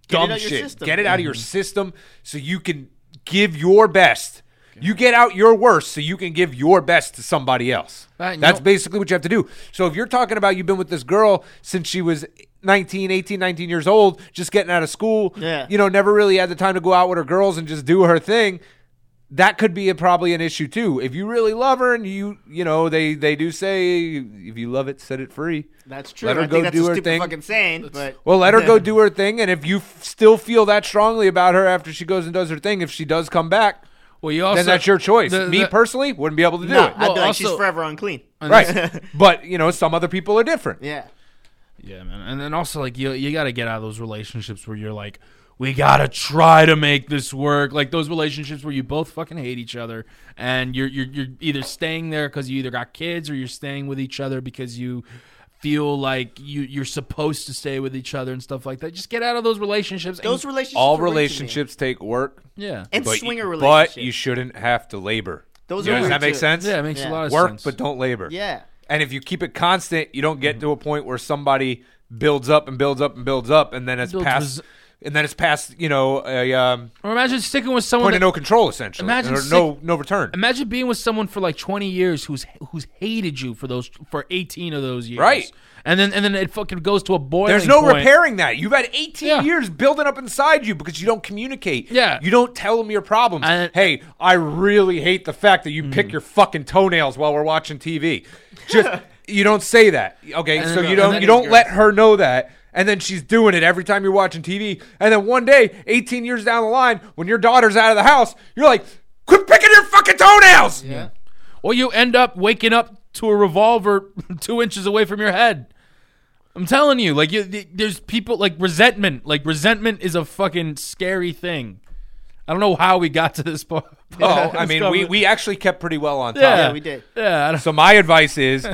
[SPEAKER 4] dumb
[SPEAKER 3] out of your
[SPEAKER 4] shit.
[SPEAKER 3] system. Mm-hmm.
[SPEAKER 4] Get it out of your system so you can give your best. You get out your worst so you can give your best to somebody else.
[SPEAKER 7] Right, and you
[SPEAKER 4] That's
[SPEAKER 7] don't-
[SPEAKER 4] basically what you have to do. So if you're talking about you've been with this girl since she was 19, 18, 19 years old, just getting out of school,
[SPEAKER 3] Yeah.
[SPEAKER 4] you know, never really had the time to go out with her girls and just do her thing, that could be a, probably an issue too. If you really love her and you, you know, they they do say if you love it, set it free.
[SPEAKER 3] That's true.
[SPEAKER 4] Let her
[SPEAKER 3] I
[SPEAKER 4] go
[SPEAKER 3] think that's a
[SPEAKER 4] do her
[SPEAKER 3] stupid
[SPEAKER 4] thing.
[SPEAKER 3] fucking saying, but [LAUGHS]
[SPEAKER 4] Well, let her go do her thing, and if you f- still feel that strongly about her after she goes and does her thing, if she does come back,
[SPEAKER 7] Well, you also
[SPEAKER 4] then that's your choice.
[SPEAKER 7] the-
[SPEAKER 4] Me
[SPEAKER 7] the-
[SPEAKER 4] personally wouldn't be able to do
[SPEAKER 3] no,
[SPEAKER 4] it.
[SPEAKER 3] I'd be like,
[SPEAKER 7] Well,
[SPEAKER 3] she's
[SPEAKER 7] also-
[SPEAKER 3] forever unclean. [LAUGHS]
[SPEAKER 4] right, but you know, some other people are different.
[SPEAKER 3] Yeah.
[SPEAKER 7] Yeah, man. And then also like you you got to get out of those relationships where you're like we got to try to make this work. Like those relationships where you both fucking hate each other and you're you're you're either staying there cuz you either got kids or you're staying with each other because you feel like you you're supposed to stay with each other and stuff like that. Just get out of those relationships. and-
[SPEAKER 3] Those relationships.
[SPEAKER 4] All
[SPEAKER 3] are weird to me.
[SPEAKER 4] relationships take work,
[SPEAKER 7] yeah.
[SPEAKER 3] and
[SPEAKER 4] but
[SPEAKER 3] swinger
[SPEAKER 4] you,
[SPEAKER 3] relationships.
[SPEAKER 4] but you shouldn't have to labor.
[SPEAKER 3] Those
[SPEAKER 4] You know,
[SPEAKER 3] are
[SPEAKER 4] does
[SPEAKER 3] weird
[SPEAKER 4] that make
[SPEAKER 3] too.
[SPEAKER 4] sense?
[SPEAKER 7] yeah, it makes
[SPEAKER 3] Yeah.
[SPEAKER 7] a lot of
[SPEAKER 4] Work
[SPEAKER 7] sense.
[SPEAKER 4] but don't labor.
[SPEAKER 3] Yeah.
[SPEAKER 4] And if you keep it constant, you don't get to a point where somebody builds up and builds up and builds up, and then it's
[SPEAKER 7] Builds
[SPEAKER 4] past,
[SPEAKER 7] res-
[SPEAKER 4] and then it's past, you know, a um,
[SPEAKER 7] or imagine sticking with someone
[SPEAKER 4] point
[SPEAKER 7] that,
[SPEAKER 4] of no control essentially,
[SPEAKER 7] Imagine
[SPEAKER 4] or
[SPEAKER 7] sick-
[SPEAKER 4] no no return.
[SPEAKER 7] Imagine being with someone for like 20 years who's who's hated you for those for 18 of those years.
[SPEAKER 4] Right.
[SPEAKER 7] And then and then it fucking goes to a boiling
[SPEAKER 4] There's no
[SPEAKER 7] point.
[SPEAKER 4] repairing that. You've had 18
[SPEAKER 7] Yeah.
[SPEAKER 4] years building up inside you because you don't communicate.
[SPEAKER 7] Yeah.
[SPEAKER 4] You don't tell them your problems.
[SPEAKER 7] And- Mm.
[SPEAKER 4] hey, I really hate the fact that you pick your fucking toenails while we're watching TV.
[SPEAKER 7] [LAUGHS]
[SPEAKER 4] Just you don't say that. Okay,
[SPEAKER 7] And
[SPEAKER 4] so
[SPEAKER 7] then-
[SPEAKER 4] you
[SPEAKER 7] and
[SPEAKER 4] don't
[SPEAKER 7] then
[SPEAKER 4] you
[SPEAKER 7] these
[SPEAKER 4] don't
[SPEAKER 7] girls-
[SPEAKER 4] let her know that. And then she's doing it every time you're watching TV. And then one day, 18 years down the line, when your daughter's out of the house, you're like, quit picking your fucking toenails.
[SPEAKER 3] Yeah.
[SPEAKER 7] Or you end up waking up to a revolver [LAUGHS] 2 inches away from your head. I'm telling you, like you, th- there's people like resentment. Like resentment is a fucking scary thing. I don't know how we got to this po- [LAUGHS]
[SPEAKER 4] Oh, I
[SPEAKER 7] It's
[SPEAKER 4] mean,
[SPEAKER 7] called-
[SPEAKER 4] we, we actually kept pretty well on top.
[SPEAKER 7] Yeah.
[SPEAKER 3] Yeah, we did.
[SPEAKER 7] Yeah, I don't,
[SPEAKER 4] So my advice is,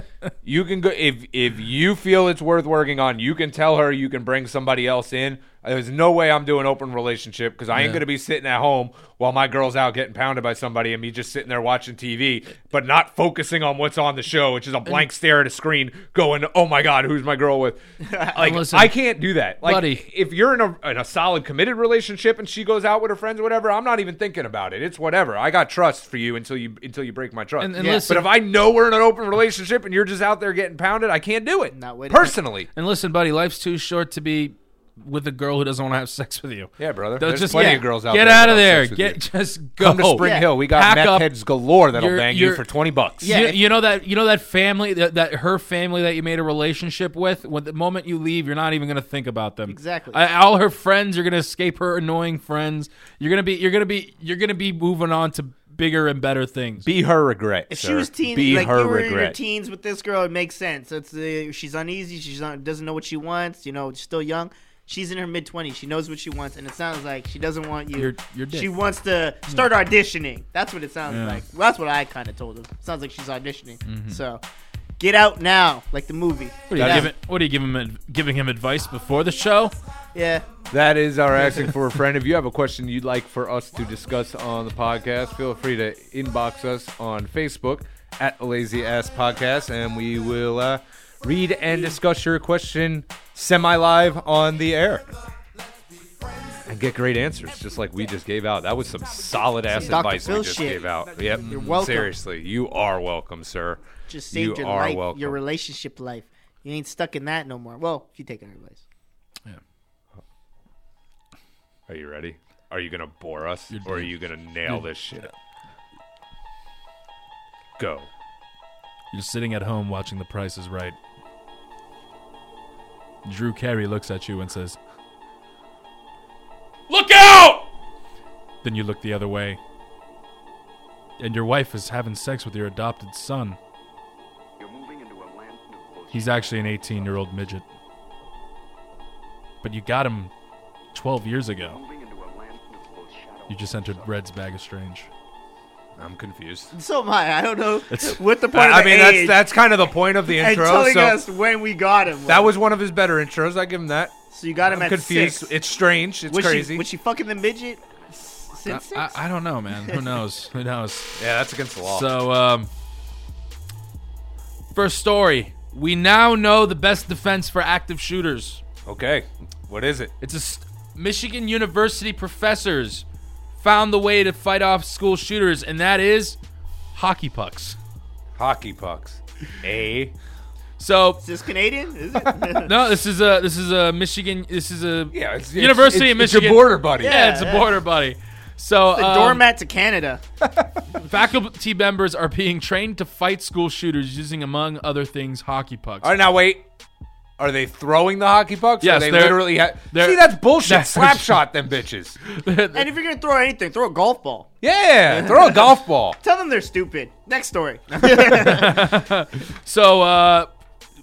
[SPEAKER 4] you can go if if you feel it's worth working on. You can tell her you can bring somebody else in. There's no way I'm doing open relationship because I ain't gonna be sitting at home while my girl's out getting pounded by somebody and me just sitting there watching TV but not focusing on what's on the show, which is a blank stare at a screen, going, "Oh my god, who's my girl
[SPEAKER 7] [LAUGHS]
[SPEAKER 4] with?" Like
[SPEAKER 7] Listen,
[SPEAKER 4] I can't do that. Like
[SPEAKER 7] buddy.
[SPEAKER 4] if you're in a in a solid committed relationship and she goes out with her friends or whatever, I'm not even thinking about it. It's whatever. I got trust for you until you until you break my trust.
[SPEAKER 7] and, and
[SPEAKER 3] Yeah.
[SPEAKER 7] listen,
[SPEAKER 4] But if I know we're in an open relationship and you're just out there getting pounded, I can't do it.
[SPEAKER 3] Not with-
[SPEAKER 4] personally.
[SPEAKER 7] and listen, buddy, life's too short to be with a girl who doesn't want to have sex with you.
[SPEAKER 4] Yeah, brother.
[SPEAKER 7] Don't
[SPEAKER 4] There's plenty
[SPEAKER 7] yeah,
[SPEAKER 4] of girls out
[SPEAKER 7] get
[SPEAKER 4] there Oh.
[SPEAKER 7] out
[SPEAKER 4] that'll
[SPEAKER 7] of there.
[SPEAKER 4] have sex with
[SPEAKER 7] Get
[SPEAKER 4] you.
[SPEAKER 7] [LAUGHS] just go.
[SPEAKER 4] Come to Spring Hill. We got
[SPEAKER 7] Pack
[SPEAKER 4] meth
[SPEAKER 7] up.
[SPEAKER 4] heads galore that'll
[SPEAKER 7] Your-
[SPEAKER 4] bang
[SPEAKER 7] your-
[SPEAKER 4] you for twenty bucks.
[SPEAKER 3] Yeah,
[SPEAKER 7] you,
[SPEAKER 3] if-
[SPEAKER 7] you know that you know that family that, that her family that you made a relationship with. When the moment you leave, you're not even going to think about them.
[SPEAKER 3] Exactly.
[SPEAKER 7] I, all her friends are going to escape her annoying friends. You're going to be you're going to be you're going to be moving on to bigger and better things.
[SPEAKER 4] Be her regret.
[SPEAKER 3] If she
[SPEAKER 4] sir.
[SPEAKER 3] was teen,
[SPEAKER 4] Be
[SPEAKER 3] like
[SPEAKER 4] her
[SPEAKER 3] you were in your
[SPEAKER 4] regret.
[SPEAKER 3] teens with this girl, it makes sense. It's uh, she's uneasy. She's not, doesn't know what she wants. You know, she's still young. She's in her mid twenties. She knows what she wants, and it sounds like she doesn't want you.
[SPEAKER 7] You're- you're dick.
[SPEAKER 3] she wants to start auditioning. That's what it sounds like. Well, that's what I kind of told him. Sounds like she's auditioning.
[SPEAKER 4] Mm-hmm.
[SPEAKER 3] So, get out now, like the movie.
[SPEAKER 7] What are you giving? What are you giving him? Giving him advice before the show?
[SPEAKER 3] Yeah.
[SPEAKER 4] That
[SPEAKER 3] [LAUGHS]
[SPEAKER 4] is our asking for a friend. If you have a question you'd like for us to discuss on the podcast, feel free to inbox us on Facebook at Lazy Ass Podcast, and we will uh, read and discuss your question semi live on the air. And get great answers, just like we just gave out. That was some solid ass
[SPEAKER 3] Dr.
[SPEAKER 4] advice we
[SPEAKER 3] Phil
[SPEAKER 4] just
[SPEAKER 3] shit.
[SPEAKER 4] gave out. Yep.
[SPEAKER 3] You're welcome.
[SPEAKER 4] Seriously, you are welcome, sir.
[SPEAKER 3] Just
[SPEAKER 4] You
[SPEAKER 3] saved your
[SPEAKER 4] are
[SPEAKER 3] life,
[SPEAKER 4] welcome.
[SPEAKER 3] your relationship life. You ain't stuck in that no more. Well, if you take her advice.
[SPEAKER 4] Are you ready? Are you gonna bore us, or are you gonna nail this shit? Go.
[SPEAKER 7] You're sitting at home watching The Price is Right. Drew Carey looks at you and says,
[SPEAKER 2] Look out!
[SPEAKER 7] Then you look the other way. And your wife is having sex with your adopted son. He's actually an 18 year old midget. But you got him 12 years ago. You just entered Red's Bag of Strange.
[SPEAKER 4] I'm confused.
[SPEAKER 3] So am I. I don't know what the point.
[SPEAKER 4] I,
[SPEAKER 3] of the
[SPEAKER 4] mean,
[SPEAKER 3] age
[SPEAKER 4] that's that's kind of the point of the
[SPEAKER 3] and
[SPEAKER 4] intro.
[SPEAKER 3] telling
[SPEAKER 4] So
[SPEAKER 3] us when we got him.
[SPEAKER 4] that
[SPEAKER 3] was.
[SPEAKER 4] was one of his better intros. I give him that.
[SPEAKER 3] So you got him
[SPEAKER 4] I'm
[SPEAKER 3] at
[SPEAKER 4] confused.
[SPEAKER 3] six.
[SPEAKER 4] It's strange. It's
[SPEAKER 3] was
[SPEAKER 4] crazy.
[SPEAKER 3] She, was she fucking the midget s- since six?
[SPEAKER 7] I don't know, man. Who knows? Who knows?
[SPEAKER 4] yeah, that's against the law.
[SPEAKER 7] So, um, first story. We now know the best defense for active shooters.
[SPEAKER 4] okay, what is it?
[SPEAKER 7] It's a st- Michigan University professors found the way to fight off school shooters, and that is hockey pucks.
[SPEAKER 4] Hockey pucks. A.
[SPEAKER 7] So,
[SPEAKER 3] Is this Canadian?
[SPEAKER 4] [LAUGHS]
[SPEAKER 3] Is it? [LAUGHS]
[SPEAKER 7] no, this is a this is a Michigan. This is a
[SPEAKER 4] Yeah, it's, it's-
[SPEAKER 7] University
[SPEAKER 4] it's,
[SPEAKER 7] of
[SPEAKER 4] It's
[SPEAKER 7] Michigan.
[SPEAKER 4] your border buddy.
[SPEAKER 7] Yeah, it's a
[SPEAKER 3] yeah.
[SPEAKER 7] border buddy. So,
[SPEAKER 3] the
[SPEAKER 7] um,
[SPEAKER 3] doormat to Canada.
[SPEAKER 7] faculty members are being trained to fight school shooters using, among other things, hockey pucks.
[SPEAKER 4] All right, now wait. Are they throwing the hockey pucks? Yeah,
[SPEAKER 7] Yes,
[SPEAKER 4] they
[SPEAKER 7] they're-
[SPEAKER 4] literally. Ha-
[SPEAKER 7] they're-
[SPEAKER 4] See, that's bullshit.
[SPEAKER 7] That's- [LAUGHS]
[SPEAKER 4] Slap shot them bitches.
[SPEAKER 3] And if you're gonna throw anything, throw a golf ball.
[SPEAKER 4] Yeah, throw a golf ball.
[SPEAKER 3] Tell them they're stupid. Next
[SPEAKER 4] [LAUGHS]
[SPEAKER 3] story.
[SPEAKER 7] So, uh,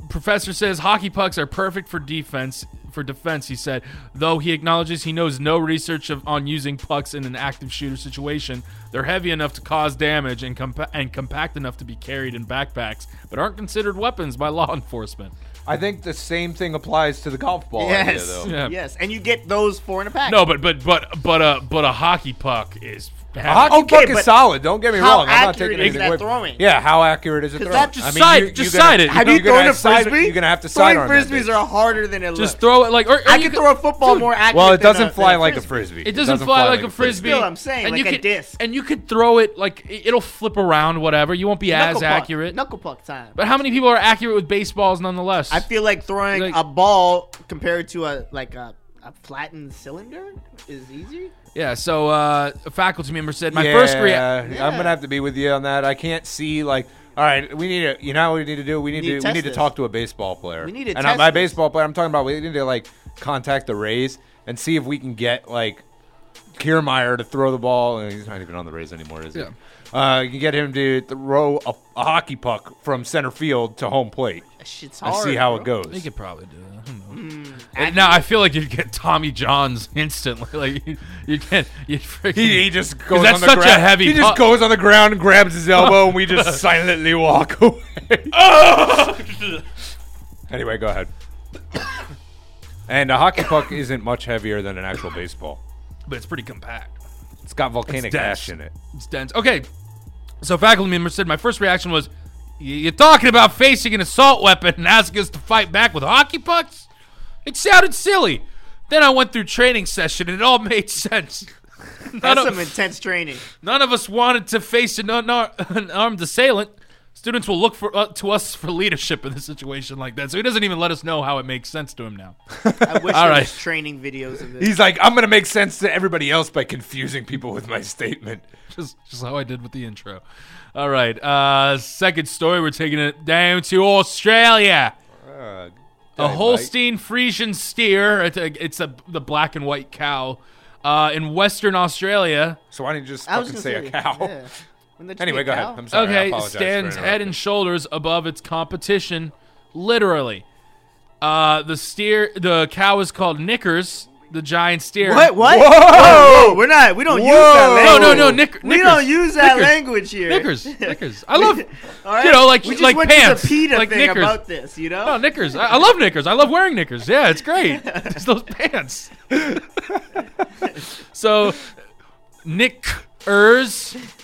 [SPEAKER 7] professor says hockey pucks are perfect for defense. For defense, he said, though he acknowledges he knows no research of, on using pucks in an active shooter situation. They're heavy enough to cause damage and, compa- and compact enough to be carried in backpacks, but aren't considered weapons by law [LAUGHS] enforcement.
[SPEAKER 4] I think the same thing applies to the golf ball idea,
[SPEAKER 3] yes.
[SPEAKER 4] though.
[SPEAKER 7] Yeah.
[SPEAKER 3] Yes. And you get those four in a pack.
[SPEAKER 7] No, but but but but a but a hockey puck is
[SPEAKER 4] A hockey
[SPEAKER 7] heavy.
[SPEAKER 4] puck is
[SPEAKER 3] but
[SPEAKER 4] Oh, solid. Don't get me
[SPEAKER 3] how
[SPEAKER 4] wrong. I'm not
[SPEAKER 3] accurate
[SPEAKER 4] taking
[SPEAKER 3] is
[SPEAKER 4] anything
[SPEAKER 3] that
[SPEAKER 4] away.
[SPEAKER 3] throwing?
[SPEAKER 4] Yeah, how accurate is it?
[SPEAKER 3] 'Cause
[SPEAKER 4] Throwing?
[SPEAKER 3] that just
[SPEAKER 7] side- just side it.
[SPEAKER 3] Have
[SPEAKER 4] Have you
[SPEAKER 3] you
[SPEAKER 4] you're gonna
[SPEAKER 3] thrown a
[SPEAKER 4] have side-
[SPEAKER 3] frisbee?
[SPEAKER 4] You're gonna have to
[SPEAKER 3] Throwing
[SPEAKER 4] sidearm that
[SPEAKER 3] frisbees
[SPEAKER 4] bitch.
[SPEAKER 3] are harder than it
[SPEAKER 7] Just
[SPEAKER 3] looks.
[SPEAKER 7] throw it like or, or
[SPEAKER 3] I
[SPEAKER 7] you
[SPEAKER 3] can
[SPEAKER 7] could-
[SPEAKER 3] throw a football
[SPEAKER 7] dude,
[SPEAKER 3] more accurate.
[SPEAKER 4] Well, it
[SPEAKER 3] than
[SPEAKER 4] doesn't
[SPEAKER 3] a-
[SPEAKER 4] fly
[SPEAKER 3] than
[SPEAKER 4] like a
[SPEAKER 3] frisbee.
[SPEAKER 4] frisbee.
[SPEAKER 7] It doesn't, fly, like, a frisbee.
[SPEAKER 3] Still, I'm saying, like
[SPEAKER 7] you
[SPEAKER 3] a
[SPEAKER 7] could,
[SPEAKER 3] disc.
[SPEAKER 7] And you could throw it like it- it'll flip around, whatever. You won't be
[SPEAKER 3] Knuckle
[SPEAKER 7] as
[SPEAKER 3] puck.
[SPEAKER 7] accurate.
[SPEAKER 3] Knuckle puck time.
[SPEAKER 7] But how many people are accurate with baseballs nonetheless?
[SPEAKER 3] I feel like throwing
[SPEAKER 7] Like-
[SPEAKER 3] a ball compared to a like a, a flattened cylinder is easier.
[SPEAKER 7] yeah, so uh, a faculty member said, my
[SPEAKER 4] yeah,
[SPEAKER 7] first reaction.
[SPEAKER 4] I'm gonna have to be with you on that. I can't see like. All right, we need to. You know, what we need to do. We need,
[SPEAKER 3] need to
[SPEAKER 4] to. We
[SPEAKER 3] test
[SPEAKER 4] need to
[SPEAKER 3] this.
[SPEAKER 4] talk to a baseball player.
[SPEAKER 3] We need to
[SPEAKER 4] And
[SPEAKER 3] test
[SPEAKER 4] my
[SPEAKER 3] this.
[SPEAKER 4] baseball player, I'm talking about. We need to like contact the Rays and see if we can get like Kiermaier to throw the ball. And he's not even on the Rays anymore, is he? Uh, you can get him to throw a, a hockey puck from center field to home plate
[SPEAKER 3] That shit's
[SPEAKER 4] and
[SPEAKER 3] hard.
[SPEAKER 4] see how
[SPEAKER 3] bro.
[SPEAKER 4] it goes.
[SPEAKER 3] Hmm.
[SPEAKER 7] could probably do that. I don't know. And now I feel like you'd get Tommy John's [LAUGHS] instantly. Like you, you can't. You freaking.
[SPEAKER 4] He, he just goes
[SPEAKER 7] that's
[SPEAKER 4] on the
[SPEAKER 7] such a
[SPEAKER 4] ground.
[SPEAKER 7] heavy
[SPEAKER 4] He just
[SPEAKER 7] pu-
[SPEAKER 4] goes on the ground, grabs his elbow, and we
[SPEAKER 7] [LAUGHS]
[SPEAKER 4] just silently walk away. anyway, go ahead. and a hockey puck isn't much heavier than an actual baseball.
[SPEAKER 7] but it's pretty compact.
[SPEAKER 4] It's got volcanic
[SPEAKER 7] It's dense.
[SPEAKER 4] ash in it.
[SPEAKER 7] It's dense. Okay. So faculty member said my first reaction was, "Y- "You're talking about facing an assault weapon and asking us to fight back with hockey pucks." It sounded silly. Then I went through training session and it all [LAUGHS] made sense. None
[SPEAKER 3] That's
[SPEAKER 7] of,
[SPEAKER 3] some intense training.
[SPEAKER 7] none of us wanted to face an, unar- [LAUGHS] an armed assailant. Students will look for uh, to us for leadership in a situation like that. So he doesn't even let us know how it makes sense to him now. [LAUGHS]
[SPEAKER 3] I wish
[SPEAKER 7] All
[SPEAKER 3] there
[SPEAKER 7] right.
[SPEAKER 3] was training videos of this.
[SPEAKER 4] He's like, I'm gonna make sense to everybody else by confusing people with my statement.
[SPEAKER 7] just, just how I did with the intro. All right. Uh, second story. We're taking it down to Australia.
[SPEAKER 3] Uh,
[SPEAKER 7] a Holstein Friesian steer. It's a, it's a the black and white cow uh, in Western Australia.
[SPEAKER 4] So why didn't you just
[SPEAKER 3] I was
[SPEAKER 4] fucking
[SPEAKER 3] gonna
[SPEAKER 4] say,
[SPEAKER 3] say
[SPEAKER 4] a cow? [LAUGHS]
[SPEAKER 3] yeah. Wouldn't that just be
[SPEAKER 4] Anyway,
[SPEAKER 3] a
[SPEAKER 4] go
[SPEAKER 3] cow?
[SPEAKER 4] ahead. I'm sorry. I
[SPEAKER 7] okay,
[SPEAKER 4] apologize for
[SPEAKER 7] stands head
[SPEAKER 4] interrupting.
[SPEAKER 7] and shoulders above its competition, literally. Uh, the steer, the cow is called Knickers. The giant steer.
[SPEAKER 3] What? What?
[SPEAKER 4] Whoa!
[SPEAKER 3] Whoa, We're not. We don't use that
[SPEAKER 4] Whoa!
[SPEAKER 7] No,
[SPEAKER 3] language.
[SPEAKER 7] no, no, Knick-
[SPEAKER 3] We
[SPEAKER 7] Knickers.
[SPEAKER 3] don't use that
[SPEAKER 7] Knickers.
[SPEAKER 3] language here.
[SPEAKER 7] Knickers, Knickers. I [LAUGHS] love,
[SPEAKER 3] [LAUGHS] All right?
[SPEAKER 7] you know, like
[SPEAKER 3] we just
[SPEAKER 7] like
[SPEAKER 3] went
[SPEAKER 7] pants,
[SPEAKER 3] to the PETA
[SPEAKER 7] like
[SPEAKER 3] thing
[SPEAKER 7] Knickers.
[SPEAKER 3] about this. You know, [LAUGHS]
[SPEAKER 7] No, Oh, knickers. I, I love knickers. I love wearing knickers. Yeah, it's great. It's those pants. so, knickers.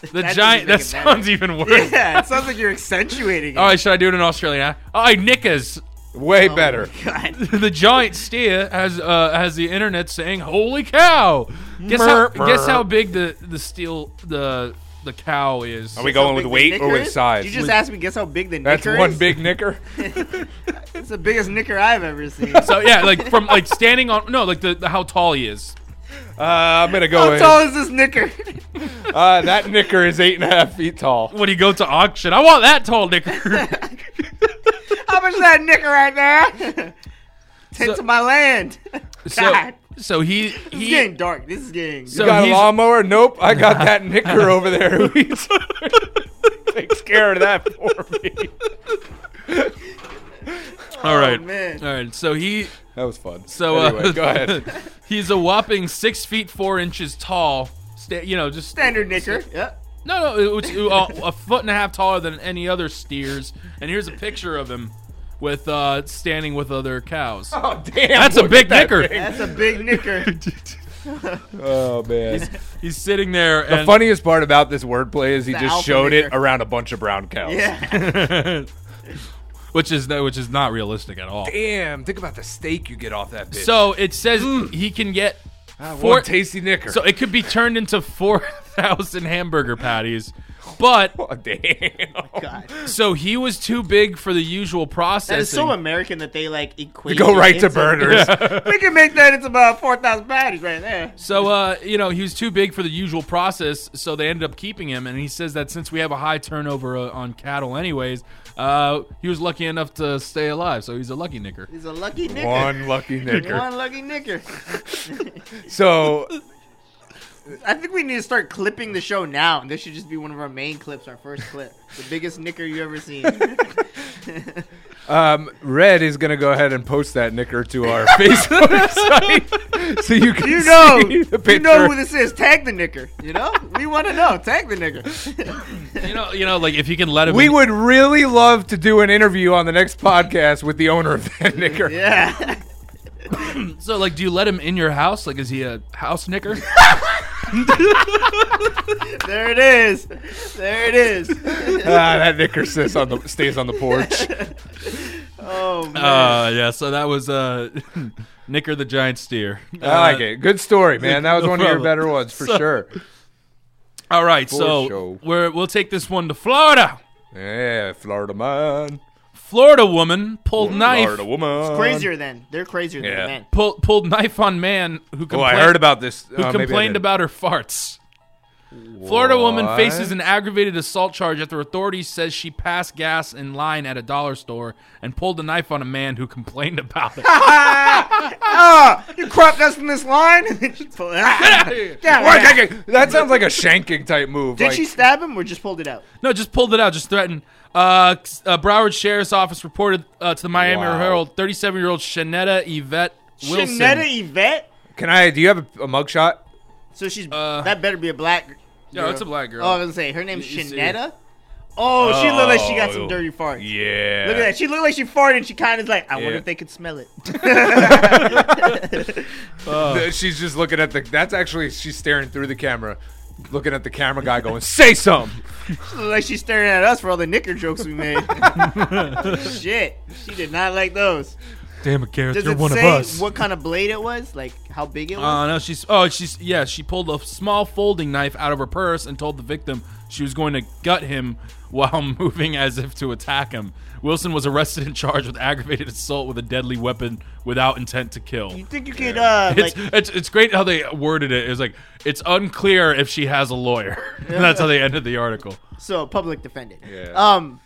[SPEAKER 7] The
[SPEAKER 3] doesn't make
[SPEAKER 7] giant. That
[SPEAKER 3] it better.
[SPEAKER 7] sounds even worse.
[SPEAKER 3] yeah, it sounds like you're accentuating. It.
[SPEAKER 7] All right, Oh, should I do it in Australian? huh? All right, knickers.
[SPEAKER 3] Oh.
[SPEAKER 4] Way better.
[SPEAKER 3] [LAUGHS] God.
[SPEAKER 7] The giant steer has uh, has the internet saying, "Holy cow!" Guess how,
[SPEAKER 4] Merp,
[SPEAKER 7] guess how
[SPEAKER 4] merp.
[SPEAKER 7] big the the steel the the cow is.
[SPEAKER 4] Are we
[SPEAKER 3] How
[SPEAKER 4] going
[SPEAKER 3] big
[SPEAKER 4] with
[SPEAKER 3] the
[SPEAKER 4] weight or
[SPEAKER 3] knicker
[SPEAKER 4] with
[SPEAKER 3] is?
[SPEAKER 4] size?
[SPEAKER 3] You just
[SPEAKER 4] With-
[SPEAKER 3] asked me. Guess how big the
[SPEAKER 4] That's
[SPEAKER 3] knicker is?
[SPEAKER 4] one
[SPEAKER 3] [LAUGHS]
[SPEAKER 4] big knicker.
[SPEAKER 3] It's the biggest knicker I've ever seen.
[SPEAKER 7] [LAUGHS] So yeah, like from like standing on no, like the, the how tall he is.
[SPEAKER 4] Uh, I'm gonna go.
[SPEAKER 3] how
[SPEAKER 4] in.
[SPEAKER 3] tall is this knicker? [LAUGHS]
[SPEAKER 4] Uh, that knicker is eight and a half feet tall.
[SPEAKER 7] When you go to auction, I want that
[SPEAKER 3] [LAUGHS]
[SPEAKER 7] tall knicker.
[SPEAKER 3] how much is that knicker right there? [LAUGHS] Take
[SPEAKER 7] So-
[SPEAKER 3] to my land. [LAUGHS]
[SPEAKER 7] So,
[SPEAKER 3] God.
[SPEAKER 7] so he
[SPEAKER 3] This is
[SPEAKER 7] he
[SPEAKER 3] getting dark. This is getting.
[SPEAKER 7] So-
[SPEAKER 4] Got a
[SPEAKER 7] he's-
[SPEAKER 4] lawnmower? Nope. I got
[SPEAKER 7] [LAUGHS]
[SPEAKER 4] that knicker over there. who takes care of that for me.
[SPEAKER 7] all right,
[SPEAKER 3] man.
[SPEAKER 7] all right. So he
[SPEAKER 4] That was fun.
[SPEAKER 7] so uh,
[SPEAKER 4] Anyway, go ahead.
[SPEAKER 7] [LAUGHS] he's a whopping six feet four inches tall. Sta- you know, just
[SPEAKER 3] standard knicker. Yep.
[SPEAKER 7] no, no. It was, uh, a foot and a half taller than any other steers. And here's a picture of him with uh, standing with other [LAUGHS] cows.
[SPEAKER 4] Oh damn!
[SPEAKER 7] That's a
[SPEAKER 4] look
[SPEAKER 7] big
[SPEAKER 4] at that
[SPEAKER 7] knicker.
[SPEAKER 4] thing.
[SPEAKER 3] That's a
[SPEAKER 7] [LAUGHS]
[SPEAKER 3] big knicker.
[SPEAKER 4] Oh man.
[SPEAKER 7] He's sitting there.
[SPEAKER 4] The
[SPEAKER 7] And
[SPEAKER 4] funniest part about this wordplay is he
[SPEAKER 3] The
[SPEAKER 4] just
[SPEAKER 3] alpha
[SPEAKER 4] showed it
[SPEAKER 3] knicker.
[SPEAKER 4] around a bunch of brown
[SPEAKER 3] [LAUGHS]
[SPEAKER 4] cows.
[SPEAKER 3] Yeah.
[SPEAKER 7] which is which is not realistic at all.
[SPEAKER 4] Damn! Think about the steak you get off that bitch.
[SPEAKER 7] So it says he can get
[SPEAKER 4] One
[SPEAKER 7] four-
[SPEAKER 4] tasty knicker.
[SPEAKER 7] So it could be turned into 4,000 hamburger patties. But
[SPEAKER 4] [LAUGHS] oh, damn!
[SPEAKER 3] God.
[SPEAKER 7] so he was too big for the usual processing.
[SPEAKER 3] That is so American that they like equate.
[SPEAKER 4] Go
[SPEAKER 3] it
[SPEAKER 4] right to
[SPEAKER 3] into-
[SPEAKER 4] burgers. [LAUGHS]
[SPEAKER 3] We can make that. It's about four thousand patties right there.
[SPEAKER 7] So uh, you know, he was too big for the usual process, so they ended up keeping him. And he says that since we have a high turnover uh, on cattle, anyways, uh, he was lucky enough to stay alive. So he's a lucky knicker.
[SPEAKER 3] He's a lucky knicker.
[SPEAKER 4] One lucky knicker.
[SPEAKER 3] One lucky knicker.
[SPEAKER 4] So
[SPEAKER 3] I think we need to start clipping the show now. This should just be one of our main clips, our first clip. The biggest knicker you ever seen.
[SPEAKER 4] Um, Red is going to go ahead and post that knicker to our [LAUGHS] Facebook site, [LAUGHS] so you can
[SPEAKER 3] [LAUGHS] You know,
[SPEAKER 4] see the picture.
[SPEAKER 3] you know who this is. Tag the knicker. You know, we want to know. Tag the knicker.
[SPEAKER 7] You know, you know, like if you can let him.
[SPEAKER 4] we
[SPEAKER 7] in-
[SPEAKER 4] would really love to do an interview on the next podcast with the owner of
[SPEAKER 3] [LAUGHS]
[SPEAKER 4] that knicker.
[SPEAKER 3] yeah.
[SPEAKER 7] So like, do you let him in your house? Like, is he a house knicker?
[SPEAKER 3] There it is. There it is.
[SPEAKER 4] Ah, that knicker sits on the stays on
[SPEAKER 3] [LAUGHS]
[SPEAKER 4] the porch.
[SPEAKER 3] Oh man.
[SPEAKER 7] [LAUGHS] uh, yeah. So that was uh, [LAUGHS] Knicker the giant steer.
[SPEAKER 4] I like it. Good story, man. That was
[SPEAKER 7] No
[SPEAKER 4] one of your
[SPEAKER 7] problem.
[SPEAKER 4] better ones for
[SPEAKER 7] So-
[SPEAKER 4] sure.
[SPEAKER 7] [LAUGHS] All right,
[SPEAKER 4] For
[SPEAKER 7] so
[SPEAKER 4] show.
[SPEAKER 7] we're, we'll take this one to Florida.
[SPEAKER 4] Yeah, Florida man,
[SPEAKER 7] Florida woman pulled
[SPEAKER 4] Florida
[SPEAKER 7] knife
[SPEAKER 4] woman.
[SPEAKER 3] crazier than they're crazier
[SPEAKER 4] Yeah.
[SPEAKER 3] than men.
[SPEAKER 7] pull, pulled knife on man who
[SPEAKER 4] Oh,
[SPEAKER 7] complained,
[SPEAKER 4] I heard about this.
[SPEAKER 7] who
[SPEAKER 3] Uh,
[SPEAKER 7] complained about her farts. Florida woman faces an aggravated assault charge after authorities says she passed gas in line at a dollar store and pulled a knife on a man who [LAUGHS] complained
[SPEAKER 3] [LAUGHS]
[SPEAKER 7] about it.
[SPEAKER 3] Ah, you crop dusting this line? [LAUGHS] Ah,
[SPEAKER 7] here.
[SPEAKER 3] get out of
[SPEAKER 4] Why-
[SPEAKER 3] here.
[SPEAKER 4] That sounds like a shanking type
[SPEAKER 3] [LAUGHS]
[SPEAKER 4] move.
[SPEAKER 3] Did
[SPEAKER 4] like,
[SPEAKER 3] she stab him or just pulled it out?
[SPEAKER 7] no, just pulled it out, just threatened. Uh, uh, Broward Sheriff's Office reported uh, to the Miami
[SPEAKER 4] Wow.
[SPEAKER 7] Herald 37 year old Shanetta Yvette Wilson.
[SPEAKER 3] Shanetta Yvette.
[SPEAKER 4] Can I? Do you have a, a mugshot?
[SPEAKER 3] So she's
[SPEAKER 7] Uh,
[SPEAKER 3] that better be a black.
[SPEAKER 7] No, it's a black girl.
[SPEAKER 3] Oh, I was gonna say her name's
[SPEAKER 7] You- you see-
[SPEAKER 3] Shanetta. Oh, she looked like she got some
[SPEAKER 4] Oh,
[SPEAKER 3] dirty farts.
[SPEAKER 4] Yeah.
[SPEAKER 3] Look at that. She looked like she farted. She kind of like, I
[SPEAKER 4] Yeah.
[SPEAKER 3] wonder if they could smell it. [LAUGHS]
[SPEAKER 4] The- she's just looking at the. That's actually she's staring through the camera, looking at the camera guy, going, "Say something."
[SPEAKER 3] Looked like she's staring at us for all the knicker jokes we made. Shit, she did not like those.
[SPEAKER 7] Damn it, Gareth,
[SPEAKER 3] Does
[SPEAKER 7] you're
[SPEAKER 3] it
[SPEAKER 7] one
[SPEAKER 3] say
[SPEAKER 7] of us.
[SPEAKER 3] what kind of blade it was? Like how big it
[SPEAKER 4] Um,
[SPEAKER 3] was?
[SPEAKER 7] Uh, no, she's. Oh, she's. Yeah, she pulled a small folding knife out of her purse and told the victim she was going to gut him [LAUGHS] while moving as if to attack him. Wilson was arrested and charged with aggravated assault with a deadly weapon without intent to kill.
[SPEAKER 3] you think you could uh
[SPEAKER 7] [LAUGHS] It's,
[SPEAKER 3] like
[SPEAKER 7] it's it's great how they worded it. It's like it's unclear if she has a lawyer. [LAUGHS] and that's how they ended the article.
[SPEAKER 3] so public defendant?
[SPEAKER 4] Yeah.
[SPEAKER 3] Um,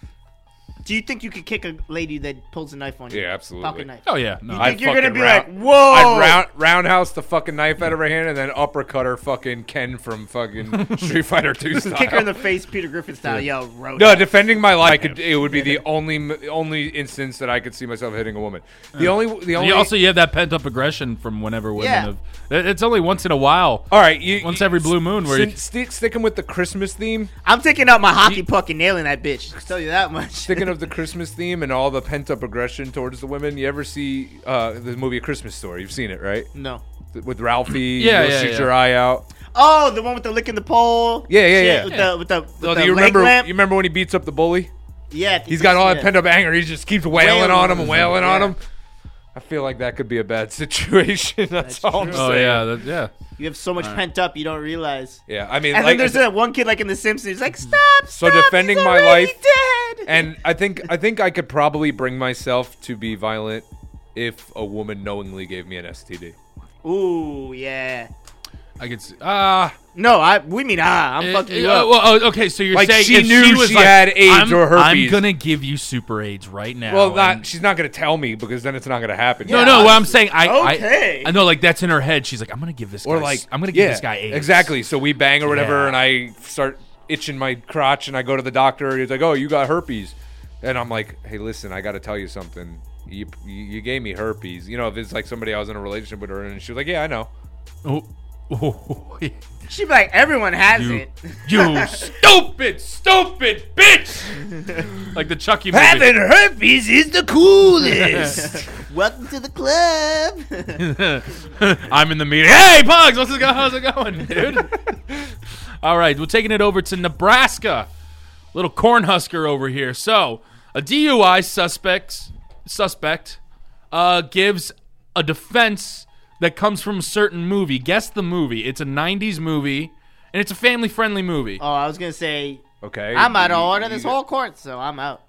[SPEAKER 3] do you think you could kick a lady that pulls a knife on you?
[SPEAKER 4] Yeah, absolutely.
[SPEAKER 3] Pocket knife.
[SPEAKER 7] Oh yeah, no,
[SPEAKER 3] You
[SPEAKER 7] I-
[SPEAKER 3] think you're gonna
[SPEAKER 4] fucking
[SPEAKER 3] be
[SPEAKER 4] round-
[SPEAKER 3] like, whoa?
[SPEAKER 4] I'd round, roundhouse the fucking knife out of her hand and then uppercut her fucking Ken from
[SPEAKER 3] [LAUGHS]
[SPEAKER 4] fucking Street Fighter Two style.
[SPEAKER 3] Kick her
[SPEAKER 4] [LAUGHS]
[SPEAKER 3] in the face, Peter Griffin style. Yo, road.
[SPEAKER 4] No, defending my life, I could, it would be the only m- only instance that I could see myself hitting a woman. The only, the
[SPEAKER 7] And
[SPEAKER 4] only.
[SPEAKER 7] you also you have that pent up aggression from whenever women
[SPEAKER 3] Yeah.
[SPEAKER 7] have. it- It's only once in a while.
[SPEAKER 4] all right, you,
[SPEAKER 7] once
[SPEAKER 4] you-
[SPEAKER 7] every blue moon where you-
[SPEAKER 4] sin- stick, sticking with the Christmas theme,
[SPEAKER 3] I'm taking out my hockey puck and nailing that bitch. I'll tell you that much.
[SPEAKER 4] sticking of the Christmas theme and all the pent up aggression towards the women. You ever see uh, the movie A Christmas Story? You've seen it, right?
[SPEAKER 3] [LAUGHS] no.
[SPEAKER 4] Th- With Ralphie,
[SPEAKER 7] [CLEARS THROAT] Yeah,
[SPEAKER 4] you'll
[SPEAKER 7] yeah,
[SPEAKER 4] shoot
[SPEAKER 7] yeah.
[SPEAKER 4] your eye out.
[SPEAKER 3] Oh, the one with the lick in the pole.
[SPEAKER 4] Yeah, yeah,
[SPEAKER 3] Shit,
[SPEAKER 4] yeah.
[SPEAKER 3] With
[SPEAKER 7] Yeah.
[SPEAKER 3] the with the, with
[SPEAKER 4] Oh,
[SPEAKER 3] the
[SPEAKER 4] do you
[SPEAKER 3] leg
[SPEAKER 4] remember?
[SPEAKER 3] lamp.
[SPEAKER 4] You remember when he beats up the bully?
[SPEAKER 3] yeah, I think
[SPEAKER 4] He's got all that
[SPEAKER 3] yeah.
[SPEAKER 4] pent up anger. He just keeps wailing,
[SPEAKER 3] Wailing
[SPEAKER 4] on
[SPEAKER 3] on
[SPEAKER 4] him and
[SPEAKER 3] him,
[SPEAKER 4] wailing on
[SPEAKER 3] yeah.
[SPEAKER 4] him. I feel like that could be a bad [LAUGHS] situation. That's, all I'm
[SPEAKER 3] true.
[SPEAKER 4] saying.
[SPEAKER 7] Oh yeah, that, yeah.
[SPEAKER 3] You have so much pent up, you don't realize.
[SPEAKER 4] Yeah, I mean,
[SPEAKER 3] And
[SPEAKER 4] like,
[SPEAKER 3] then
[SPEAKER 4] Mm.
[SPEAKER 3] there's that one kid like in The Simpsons, like stop.
[SPEAKER 4] So
[SPEAKER 3] stop,
[SPEAKER 4] defending
[SPEAKER 3] he's
[SPEAKER 4] my
[SPEAKER 3] already
[SPEAKER 4] life
[SPEAKER 3] dead.
[SPEAKER 4] and I think I think I could probably bring myself to be violent if a woman knowingly gave me an STD.
[SPEAKER 3] ooh, yeah.
[SPEAKER 7] I could see. Ah,
[SPEAKER 3] No, I we mean ah, I'm
[SPEAKER 7] eh,
[SPEAKER 3] fucking
[SPEAKER 7] eh,
[SPEAKER 4] uh,
[SPEAKER 3] you up.
[SPEAKER 7] oh, well, oh, okay. So you're
[SPEAKER 4] Like,
[SPEAKER 7] saying
[SPEAKER 4] she
[SPEAKER 7] if
[SPEAKER 4] knew
[SPEAKER 7] she, was
[SPEAKER 4] she
[SPEAKER 7] like,
[SPEAKER 4] had AIDS
[SPEAKER 7] I'm,
[SPEAKER 4] or
[SPEAKER 7] I'm
[SPEAKER 4] herpes.
[SPEAKER 7] gonna give you super AIDS right now.
[SPEAKER 4] Well, not
[SPEAKER 7] and-
[SPEAKER 4] Oh, she's not gonna tell me because then it's not gonna happen.
[SPEAKER 7] No,
[SPEAKER 3] Yeah,
[SPEAKER 7] no. What I'm
[SPEAKER 3] obviously.
[SPEAKER 7] saying, I,
[SPEAKER 3] Okay.
[SPEAKER 7] I, I know, like that's in her head. She's like, I'm gonna give this,
[SPEAKER 4] Or
[SPEAKER 7] guy,
[SPEAKER 4] like
[SPEAKER 7] I'm gonna
[SPEAKER 4] yeah,
[SPEAKER 7] give this guy AIDS.
[SPEAKER 4] exactly. So we bang or whatever,
[SPEAKER 7] Yeah.
[SPEAKER 4] and I start itching my crotch, and I go to the doctor. He's like, "Oh, you got herpes," and I'm like, "Hey, listen, I got to tell you something. You, you you gave me herpes. You know, if it's like somebody I was in a relationship with, her, and she was like, "Yeah, I know."
[SPEAKER 7] Oh, oh, [LAUGHS]
[SPEAKER 3] She'd be like, everyone has
[SPEAKER 7] You-
[SPEAKER 3] it. [LAUGHS]
[SPEAKER 7] you stupid, stupid bitch!
[SPEAKER 4] [LAUGHS]
[SPEAKER 7] like the Chucky movie.
[SPEAKER 4] herpes is the coolest.
[SPEAKER 3] Welcome to the club. [LAUGHS]
[SPEAKER 7] I'm in the meeting. Hey, Pugs, what's it go- how's it going, dude? [LAUGHS] All right, we're taking it over to Nebraska. Little cornhusker over here. So, a DUI suspects suspect uh, gives a defense that comes from a certain movie. Guess the movie. It's a '90s movie, and it's a family-friendly movie.
[SPEAKER 3] oh, I was gonna say
[SPEAKER 4] [LAUGHS] okay,
[SPEAKER 3] I'm out of
[SPEAKER 4] you-
[SPEAKER 3] order
[SPEAKER 4] you
[SPEAKER 3] this
[SPEAKER 4] got-
[SPEAKER 3] whole court, so I'm out.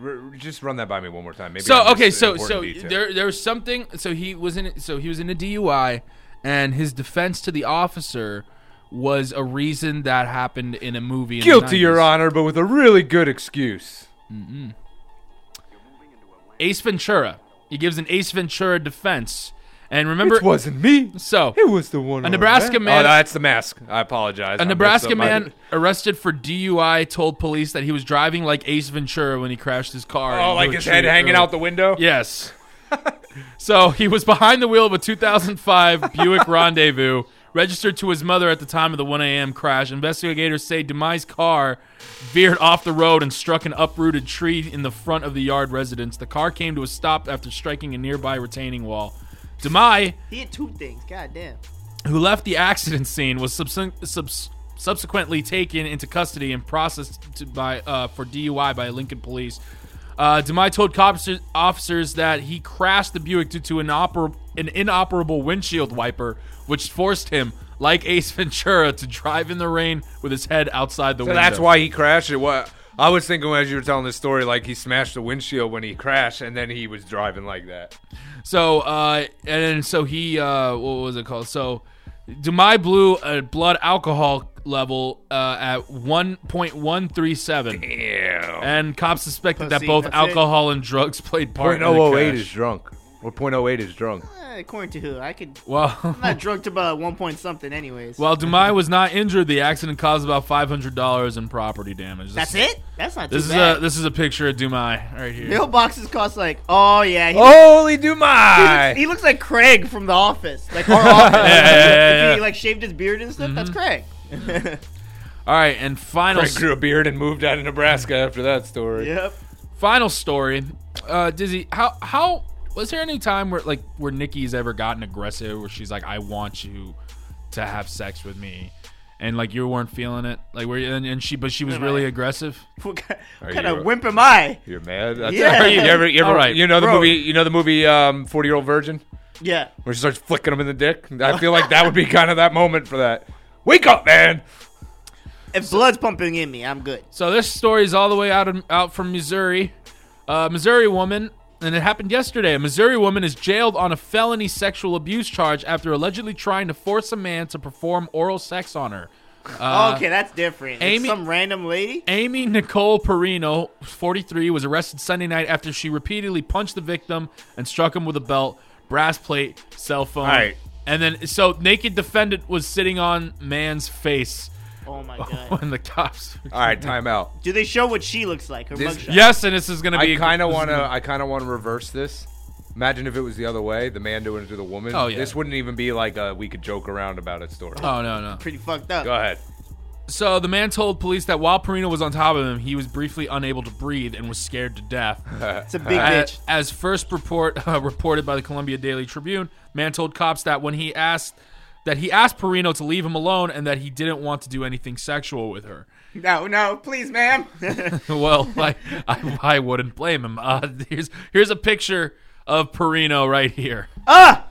[SPEAKER 4] r- r- just run that by me one more time. Maybe I
[SPEAKER 7] so
[SPEAKER 4] missed
[SPEAKER 7] okay,
[SPEAKER 4] an
[SPEAKER 7] so
[SPEAKER 4] important
[SPEAKER 7] so
[SPEAKER 4] detail.
[SPEAKER 7] there there was something. So he was in so he was in a DUI, and his defense to the officer was a reason that happened in a movie. in the
[SPEAKER 4] guilty, Your
[SPEAKER 7] 90s.
[SPEAKER 4] Honor, but with a really good excuse.
[SPEAKER 7] Ace Ventura. He gives an Ace Ventura defense, and remember,
[SPEAKER 4] it wasn't me.
[SPEAKER 7] so
[SPEAKER 4] It was the one.
[SPEAKER 7] A Nebraska man-
[SPEAKER 4] Oh, that's the mask. I apologize.
[SPEAKER 7] a Nebraska man
[SPEAKER 4] I,
[SPEAKER 7] arrested for DUI told police that he was driving like Ace Ventura when he crashed his car.
[SPEAKER 4] oh,
[SPEAKER 7] and
[SPEAKER 4] like
[SPEAKER 7] wrote
[SPEAKER 4] his head
[SPEAKER 7] you-
[SPEAKER 4] hanging
[SPEAKER 7] wrote-
[SPEAKER 4] out the window.
[SPEAKER 7] [LAUGHS] Yes. so he was behind the wheel of a 2005 Buick Rendezvous, registered to his mother at the time of the 1 a.m. crash. Investigators say Demai's car veered off the road and struck an uprooted tree in the front of the yard residence. The car came to a stop after striking a nearby retaining wall. Demai
[SPEAKER 3] He had two things. God damn.
[SPEAKER 7] who left the accident scene was subsen- subs- subsequently taken into custody and processed to, by uh, for DUI by Lincoln police. Uh, Demai told cops, officers that he crashed the Buick due to an, oper- an inoperable windshield wiper, which forced him, like Ace Ventura, to drive in the rain with his head outside the
[SPEAKER 4] So
[SPEAKER 7] window.
[SPEAKER 4] that's why he crashed. It what I was thinking as you were telling this story, like he smashed the windshield when he crashed, and then he was driving like that.
[SPEAKER 7] So uh, and so he uh, what was it called? So Demai blew a blood alcohol level uh, at one point one three seven.
[SPEAKER 4] Ew.
[SPEAKER 7] And cops suspected that
[SPEAKER 3] Pussy,
[SPEAKER 7] both
[SPEAKER 3] that's it.
[SPEAKER 4] oh
[SPEAKER 7] alcohol and drugs played part in the crash.
[SPEAKER 4] drunk. Or .08 is drunk.
[SPEAKER 3] Eh, according to who? I could.
[SPEAKER 7] Well,
[SPEAKER 3] [LAUGHS] I'm
[SPEAKER 4] [LAUGHS]
[SPEAKER 3] not drunk to about one point something, anyways.
[SPEAKER 7] while Dumai was not injured, the accident caused about five hundred dollars in property damage. This
[SPEAKER 3] that's
[SPEAKER 7] is-
[SPEAKER 3] it. That's not too
[SPEAKER 7] This is
[SPEAKER 3] bad.
[SPEAKER 4] uh,
[SPEAKER 7] a this is a picture of Dumai right here.
[SPEAKER 3] Mailboxes cost like, oh yeah, he,
[SPEAKER 4] Holy
[SPEAKER 3] he looks,
[SPEAKER 4] Dumai!
[SPEAKER 3] he looks like Craig from The Office, like
[SPEAKER 7] [LAUGHS]
[SPEAKER 3] our office.
[SPEAKER 7] Yeah, yeah, yeah,
[SPEAKER 3] If he
[SPEAKER 7] yeah. Mm-hmm.
[SPEAKER 3] like shaved his beard and stuff. That's Craig.
[SPEAKER 7] All right, and final
[SPEAKER 4] Frank grew a beard and moved out of Nebraska after that story.
[SPEAKER 3] yep. [LAUGHS]
[SPEAKER 7] final story. Uh, Dizzy, how how was there any time where like where Nikki's ever gotten aggressive, where she's like, "I want you to have sex with me," and like you weren't feeling it, like where you- and, and she but she was
[SPEAKER 3] No, no.
[SPEAKER 7] really aggressive.
[SPEAKER 3] What kind, what
[SPEAKER 4] Are
[SPEAKER 3] kind
[SPEAKER 4] you-
[SPEAKER 3] of wimp am I?
[SPEAKER 4] You're mad. That's [LAUGHS]
[SPEAKER 3] Yeah.
[SPEAKER 4] you ever, you ever,
[SPEAKER 7] All right.
[SPEAKER 4] you know the
[SPEAKER 3] Bro.
[SPEAKER 4] movie, you know the movie, um, Forty Year Old Virgin,
[SPEAKER 3] Yeah.
[SPEAKER 4] where she starts flicking him in the dick. I feel like that would be [LAUGHS] kind of that moment for that. Wake up, man!
[SPEAKER 3] If blood's pumping in me, I'm good.
[SPEAKER 7] So this story is all the way out of, out from Missouri. Uh, Missouri woman, and it happened yesterday. A Missouri woman is jailed on a felony sexual abuse charge after allegedly trying to force a man to perform oral sex on her. Uh,
[SPEAKER 3] okay, that's different. It's
[SPEAKER 7] Amy-
[SPEAKER 3] some random lady.
[SPEAKER 7] Amy Nicole Perino, 43, was arrested Sunday night after she repeatedly punched the victim and struck him with a belt, brass plate, cell phone.
[SPEAKER 4] All right.
[SPEAKER 7] And then, so naked defendant was sitting on man's face
[SPEAKER 3] Oh
[SPEAKER 7] [LAUGHS]
[SPEAKER 3] my god.
[SPEAKER 7] when the cops. [LAUGHS]
[SPEAKER 4] All right, time out.
[SPEAKER 3] Do they show what she looks like? Her
[SPEAKER 4] This-
[SPEAKER 3] mugshot.
[SPEAKER 7] Yes, and this is going
[SPEAKER 4] [LAUGHS]
[SPEAKER 7] to
[SPEAKER 4] I
[SPEAKER 7] be.
[SPEAKER 4] kind of
[SPEAKER 7] this is
[SPEAKER 4] want to.
[SPEAKER 7] gonna-
[SPEAKER 4] I kind of want to reverse this. Imagine if it was the other way, the man doing it to the woman.
[SPEAKER 7] Oh, yeah.
[SPEAKER 4] This wouldn't even be like a we could joke around about it story.
[SPEAKER 7] Oh no no!
[SPEAKER 3] Pretty fucked up.
[SPEAKER 4] Go ahead.
[SPEAKER 7] So the man told police that while Perino was on top of him, he was briefly unable to breathe and was scared to death.
[SPEAKER 3] [LAUGHS] It's a big
[SPEAKER 7] A-
[SPEAKER 3] bitch.
[SPEAKER 7] As first report uh, reported by the Columbia Daily Tribune, man told cops that when he asked that he asked Perino to leave him alone and that he didn't want to do anything sexual with her. [LAUGHS]
[SPEAKER 3] No, no, please, ma'am. [LAUGHS]
[SPEAKER 7] well, [LAUGHS] like I, I wouldn't blame him. Uh, here's here's a picture of Perino right here.
[SPEAKER 3] ah!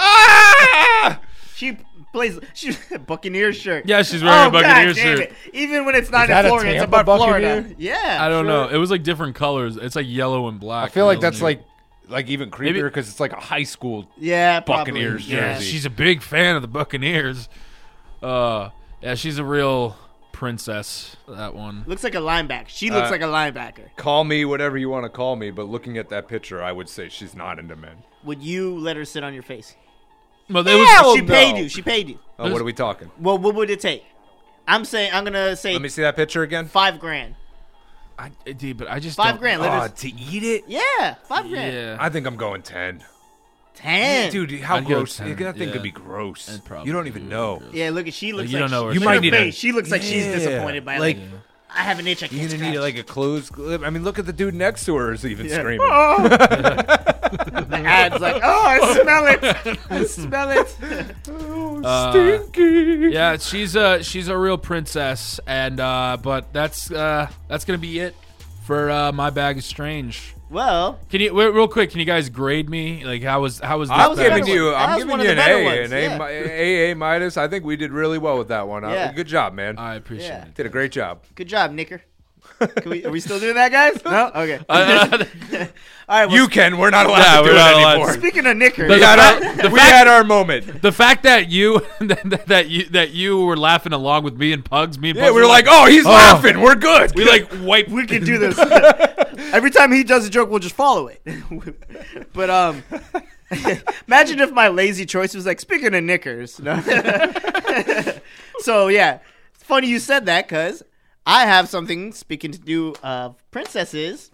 [SPEAKER 3] Ah! She plays she [LAUGHS] Buccaneers shirt. Oh,
[SPEAKER 7] Yeah, she's wearing a
[SPEAKER 3] God
[SPEAKER 7] Buccaneers
[SPEAKER 3] damn
[SPEAKER 7] shirt.
[SPEAKER 3] it. Even when it's not
[SPEAKER 4] that a
[SPEAKER 3] in Florida, it's
[SPEAKER 4] Tampa
[SPEAKER 3] about Florida.
[SPEAKER 4] Buccaneer?
[SPEAKER 3] Yeah.
[SPEAKER 7] I don't
[SPEAKER 3] sure.
[SPEAKER 7] know. It was like different colors. It's like yellow and black.
[SPEAKER 4] I feel like
[SPEAKER 7] Really
[SPEAKER 4] that's
[SPEAKER 7] weird.
[SPEAKER 4] like like even creepier
[SPEAKER 7] Maybe-
[SPEAKER 4] because it's like a high school.
[SPEAKER 3] Yeah, probably.
[SPEAKER 4] Buccaneers
[SPEAKER 7] Yeah,
[SPEAKER 4] jersey.
[SPEAKER 7] she's a big fan of the Buccaneers. Uh, yeah, she's a real princess. That one.
[SPEAKER 3] Looks like a linebacker. She looks
[SPEAKER 4] Uh,
[SPEAKER 3] like a linebacker.
[SPEAKER 4] Call me whatever you want to call me, but looking at that picture, I would say she's not into men.
[SPEAKER 3] Would you let her sit on your face?
[SPEAKER 7] Well, it was
[SPEAKER 3] she
[SPEAKER 4] no.
[SPEAKER 3] paid you. She paid you.
[SPEAKER 4] Oh, what are we talking?
[SPEAKER 3] Well, what would it take? I'm saying I'm gonna say
[SPEAKER 4] Let me see that picture again.
[SPEAKER 3] five grand.
[SPEAKER 7] I, I did, but I just
[SPEAKER 3] Five
[SPEAKER 7] don't-
[SPEAKER 3] grand. Let
[SPEAKER 4] Ah,
[SPEAKER 3] her,
[SPEAKER 4] to eat it?
[SPEAKER 3] yeah, five grand.
[SPEAKER 7] Yeah,
[SPEAKER 4] I think I'm going ten.
[SPEAKER 3] Ten.
[SPEAKER 4] Dude, how
[SPEAKER 7] I'd go
[SPEAKER 4] gross!
[SPEAKER 7] 10,
[SPEAKER 4] That thing
[SPEAKER 7] yeah.
[SPEAKER 4] could be gross.
[SPEAKER 7] I'd probably
[SPEAKER 4] You don't even know.
[SPEAKER 3] Yeah, look at she looks
[SPEAKER 7] you
[SPEAKER 3] like
[SPEAKER 7] don't know
[SPEAKER 3] she,
[SPEAKER 7] her
[SPEAKER 4] You
[SPEAKER 3] look
[SPEAKER 4] might
[SPEAKER 3] at
[SPEAKER 4] need
[SPEAKER 3] her
[SPEAKER 4] a-
[SPEAKER 3] face. She looks like she's
[SPEAKER 4] Yeah.
[SPEAKER 3] disappointed by like,
[SPEAKER 4] Like-
[SPEAKER 3] I have an itch I can't
[SPEAKER 4] You're gonna need
[SPEAKER 3] scratch.
[SPEAKER 4] like a closed. I mean, look at the dude next to her is
[SPEAKER 3] [LAUGHS]
[SPEAKER 4] even screaming.
[SPEAKER 3] the ad's like, [LAUGHS] oh, I smell
[SPEAKER 1] [LAUGHS]
[SPEAKER 3] it. I [LAUGHS] smell it.
[SPEAKER 4] Stinky.
[SPEAKER 7] Uh, yeah. She's a she's a real princess, and uh, but that's uh, that's gonna be it for uh, my bag is strange.
[SPEAKER 3] well,
[SPEAKER 7] Can you wait, real quick? Can you guys grade me? Like, how was how was this?
[SPEAKER 4] I'm
[SPEAKER 3] was a
[SPEAKER 7] bag?
[SPEAKER 4] giving
[SPEAKER 3] better
[SPEAKER 4] you.
[SPEAKER 3] one. That
[SPEAKER 4] I'm
[SPEAKER 3] was
[SPEAKER 4] giving
[SPEAKER 3] one of
[SPEAKER 4] you an
[SPEAKER 3] the better
[SPEAKER 4] A,
[SPEAKER 3] ones,
[SPEAKER 4] an A,
[SPEAKER 3] yeah.
[SPEAKER 4] mi- A, A minus. I think we did really well with that one. Uh,
[SPEAKER 3] Yeah.
[SPEAKER 4] good job, man.
[SPEAKER 7] I appreciate
[SPEAKER 3] Yeah.
[SPEAKER 7] it.
[SPEAKER 4] Did a great job.
[SPEAKER 3] good job, Nicker. Can
[SPEAKER 4] [LAUGHS]
[SPEAKER 3] we, are we still doing that, guys? No. Okay.
[SPEAKER 7] Uh,
[SPEAKER 3] [LAUGHS]
[SPEAKER 7] [LAUGHS]
[SPEAKER 3] All right. Well,
[SPEAKER 4] You can. We're not allowed
[SPEAKER 7] Yeah,
[SPEAKER 4] to do
[SPEAKER 7] we're
[SPEAKER 4] it
[SPEAKER 7] not allowed
[SPEAKER 4] anymore.
[SPEAKER 7] to-
[SPEAKER 3] speaking of Nicker,
[SPEAKER 4] We,
[SPEAKER 7] The
[SPEAKER 3] [LAUGHS]
[SPEAKER 4] had
[SPEAKER 7] fact-
[SPEAKER 4] our, we had our moment.
[SPEAKER 7] the fact that you [LAUGHS] that, that you that you were laughing along with me and Pugs, me and
[SPEAKER 4] Yeah,
[SPEAKER 7] Pugs
[SPEAKER 4] we were like, oh, he's
[SPEAKER 7] Oh.
[SPEAKER 4] laughing. We're good.
[SPEAKER 7] we like wipe.
[SPEAKER 3] we can do this. Every time he does a joke, we'll just follow it. [LAUGHS] but um, [LAUGHS] imagine if my lazy choice was like speaking of knickers. No? [LAUGHS] so yeah, it's funny you said that because I have something speaking to do of princesses.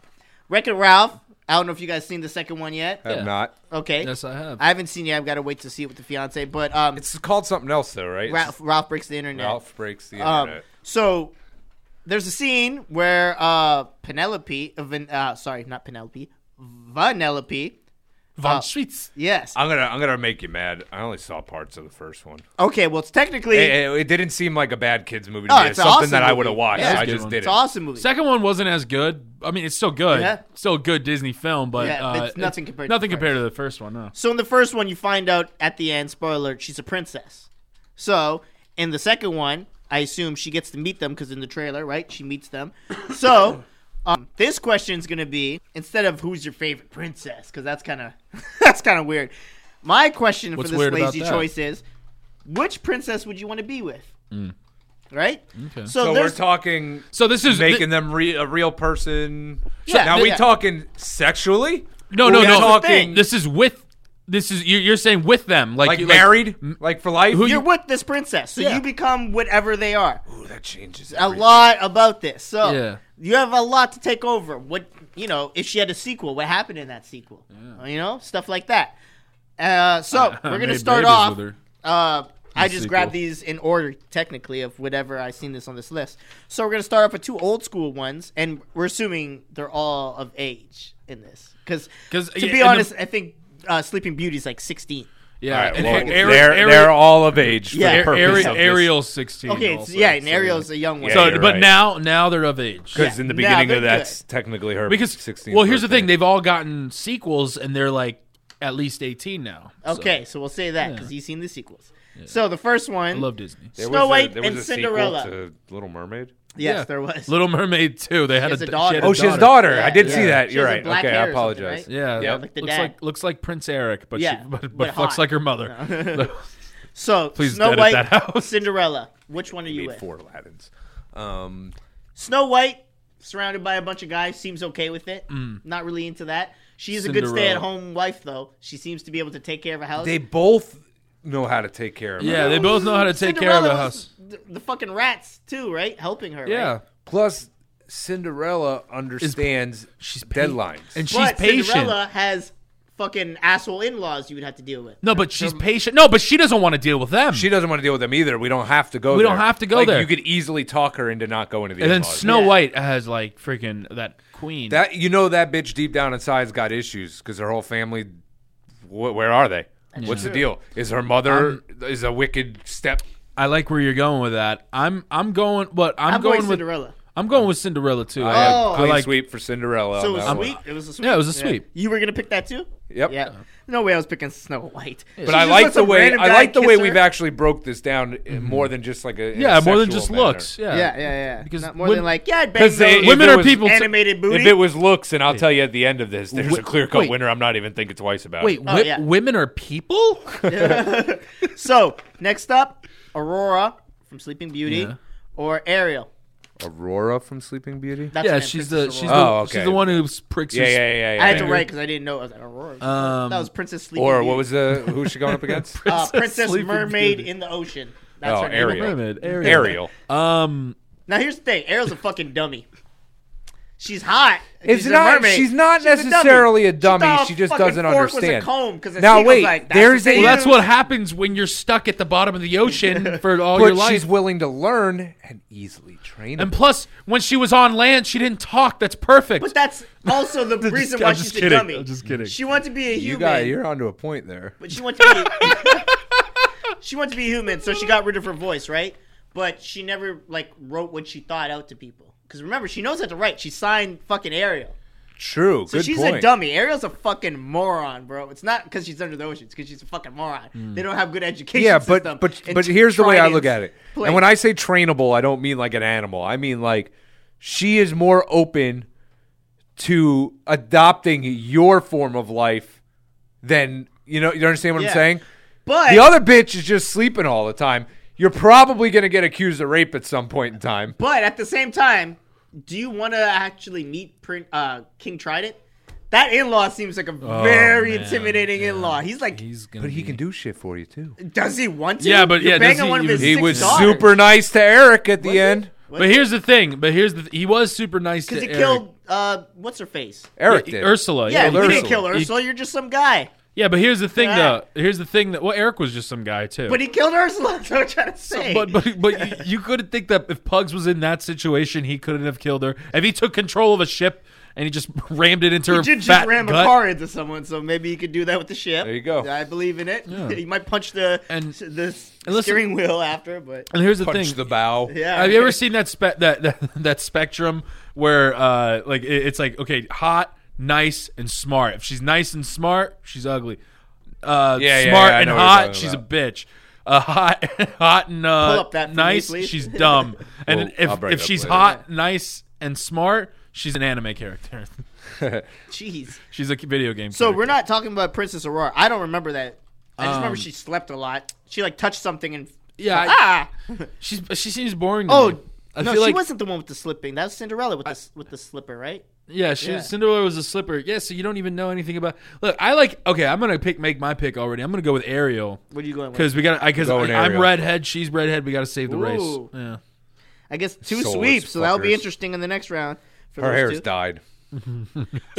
[SPEAKER 3] Wreck It Ralph. I don't know if you guys seen the second one yet.
[SPEAKER 4] I'm not.
[SPEAKER 3] Okay,
[SPEAKER 7] Yes, I have.
[SPEAKER 3] I haven't seen yet. I've got to wait to see it with the fiance. But um,
[SPEAKER 4] It's called something else though, right? It's
[SPEAKER 3] Ralph, Ralph breaks the internet.
[SPEAKER 4] Ralph breaks the
[SPEAKER 3] Um,
[SPEAKER 4] internet.
[SPEAKER 3] so there's a scene where uh, Penelope, uh, Van, uh, sorry, not Penelope, Vanellope.
[SPEAKER 7] Von
[SPEAKER 3] uh,
[SPEAKER 7] Schweetz.
[SPEAKER 3] Yes.
[SPEAKER 4] I'm gonna I'm gonna make you mad. I only saw parts of the first one.
[SPEAKER 3] Okay. Well, it's technically
[SPEAKER 4] It, it- it didn't seem like a bad kids movie to
[SPEAKER 3] Oh,
[SPEAKER 4] me. It's
[SPEAKER 3] it's an
[SPEAKER 4] something
[SPEAKER 3] awesome
[SPEAKER 4] that I
[SPEAKER 3] movie.
[SPEAKER 4] would have watched.
[SPEAKER 3] Yeah.
[SPEAKER 4] I
[SPEAKER 7] It's a good
[SPEAKER 4] just
[SPEAKER 7] one.
[SPEAKER 4] did
[SPEAKER 3] it's
[SPEAKER 4] it.
[SPEAKER 3] an awesome movie.
[SPEAKER 7] Second one wasn't as good. I mean, it's still good.
[SPEAKER 3] Yeah.
[SPEAKER 7] Still a good Disney film, but
[SPEAKER 3] Yeah,
[SPEAKER 7] uh,
[SPEAKER 3] it's nothing compared to
[SPEAKER 7] nothing
[SPEAKER 3] the
[SPEAKER 7] compared to the first one. No.
[SPEAKER 3] so in the first one, you find out at the end, spoiler alert, she's a princess. So in the second one, I assume she gets to meet them because in the trailer, right? She meets
[SPEAKER 7] [COUGHS]
[SPEAKER 3] them. So. Um, this question's gonna be instead of who's your favorite princess, because that's kind of [LAUGHS] that's kind of weird. My question
[SPEAKER 7] What's
[SPEAKER 3] for this
[SPEAKER 7] weird about
[SPEAKER 3] lazy
[SPEAKER 7] that?
[SPEAKER 3] choice is, which princess would you want to be with?
[SPEAKER 7] Mm.
[SPEAKER 3] Right.
[SPEAKER 7] Okay.
[SPEAKER 3] So,
[SPEAKER 4] So we're
[SPEAKER 3] there's
[SPEAKER 4] talking
[SPEAKER 7] So this is
[SPEAKER 4] making them re- a real person.
[SPEAKER 3] Yeah,
[SPEAKER 4] now
[SPEAKER 3] th-
[SPEAKER 4] we
[SPEAKER 3] yeah.
[SPEAKER 4] talking sexually?
[SPEAKER 7] No,
[SPEAKER 4] We're
[SPEAKER 7] no, no.
[SPEAKER 4] talking-
[SPEAKER 7] This is with. This is you're, you're saying with them, like,
[SPEAKER 4] like,
[SPEAKER 7] you-
[SPEAKER 4] married, like, for life.
[SPEAKER 7] Who
[SPEAKER 3] You're with this princess, so
[SPEAKER 7] Yeah.
[SPEAKER 3] you become whatever they are.
[SPEAKER 4] Ooh, that changes
[SPEAKER 3] A lot about this, so
[SPEAKER 7] Yeah.
[SPEAKER 3] you have a lot to take over. What you know, if she had a sequel, what happened in that sequel? You know, stuff like that. Uh,
[SPEAKER 7] [LAUGHS]
[SPEAKER 3] so we're gonna
[SPEAKER 7] made
[SPEAKER 3] start
[SPEAKER 7] babies
[SPEAKER 3] off.
[SPEAKER 7] with her.
[SPEAKER 3] Uh, I just
[SPEAKER 7] sequel.
[SPEAKER 3] grabbed these in order, technically, of whatever I seen this on this list. So we're gonna start off with two old school ones, and we're assuming they're all of age in this, because
[SPEAKER 7] 'Cause,
[SPEAKER 3] to
[SPEAKER 7] yeah,
[SPEAKER 3] be
[SPEAKER 7] and the-
[SPEAKER 3] honest, I think uh, Sleeping Beauty's like sixteen.
[SPEAKER 7] yeah.
[SPEAKER 4] All right,
[SPEAKER 7] and
[SPEAKER 4] well,
[SPEAKER 7] Ari- Ari-
[SPEAKER 4] they're,
[SPEAKER 7] Ari-
[SPEAKER 4] they're all of age for
[SPEAKER 3] Yeah.
[SPEAKER 4] the purpose
[SPEAKER 7] Ari-
[SPEAKER 4] of this.
[SPEAKER 7] Ariel's sixteen.
[SPEAKER 3] Okay, it's,
[SPEAKER 7] also,
[SPEAKER 3] yeah, and
[SPEAKER 7] so-
[SPEAKER 3] Ariel's a young one.
[SPEAKER 4] Yeah,
[SPEAKER 7] So,
[SPEAKER 4] you're
[SPEAKER 7] but
[SPEAKER 4] right.
[SPEAKER 7] now now they're of age.
[SPEAKER 4] Because
[SPEAKER 3] Yeah.
[SPEAKER 4] in the
[SPEAKER 3] Now
[SPEAKER 4] beginning
[SPEAKER 3] they're
[SPEAKER 4] of that's
[SPEAKER 3] good.
[SPEAKER 4] technically her.
[SPEAKER 7] Because
[SPEAKER 4] 16th
[SPEAKER 7] well, here's the thing:
[SPEAKER 4] birthday.
[SPEAKER 7] they've all gotten sequels, and they're like at least eighteen now. So,
[SPEAKER 3] Okay, so we'll say that because you've seen the sequels. So the first
[SPEAKER 7] I
[SPEAKER 3] one,
[SPEAKER 7] love Disney.
[SPEAKER 4] There
[SPEAKER 3] Snow
[SPEAKER 4] was a-
[SPEAKER 3] White
[SPEAKER 4] there was
[SPEAKER 3] and
[SPEAKER 4] a sequel
[SPEAKER 3] Cinderella.
[SPEAKER 4] to Little Mermaid.
[SPEAKER 3] yes,
[SPEAKER 7] Yeah.
[SPEAKER 3] there was.
[SPEAKER 7] Little Mermaid too. They had
[SPEAKER 3] has
[SPEAKER 7] a,
[SPEAKER 3] a
[SPEAKER 7] she
[SPEAKER 3] daughter.
[SPEAKER 7] had
[SPEAKER 4] Oh, she has daughter. I did see
[SPEAKER 7] Yeah.
[SPEAKER 4] that.
[SPEAKER 3] She
[SPEAKER 4] You're
[SPEAKER 3] has a
[SPEAKER 4] right.
[SPEAKER 3] black
[SPEAKER 4] Okay,
[SPEAKER 3] hair
[SPEAKER 4] I
[SPEAKER 3] or something,
[SPEAKER 4] apologize.
[SPEAKER 3] right?
[SPEAKER 7] Yeah,
[SPEAKER 4] Yeah,
[SPEAKER 7] that
[SPEAKER 3] like the
[SPEAKER 7] looks
[SPEAKER 3] dad.
[SPEAKER 7] like looks like Prince Eric, but
[SPEAKER 3] Yeah,
[SPEAKER 7] she, but, but,
[SPEAKER 3] but
[SPEAKER 7] fucks
[SPEAKER 3] hot. Uh-huh.
[SPEAKER 7] like her mother.
[SPEAKER 3] [LAUGHS] So
[SPEAKER 7] Please
[SPEAKER 3] Snow
[SPEAKER 7] edit
[SPEAKER 3] White,
[SPEAKER 7] that out.
[SPEAKER 3] Cinderella. Which one are you
[SPEAKER 4] Made
[SPEAKER 3] with?
[SPEAKER 4] four Aladdins. Um,
[SPEAKER 3] Snow White, surrounded by a bunch of guys, seems okay with it. Not really into that. She's a good
[SPEAKER 7] Cinderella.
[SPEAKER 3] stay-at-home wife, though. She seems to be able to take care of a house.
[SPEAKER 4] they both know how to take care of. her.
[SPEAKER 7] yeah, they both know how to take care of
[SPEAKER 3] Cinderella
[SPEAKER 7] a
[SPEAKER 3] was
[SPEAKER 7] house.
[SPEAKER 3] th- The, fucking rats too, right? Helping her.
[SPEAKER 7] Yeah,
[SPEAKER 3] right?
[SPEAKER 4] Plus, Cinderella understands she's deadlines.
[SPEAKER 7] and she's
[SPEAKER 3] but
[SPEAKER 7] patient.
[SPEAKER 3] Cinderella has fucking asshole in-laws you would have to deal with.
[SPEAKER 7] No, but she's patient. No, but she doesn't want to deal with them.
[SPEAKER 4] she doesn't want to deal with them either. We don't have to go.
[SPEAKER 7] We
[SPEAKER 4] there.
[SPEAKER 7] don't have to go
[SPEAKER 4] Like,
[SPEAKER 7] there.
[SPEAKER 4] You could easily talk her into not going to the.
[SPEAKER 7] and then
[SPEAKER 4] in-laws.
[SPEAKER 7] Snow
[SPEAKER 3] Yeah.
[SPEAKER 7] White has like freaking that queen.
[SPEAKER 4] That you know that bitch deep down inside's got issues because her whole family. Wh- where are they? What's the deal? Is her
[SPEAKER 7] Um,
[SPEAKER 4] mother is a wicked step?
[SPEAKER 7] I like where you're going with that. I'm I'm going, but I'm,
[SPEAKER 3] I'm going,
[SPEAKER 7] with
[SPEAKER 3] Cinderella.
[SPEAKER 7] I'm going with Cinderella too.
[SPEAKER 4] I
[SPEAKER 7] I-
[SPEAKER 4] had
[SPEAKER 3] Oh.
[SPEAKER 4] clean
[SPEAKER 7] I like-
[SPEAKER 4] sweep for Cinderella.
[SPEAKER 3] So
[SPEAKER 4] on
[SPEAKER 3] it was
[SPEAKER 4] that
[SPEAKER 3] sweet.
[SPEAKER 4] one.
[SPEAKER 3] It was a sweep.
[SPEAKER 7] Yeah, it was a sweep.
[SPEAKER 3] You were gonna pick that too?
[SPEAKER 4] Yep.
[SPEAKER 3] Yeah. No way I was picking Snow White.
[SPEAKER 4] But I like the way I like the way we've
[SPEAKER 3] actually.
[SPEAKER 4] actually broke this down uh, more than just like a in a
[SPEAKER 7] Mm-hmm. yeah, more than
[SPEAKER 4] sexual
[SPEAKER 7] just
[SPEAKER 4] manner.
[SPEAKER 7] looks. Yeah,
[SPEAKER 3] Yeah, yeah, yeah.
[SPEAKER 7] Because
[SPEAKER 3] Not more
[SPEAKER 7] when-
[SPEAKER 3] than like, yeah, I'd bang
[SPEAKER 4] 'Cause they-
[SPEAKER 3] those
[SPEAKER 4] if
[SPEAKER 7] Women
[SPEAKER 4] it
[SPEAKER 7] are
[SPEAKER 4] was-
[SPEAKER 7] people. [LAUGHS]
[SPEAKER 3] animated booty.
[SPEAKER 4] If it was looks, and I'll tell you at the end of this, there's
[SPEAKER 7] Wait,
[SPEAKER 4] a clear cut
[SPEAKER 7] wait.
[SPEAKER 4] winner. I'm not even thinking twice about.
[SPEAKER 7] Wait,
[SPEAKER 4] it.
[SPEAKER 7] wi-
[SPEAKER 3] Oh, yeah.
[SPEAKER 7] women are people? [LAUGHS]
[SPEAKER 3] [LAUGHS] so next up, Aurora from Sleeping Beauty
[SPEAKER 7] Yeah.
[SPEAKER 3] or Ariel.
[SPEAKER 4] Aurora from Sleeping Beauty.
[SPEAKER 3] That's her
[SPEAKER 7] yeah,
[SPEAKER 3] name,
[SPEAKER 7] she's the
[SPEAKER 3] Princess
[SPEAKER 7] she's the,
[SPEAKER 3] Aurora.
[SPEAKER 4] Oh,
[SPEAKER 7] she's
[SPEAKER 4] okay.
[SPEAKER 7] the one who pricks.
[SPEAKER 4] Yeah,
[SPEAKER 7] her-
[SPEAKER 4] yeah, yeah. yeah
[SPEAKER 3] I had
[SPEAKER 4] yeah.
[SPEAKER 3] to write because I didn't know it was like Aurora.
[SPEAKER 7] Um,
[SPEAKER 3] that was Princess Sleeping
[SPEAKER 4] Or
[SPEAKER 3] Beauty.
[SPEAKER 4] what was the who's she going
[SPEAKER 3] [LAUGHS]
[SPEAKER 4] up against?
[SPEAKER 3] uh,
[SPEAKER 7] [LAUGHS] Princess
[SPEAKER 3] Princess
[SPEAKER 7] Sleeping
[SPEAKER 3] Mermaid
[SPEAKER 7] Beauty.
[SPEAKER 3] in the Ocean? That's
[SPEAKER 4] Oh,
[SPEAKER 3] her name.
[SPEAKER 4] Ariel.
[SPEAKER 7] Pyramid, Ariel.
[SPEAKER 4] Ariel.
[SPEAKER 7] Um,
[SPEAKER 3] Now here's the thing: Ariel's a fucking dummy. She's hot.
[SPEAKER 4] It's
[SPEAKER 3] she's
[SPEAKER 4] not-
[SPEAKER 3] A mermaid.
[SPEAKER 4] she's not
[SPEAKER 3] She's
[SPEAKER 4] necessarily a dummy,
[SPEAKER 3] She, thought
[SPEAKER 4] she just
[SPEAKER 3] fucking
[SPEAKER 4] doesn't
[SPEAKER 3] fork Was
[SPEAKER 4] understand.
[SPEAKER 3] a comb because
[SPEAKER 4] Now, wait,
[SPEAKER 3] Like, that's
[SPEAKER 4] there's
[SPEAKER 3] what
[SPEAKER 4] a-
[SPEAKER 3] they
[SPEAKER 7] well, that's
[SPEAKER 3] do."
[SPEAKER 7] what happens when you're stuck at the bottom of the
[SPEAKER 3] [LAUGHS]
[SPEAKER 7] ocean for all your
[SPEAKER 4] But
[SPEAKER 7] life.
[SPEAKER 4] she's willing to learn and easily train.
[SPEAKER 7] and plus, when she was on land, she didn't talk. That's perfect.
[SPEAKER 3] But that's also the
[SPEAKER 7] [LAUGHS] just-
[SPEAKER 3] reason why
[SPEAKER 7] I'm
[SPEAKER 3] she's
[SPEAKER 7] just kidding.
[SPEAKER 3] a dummy.
[SPEAKER 7] I'm just kidding.
[SPEAKER 3] She wants to be a human.
[SPEAKER 4] you got you're onto a point there.
[SPEAKER 3] But she wants to be.
[SPEAKER 4] [LAUGHS]
[SPEAKER 3] she wants to be [LAUGHS] human, so she got rid of her voice, right? But she never like wrote what she thought out to people. Because remember, she knows how to write. She signed fucking Ariel,
[SPEAKER 4] True.
[SPEAKER 3] so
[SPEAKER 4] good
[SPEAKER 3] she's
[SPEAKER 4] point.
[SPEAKER 3] a dummy. Ariel's a fucking moron, bro. It's not because she's under the ocean; it's because she's a fucking moron. They don't have good education.
[SPEAKER 4] Hmm. Yeah, but
[SPEAKER 3] system,
[SPEAKER 4] but
[SPEAKER 3] and
[SPEAKER 4] but
[SPEAKER 3] she
[SPEAKER 4] here's the way I
[SPEAKER 3] tried
[SPEAKER 4] look at it. And when I say trainable, I don't mean like an animal. I mean like she is more open to adopting your form of life than you know. You understand what
[SPEAKER 3] Yeah.
[SPEAKER 4] I'm saying?
[SPEAKER 3] but
[SPEAKER 4] The other bitch is just sleeping all the time. You're probably gonna get accused of rape at some point in time.
[SPEAKER 3] But at the same time, do you want to actually meet Prin uh, King Trident? That in law seems like a
[SPEAKER 4] Oh,
[SPEAKER 3] very
[SPEAKER 7] man,
[SPEAKER 3] intimidating in law. He's like,
[SPEAKER 7] He's gonna
[SPEAKER 4] But he
[SPEAKER 7] be-
[SPEAKER 4] can do shit for you too.
[SPEAKER 3] does he want to?
[SPEAKER 7] Yeah, but
[SPEAKER 3] You're
[SPEAKER 7] yeah, does
[SPEAKER 3] banging
[SPEAKER 7] he
[SPEAKER 3] one of
[SPEAKER 7] even-
[SPEAKER 3] his
[SPEAKER 4] He
[SPEAKER 3] six
[SPEAKER 4] was
[SPEAKER 3] daughters.
[SPEAKER 4] super nice to Eric at the end.
[SPEAKER 7] But here's the thing. But here's the. He was super nice to
[SPEAKER 3] because he
[SPEAKER 7] Eric.
[SPEAKER 3] killed uh, what's her face?
[SPEAKER 4] Eric
[SPEAKER 7] Yeah,
[SPEAKER 4] did.
[SPEAKER 7] Ursula.
[SPEAKER 3] Yeah, you
[SPEAKER 7] Ursula.
[SPEAKER 3] didn't kill
[SPEAKER 7] He-
[SPEAKER 3] Ursula. You're just some guy.
[SPEAKER 7] yeah, but here's the thing,
[SPEAKER 3] Yeah.
[SPEAKER 7] though. Here's the thing that well, Eric was just some guy too.
[SPEAKER 3] But he killed Ursula. [LAUGHS] That's what I'm trying to say.
[SPEAKER 7] But but
[SPEAKER 3] [LAUGHS]
[SPEAKER 7] but you, you couldn't think that if Pugs was in that situation, he couldn't have killed her. If he took control of a ship and he just [LAUGHS] rammed it into
[SPEAKER 3] he
[SPEAKER 7] her
[SPEAKER 3] did
[SPEAKER 7] fat
[SPEAKER 3] just ram
[SPEAKER 7] gut,
[SPEAKER 3] a car into someone, so maybe you could do that with the ship.
[SPEAKER 4] There you go.
[SPEAKER 3] I believe in it. [LAUGHS] you might punch the
[SPEAKER 7] And-
[SPEAKER 3] s- the s-
[SPEAKER 7] and listen-
[SPEAKER 3] steering wheel after, but
[SPEAKER 7] and here's the
[SPEAKER 4] Punch
[SPEAKER 7] thing:
[SPEAKER 4] the bow.
[SPEAKER 3] yeah.
[SPEAKER 7] Have you ever seen that spe- that, [LAUGHS] that that spectrum where uh like it- it's like okay, hot, nice, and smart. If she's nice and smart, she's ugly. Uh,
[SPEAKER 4] Yeah, yeah,
[SPEAKER 7] smart
[SPEAKER 4] yeah, I
[SPEAKER 7] and
[SPEAKER 4] know what you're
[SPEAKER 7] hot,
[SPEAKER 4] talking
[SPEAKER 7] she's
[SPEAKER 4] about.
[SPEAKER 7] a bitch. Uh, hot, [LAUGHS] hot and uh,
[SPEAKER 3] Pull up that for me,
[SPEAKER 7] nice,
[SPEAKER 3] please. [LAUGHS]
[SPEAKER 7] she's dumb. And
[SPEAKER 4] Well, I'll
[SPEAKER 7] if
[SPEAKER 4] bring
[SPEAKER 7] if
[SPEAKER 4] it up
[SPEAKER 7] she's
[SPEAKER 4] later.
[SPEAKER 7] hot, nice, and smart, she's an anime character.
[SPEAKER 3] [LAUGHS]
[SPEAKER 7] [LAUGHS]
[SPEAKER 3] Jeez.
[SPEAKER 7] she's a video game.
[SPEAKER 3] So
[SPEAKER 7] character.
[SPEAKER 3] we're not talking about Princess Aurora. I don't remember that. I just remember she slept a lot. She like touched something and
[SPEAKER 7] Um, yeah, I-
[SPEAKER 3] ah.
[SPEAKER 7] she's she seems boring. To
[SPEAKER 3] Oh,
[SPEAKER 7] me. [LAUGHS] I
[SPEAKER 3] no, she
[SPEAKER 7] feel like
[SPEAKER 3] wasn't the one with the slipping. That was Cinderella with the s with the slipper, right?
[SPEAKER 7] yeah, she
[SPEAKER 3] yeah.
[SPEAKER 7] Cinderella was a slipper. Yeah, so you don't even know anything about. Look, I like. Okay, I'm gonna pick. Make my pick already. I'm gonna go with Ariel
[SPEAKER 3] What are you going with?
[SPEAKER 7] because we got. Because
[SPEAKER 4] Going
[SPEAKER 7] I'm
[SPEAKER 4] Ariel.
[SPEAKER 7] redhead. She's redhead. We got to save the race.
[SPEAKER 3] Ooh.
[SPEAKER 7] Yeah.
[SPEAKER 3] I guess two
[SPEAKER 4] Soulless
[SPEAKER 3] sweeps, so that'll be
[SPEAKER 4] fuckers.
[SPEAKER 3] interesting in the next round. For
[SPEAKER 4] Her
[SPEAKER 3] those
[SPEAKER 4] hair's
[SPEAKER 3] two.
[SPEAKER 4] dyed.
[SPEAKER 7] [LAUGHS]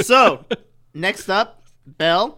[SPEAKER 3] So, next up, Belle.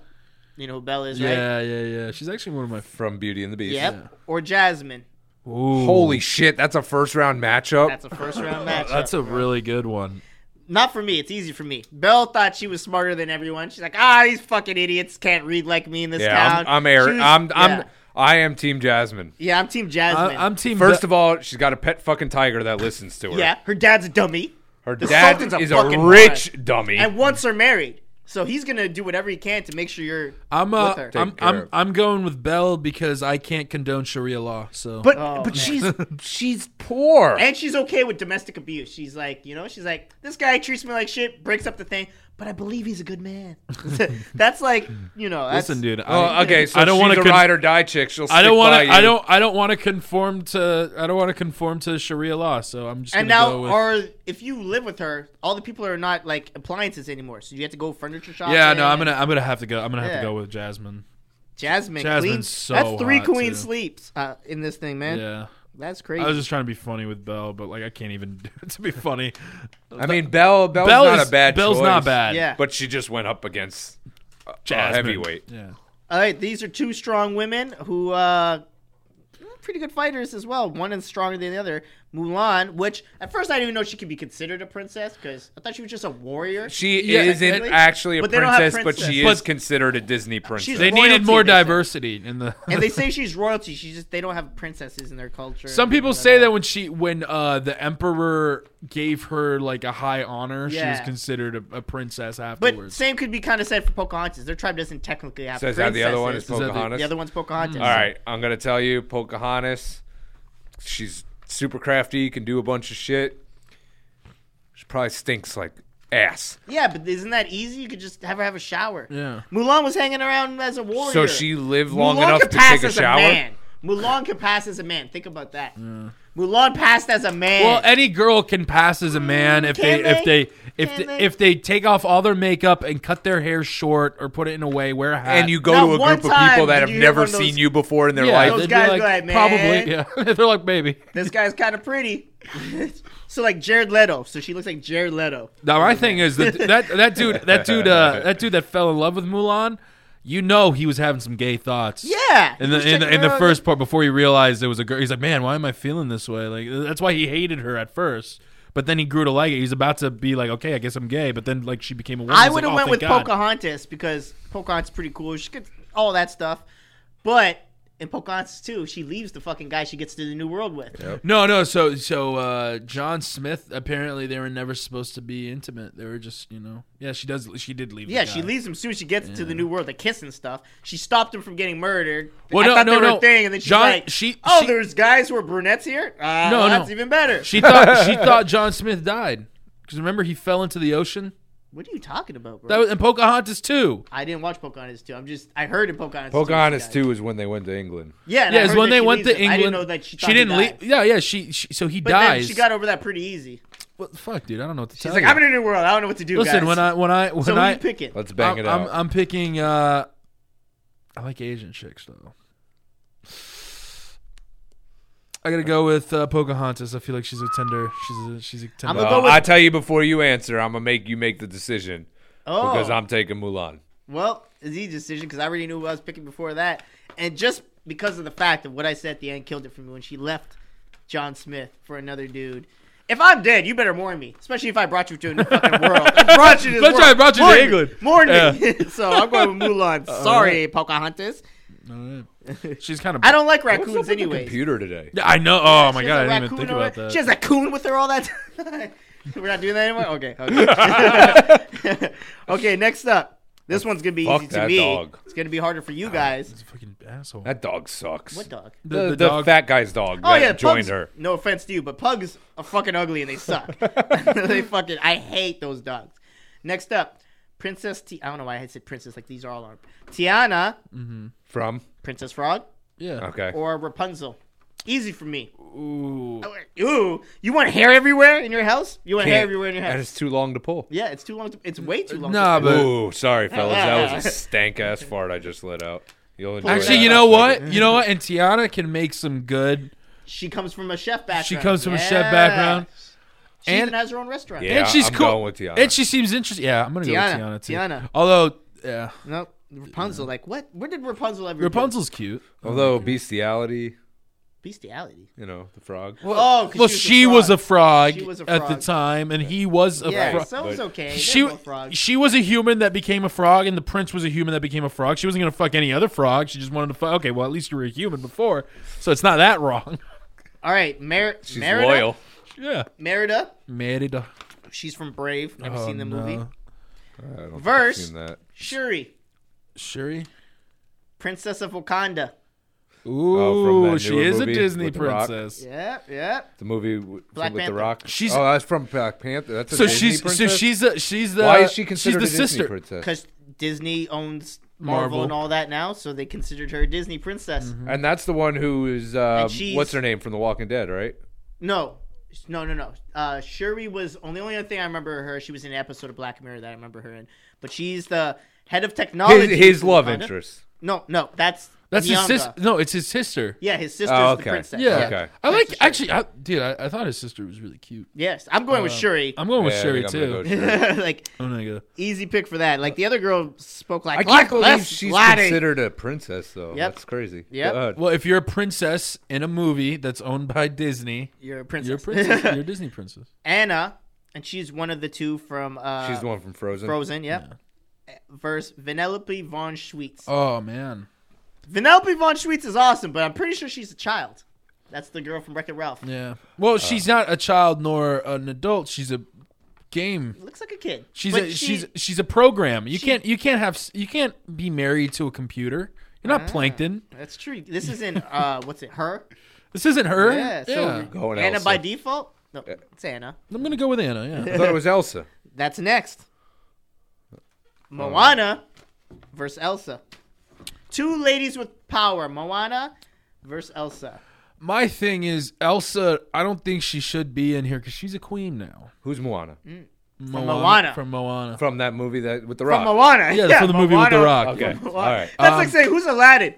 [SPEAKER 3] You know who Belle is, right?
[SPEAKER 7] Yeah, yeah, yeah. She's actually one of my.
[SPEAKER 4] From Beauty and the Beast.
[SPEAKER 3] Yep. Or Jasmine.
[SPEAKER 4] Holy shit, that's a first round matchup.
[SPEAKER 3] That's a first round match.
[SPEAKER 7] Oh, That's a really good one.
[SPEAKER 3] Not for me. It's easy for me. Belle thought she was smarter than everyone. She's like, ah, these fucking idiots can't read like me in this
[SPEAKER 4] yeah,
[SPEAKER 3] town.
[SPEAKER 4] I'm, I'm Eric.
[SPEAKER 3] She was-
[SPEAKER 4] I'm, I'm,
[SPEAKER 3] yeah.
[SPEAKER 4] I am Team Jasmine.
[SPEAKER 3] Yeah, I'm Team Jasmine.
[SPEAKER 7] I, am team.
[SPEAKER 4] First
[SPEAKER 7] Be-
[SPEAKER 4] of all, she's got a pet fucking tiger that listens to her.
[SPEAKER 3] yeah, her dad's a dummy.
[SPEAKER 4] Her
[SPEAKER 3] The
[SPEAKER 4] dad
[SPEAKER 3] Sultan's a
[SPEAKER 4] is a
[SPEAKER 3] fucking
[SPEAKER 4] rich dummy.
[SPEAKER 3] And once they're married. So he's going to do whatever he can to make sure you're.
[SPEAKER 7] I'm uh,
[SPEAKER 3] with her.
[SPEAKER 7] I'm
[SPEAKER 4] Take care
[SPEAKER 7] I'm,
[SPEAKER 4] of.
[SPEAKER 7] I'm going with Belle because I can't condone Sharia law. So
[SPEAKER 4] but
[SPEAKER 3] Oh, man.
[SPEAKER 4] but [LAUGHS] she's she's poor.
[SPEAKER 3] And she's okay with domestic abuse. She's like, you know, she's like, this guy treats me like shit, breaks up the thing, but I believe he's a good man. [LAUGHS] that's like, you know, that's,
[SPEAKER 7] listen, dude.
[SPEAKER 4] Oh,
[SPEAKER 7] I,
[SPEAKER 4] okay, so
[SPEAKER 7] I don't
[SPEAKER 4] she's
[SPEAKER 7] wanna
[SPEAKER 4] a
[SPEAKER 7] con-
[SPEAKER 4] ride or die chick. She'll.
[SPEAKER 7] I don't
[SPEAKER 4] want to.
[SPEAKER 7] I don't. I don't want to conform to. I don't want to conform to Sharia law. So I'm just.
[SPEAKER 3] And
[SPEAKER 7] gonna
[SPEAKER 3] now,
[SPEAKER 7] go with,
[SPEAKER 3] or if you live with her, all the people are not like appliances anymore. So you have to go furniture shopping.
[SPEAKER 7] yeah, no, I'm gonna. I'm gonna have to go. I'm gonna have
[SPEAKER 3] Yeah.
[SPEAKER 7] to go with Jasmine.
[SPEAKER 3] Jasmine,
[SPEAKER 7] Jasmine's
[SPEAKER 3] queen.
[SPEAKER 7] so
[SPEAKER 3] that's three
[SPEAKER 7] hot,
[SPEAKER 3] queen
[SPEAKER 7] too.
[SPEAKER 3] sleeps uh, in this thing, man.
[SPEAKER 7] Yeah,
[SPEAKER 3] That's crazy.
[SPEAKER 7] I was just trying to be funny with Belle, but like I can't even [LAUGHS] do it to be funny.
[SPEAKER 4] I mean, Bell. Bell's
[SPEAKER 7] Belle
[SPEAKER 4] not
[SPEAKER 7] is
[SPEAKER 4] a bad.
[SPEAKER 7] Belle's
[SPEAKER 4] choice,
[SPEAKER 7] not bad.
[SPEAKER 3] Yeah.
[SPEAKER 4] But she just went up against a- a
[SPEAKER 7] Jasmine.
[SPEAKER 4] heavyweight.
[SPEAKER 7] Yeah.
[SPEAKER 3] all right, these are two strong women who uh pretty good fighters as well. One is stronger than the other. Mulan, which at first I didn't even know she could be considered a princess because I thought she was just a warrior.
[SPEAKER 4] She
[SPEAKER 7] Yeah,
[SPEAKER 4] isn't
[SPEAKER 3] technically.
[SPEAKER 4] actually a
[SPEAKER 3] But they don't have
[SPEAKER 4] princess, but
[SPEAKER 3] princess.
[SPEAKER 4] she
[SPEAKER 7] But-
[SPEAKER 4] is considered a Disney princess.
[SPEAKER 7] They
[SPEAKER 3] Royalty,
[SPEAKER 7] needed more
[SPEAKER 3] they said.
[SPEAKER 7] diversity in the.
[SPEAKER 3] and they say she's royalty. She just they don't have princesses in their culture.
[SPEAKER 7] [LAUGHS] Some
[SPEAKER 3] and
[SPEAKER 7] people
[SPEAKER 3] whatever.
[SPEAKER 7] say that when she, when uh, the emperor gave her like a high honor, she was
[SPEAKER 3] Yeah.
[SPEAKER 7] considered a, a princess
[SPEAKER 3] But
[SPEAKER 7] afterwards.
[SPEAKER 3] same could be kind of said for Pocahontas. Their tribe doesn't technically have
[SPEAKER 4] So is that the other one? Is
[SPEAKER 3] princesses.
[SPEAKER 7] that the- Hmm.
[SPEAKER 4] Pocahontas?
[SPEAKER 3] The other one's Pocahontas.
[SPEAKER 4] All right, I'm gonna tell you, Pocahontas. She's super crafty, can do a bunch of shit. She probably stinks like ass.
[SPEAKER 3] Yeah, but isn't that easy? You could just have her have a shower.
[SPEAKER 7] Yeah.
[SPEAKER 3] Mulan was hanging around as a warrior.
[SPEAKER 4] So she lived long
[SPEAKER 3] Mulan
[SPEAKER 4] enough
[SPEAKER 3] could
[SPEAKER 4] to
[SPEAKER 3] pass
[SPEAKER 4] take a
[SPEAKER 3] as
[SPEAKER 4] shower.
[SPEAKER 3] man. Mulan could pass as a man. Think about that. Mulan passed as a man.
[SPEAKER 7] Well, any girl can pass as a man if they,
[SPEAKER 3] Can
[SPEAKER 7] if
[SPEAKER 3] they?
[SPEAKER 7] they if
[SPEAKER 3] Can
[SPEAKER 7] they,
[SPEAKER 3] they?
[SPEAKER 7] if they take off all their makeup and cut their hair short or put it in a way, wear a hat,
[SPEAKER 4] And you go
[SPEAKER 3] Not
[SPEAKER 4] to a
[SPEAKER 3] one
[SPEAKER 4] group of
[SPEAKER 3] time
[SPEAKER 4] people
[SPEAKER 3] did
[SPEAKER 4] that have
[SPEAKER 3] you hear
[SPEAKER 4] never
[SPEAKER 3] one of those-
[SPEAKER 4] seen you before in their
[SPEAKER 7] yeah,
[SPEAKER 4] life.
[SPEAKER 3] those
[SPEAKER 7] they'd be
[SPEAKER 3] guys go like, "Man."
[SPEAKER 7] probably yeah. [LAUGHS] they're like maybe.
[SPEAKER 3] this guy's kind of pretty. [LAUGHS] so like Jared Leto. So she looks like Jared Leto.
[SPEAKER 7] Now my thing is that that that dude that dude uh, that dude that fell in love with Mulan, you know he was having some gay thoughts.
[SPEAKER 3] Yeah.
[SPEAKER 7] In the
[SPEAKER 3] Just
[SPEAKER 7] in the,
[SPEAKER 3] checking
[SPEAKER 7] in the
[SPEAKER 3] her out.
[SPEAKER 7] first part before he realized it was a girl, he's like, man, why am I feeling this way? Like that's why he hated her at first. But then he grew to like it. He's about to be like, okay, I guess I'm gay. But then like she became a woman.
[SPEAKER 3] I
[SPEAKER 7] He's
[SPEAKER 3] would have
[SPEAKER 7] like, "Oh,
[SPEAKER 3] went
[SPEAKER 7] thank
[SPEAKER 3] with
[SPEAKER 7] God."
[SPEAKER 3] Pocahontas because Pocahontas is pretty cool. She could all that stuff, but in Pocahontas too, she leaves the fucking guy she gets to the new world with.
[SPEAKER 7] No, no. So, so uh, John Smith. Apparently, they were never supposed to be intimate. They were just, you know. Yeah, she does. She did leave. the
[SPEAKER 3] Yeah, she
[SPEAKER 7] [LAUGHS] guy.
[SPEAKER 3] leaves him soon as she gets to the new world, the kiss and stuff. She stopped him from getting murdered.
[SPEAKER 7] Well,
[SPEAKER 3] I
[SPEAKER 7] no,
[SPEAKER 3] thought
[SPEAKER 7] no,
[SPEAKER 3] they were
[SPEAKER 7] no.
[SPEAKER 3] a thing, and then she's
[SPEAKER 7] John-
[SPEAKER 3] like,
[SPEAKER 7] she-
[SPEAKER 3] "Oh,
[SPEAKER 7] she-
[SPEAKER 3] there's guys who are brunettes here. Uh,
[SPEAKER 7] No,
[SPEAKER 3] no,
[SPEAKER 7] no.
[SPEAKER 3] that's even better."
[SPEAKER 7] She thought she thought John Smith died because remember he fell into the ocean.
[SPEAKER 3] what are you talking about, bro?
[SPEAKER 7] That was and Pocahontas too.
[SPEAKER 3] I didn't watch Pocahontas too. I'm just I heard in Pocahontas. too, she
[SPEAKER 4] Pocahontas
[SPEAKER 3] died.
[SPEAKER 4] too is when they went to England.
[SPEAKER 3] Yeah, and I
[SPEAKER 7] Yeah, it's
[SPEAKER 3] heard
[SPEAKER 7] when
[SPEAKER 3] that
[SPEAKER 7] they
[SPEAKER 3] she
[SPEAKER 7] went to
[SPEAKER 3] leaves him.
[SPEAKER 7] England.
[SPEAKER 3] I didn't know that she.
[SPEAKER 7] she
[SPEAKER 3] thought he
[SPEAKER 7] didn't
[SPEAKER 3] died.
[SPEAKER 7] leave. Yeah, yeah. She, she so he
[SPEAKER 3] But then
[SPEAKER 7] dies.
[SPEAKER 3] she got over that pretty easy.
[SPEAKER 7] what the fuck, dude? I don't know what to
[SPEAKER 3] She's
[SPEAKER 7] tell
[SPEAKER 3] like,
[SPEAKER 7] you.
[SPEAKER 3] "I'm in a new world. I don't know what to do."
[SPEAKER 7] Listen,
[SPEAKER 3] guys.
[SPEAKER 7] when I when I when
[SPEAKER 3] so who
[SPEAKER 7] I
[SPEAKER 3] you picking?
[SPEAKER 4] Let's bang
[SPEAKER 7] I'm,
[SPEAKER 4] it
[SPEAKER 7] I'm,
[SPEAKER 4] out.
[SPEAKER 7] I'm picking. uh I like Asian chicks though. I gotta go with uh, Pocahontas. I feel like she's a tender. She's a she's a
[SPEAKER 3] I'm
[SPEAKER 7] tender.
[SPEAKER 3] gonna
[SPEAKER 4] Well,
[SPEAKER 3] go with-
[SPEAKER 4] I tell you before you answer, I'm gonna make you make the decision
[SPEAKER 3] Oh,
[SPEAKER 4] because I'm taking Mulan.
[SPEAKER 3] well, it's easy decision because I already knew who I was picking before that, and just because of the fact of what I said at the end killed it for me when she left John Smith for another dude. If I'm dead, you better mourn me, especially if I brought you to a new fucking world.
[SPEAKER 7] [LAUGHS]
[SPEAKER 3] I brought you to this
[SPEAKER 7] That's
[SPEAKER 3] world.
[SPEAKER 7] right, I brought you to
[SPEAKER 3] Mourn me.
[SPEAKER 7] England. Uh-huh.
[SPEAKER 3] Mourn me. [LAUGHS] so I'm going with
[SPEAKER 7] [LAUGHS]
[SPEAKER 3] Mulan. Sorry, Pocahontas.
[SPEAKER 7] she's kind
[SPEAKER 3] [LAUGHS]
[SPEAKER 7] of.
[SPEAKER 3] I don't like
[SPEAKER 4] What's up
[SPEAKER 3] raccoons
[SPEAKER 4] with the
[SPEAKER 3] anyways.
[SPEAKER 4] computer today?
[SPEAKER 7] I know. Oh my
[SPEAKER 3] She has
[SPEAKER 7] god! I
[SPEAKER 3] a
[SPEAKER 7] didn't even think
[SPEAKER 3] raccoon over-
[SPEAKER 7] about that.
[SPEAKER 3] She has a coon with her all that time. [LAUGHS] We're not doing that anymore? Okay.
[SPEAKER 7] [LAUGHS]
[SPEAKER 3] Okay, [LAUGHS] okay next up. This one's going to be
[SPEAKER 4] Fuck
[SPEAKER 3] easy to
[SPEAKER 4] that
[SPEAKER 3] me.
[SPEAKER 4] dog.
[SPEAKER 3] It's going to be harder for you guys.
[SPEAKER 7] It's a fucking asshole.
[SPEAKER 4] That dog sucks.
[SPEAKER 3] What dog?
[SPEAKER 4] The,
[SPEAKER 7] The-
[SPEAKER 4] the,
[SPEAKER 7] the dog-
[SPEAKER 4] fat guy's dog.
[SPEAKER 3] Oh,
[SPEAKER 4] that
[SPEAKER 3] yeah.
[SPEAKER 4] joined
[SPEAKER 3] pugs,
[SPEAKER 4] her.
[SPEAKER 3] No offense to you, but pugs are fucking ugly and they suck.
[SPEAKER 4] [LAUGHS]
[SPEAKER 3] [LAUGHS] they fucking, I hate those dogs. Next up, Princess T. I don't know why I said princess. Like, these are all on. Tiana,
[SPEAKER 4] From
[SPEAKER 3] Princess Frog,
[SPEAKER 7] yeah.
[SPEAKER 4] okay.
[SPEAKER 3] or Rapunzel. Easy for me.
[SPEAKER 7] Ooh.
[SPEAKER 3] Ooh, you want hair everywhere in your house? You want hair
[SPEAKER 4] Can't.
[SPEAKER 3] everywhere in your
[SPEAKER 4] That
[SPEAKER 3] house?
[SPEAKER 4] is too long to pull.
[SPEAKER 3] Yeah, it's too long. To, it's way too long.
[SPEAKER 7] Nah,
[SPEAKER 3] to
[SPEAKER 7] but-
[SPEAKER 4] Ooh, sorry, fellas.
[SPEAKER 3] [LAUGHS]
[SPEAKER 4] That was a stank ass fart I just let out. You'll enjoy
[SPEAKER 7] Actually,
[SPEAKER 4] that.
[SPEAKER 7] you know what? You know what? And Tiana can make some good.
[SPEAKER 3] she comes from a chef background.
[SPEAKER 7] She comes from a chef
[SPEAKER 3] Yeah.
[SPEAKER 7] background.
[SPEAKER 3] She
[SPEAKER 7] And-
[SPEAKER 3] even has her own restaurant.
[SPEAKER 4] Yeah,
[SPEAKER 7] and she's
[SPEAKER 4] I'm
[SPEAKER 7] cool.
[SPEAKER 4] going with Tiana.
[SPEAKER 7] And she seems interesting. Yeah, I'm gonna go
[SPEAKER 3] Tiana,
[SPEAKER 7] with Tiana too.
[SPEAKER 3] Tiana.
[SPEAKER 7] Although, uh, yeah,
[SPEAKER 3] Nope. Rapunzel, like what? Where did Rapunzel ever? do?
[SPEAKER 7] Rapunzel's cute.
[SPEAKER 4] Although bestiality,
[SPEAKER 3] bestiality.
[SPEAKER 4] you know, the frog.
[SPEAKER 3] Well, oh, 'cause
[SPEAKER 7] Well,
[SPEAKER 3] she
[SPEAKER 7] she was a
[SPEAKER 3] frog.
[SPEAKER 7] frog,
[SPEAKER 3] She was a
[SPEAKER 7] at the
[SPEAKER 3] frog.
[SPEAKER 7] time, and he was a
[SPEAKER 3] yeah,
[SPEAKER 7] frog.
[SPEAKER 3] so it's okay. She
[SPEAKER 7] she
[SPEAKER 3] both frogs.
[SPEAKER 7] she was a human that became a frog, and the prince was a human that became a frog. She wasn't gonna fuck any other frog. She just wanted to fuck. Okay, well at least you were a human before, so it's not that wrong. [LAUGHS]
[SPEAKER 3] All right, Mer-
[SPEAKER 4] She's
[SPEAKER 3] Merida.
[SPEAKER 4] loyal.
[SPEAKER 7] yeah,
[SPEAKER 3] Merida.
[SPEAKER 7] married. a-
[SPEAKER 3] She's from Brave. Never
[SPEAKER 7] Oh,
[SPEAKER 3] seen the
[SPEAKER 7] no.
[SPEAKER 3] movie.
[SPEAKER 4] I don't think I've
[SPEAKER 3] Verse.
[SPEAKER 4] seen that.
[SPEAKER 3] Shuri,
[SPEAKER 7] Shuri.
[SPEAKER 3] Princess of Wakanda.
[SPEAKER 7] Ooh,
[SPEAKER 4] Oh, from that
[SPEAKER 7] she
[SPEAKER 4] newer
[SPEAKER 7] is a
[SPEAKER 4] movie
[SPEAKER 7] Disney
[SPEAKER 4] with The Rock?
[SPEAKER 7] princess.
[SPEAKER 3] Yeah, yeah.
[SPEAKER 4] The movie w-
[SPEAKER 3] Black
[SPEAKER 4] with
[SPEAKER 3] Panther.
[SPEAKER 4] The Rock.
[SPEAKER 7] She's-
[SPEAKER 4] oh, that's from Black Panther. That's a
[SPEAKER 7] So
[SPEAKER 4] Disney
[SPEAKER 7] she's so
[SPEAKER 4] princess?
[SPEAKER 7] she's the she's the
[SPEAKER 4] Why is she considered
[SPEAKER 7] she's the
[SPEAKER 4] a
[SPEAKER 7] sister?
[SPEAKER 4] Disney princess?
[SPEAKER 3] Because Disney owns Marvel,
[SPEAKER 7] Marvel.
[SPEAKER 3] and all that now, so they considered her a Disney princess.
[SPEAKER 4] And that's the one who is uh,
[SPEAKER 3] And she's-
[SPEAKER 4] what's her name from The Walking Dead, right?
[SPEAKER 3] No, no, no, no. Uh, Shuri was on the only other thing I remember her. She was in an episode of Black Mirror that I remember her in. But she's the head of technology.
[SPEAKER 4] His, his
[SPEAKER 3] for
[SPEAKER 4] love
[SPEAKER 3] Wakanda.
[SPEAKER 4] interest.
[SPEAKER 3] No, no, that's
[SPEAKER 7] That's his
[SPEAKER 3] Nyong'o.
[SPEAKER 7] sister. No, it's his sister.
[SPEAKER 3] Yeah, his sister's
[SPEAKER 4] Oh,
[SPEAKER 3] the
[SPEAKER 4] okay.
[SPEAKER 3] princess.
[SPEAKER 7] Yeah.
[SPEAKER 4] Okay.
[SPEAKER 7] I like actually, I, dude. I, I thought his sister was really cute.
[SPEAKER 3] Yes, I'm going with
[SPEAKER 7] Uh,
[SPEAKER 3] Shuri.
[SPEAKER 7] I'm going with
[SPEAKER 4] Yeah, I
[SPEAKER 7] Sherry
[SPEAKER 4] think I'm gonna
[SPEAKER 7] too. Oh,
[SPEAKER 4] go with Shuri.
[SPEAKER 3] [LAUGHS] like
[SPEAKER 7] I'm gonna go.
[SPEAKER 3] easy pick for that. Like the other girl spoke
[SPEAKER 4] I
[SPEAKER 3] like
[SPEAKER 4] can't
[SPEAKER 3] like
[SPEAKER 4] believe
[SPEAKER 3] less
[SPEAKER 4] she's
[SPEAKER 3] Latin.
[SPEAKER 4] considered a princess, though.
[SPEAKER 3] Yep.
[SPEAKER 4] That's crazy.
[SPEAKER 3] Yep.
[SPEAKER 4] God.
[SPEAKER 7] Well, if you're a princess in a movie that's owned by Disney,
[SPEAKER 3] You're a princess.
[SPEAKER 4] [LAUGHS]
[SPEAKER 7] you're a
[SPEAKER 3] [LAUGHS]
[SPEAKER 7] princess. you're a Disney princess.
[SPEAKER 3] Anna, and she's one of the two from uh,
[SPEAKER 4] she's the one from Frozen.
[SPEAKER 3] Frozen. Yep. Verse Vanellope von Schweetz.
[SPEAKER 7] Oh man,
[SPEAKER 3] Vanellope von Schweetz is awesome, but I'm pretty sure she's a child. That's the girl from Wreck It Ralph.
[SPEAKER 7] yeah. Well,
[SPEAKER 4] Uh.
[SPEAKER 7] she's not a child nor an adult. She's a game.
[SPEAKER 3] Looks like a kid.
[SPEAKER 7] She's
[SPEAKER 3] But
[SPEAKER 7] a,
[SPEAKER 3] she-
[SPEAKER 7] she's she's a program. You
[SPEAKER 3] she-
[SPEAKER 7] can't you can't have s- you can't be married to a computer. You're
[SPEAKER 3] Ah.
[SPEAKER 7] not plankton.
[SPEAKER 3] That's true. This isn't uh, [LAUGHS] what's it? Her.
[SPEAKER 7] This isn't her.
[SPEAKER 3] Yeah. So
[SPEAKER 4] Going
[SPEAKER 3] Anna
[SPEAKER 4] Elsa.
[SPEAKER 3] by default. No, it's Anna.
[SPEAKER 7] I'm gonna go with Anna. Yeah.
[SPEAKER 4] I thought it was Elsa.
[SPEAKER 3] That's next.
[SPEAKER 4] Oh.
[SPEAKER 3] Moana versus Elsa. Two ladies with power. Moana versus Elsa.
[SPEAKER 7] [LAUGHS] My thing is Elsa. I don't think she should be in here because she's a queen now.
[SPEAKER 4] Who's Moana?
[SPEAKER 3] Hmm?
[SPEAKER 7] From
[SPEAKER 3] Moana.
[SPEAKER 7] From Moana.
[SPEAKER 4] From that movie that with the
[SPEAKER 3] From
[SPEAKER 4] Rock.
[SPEAKER 3] Moana.
[SPEAKER 7] Yeah, from the movie with The
[SPEAKER 3] Moana-
[SPEAKER 7] Rock.
[SPEAKER 4] Okay.
[SPEAKER 3] Moana.
[SPEAKER 4] All right.
[SPEAKER 3] That's
[SPEAKER 7] Um,
[SPEAKER 3] like saying who's Aladdin?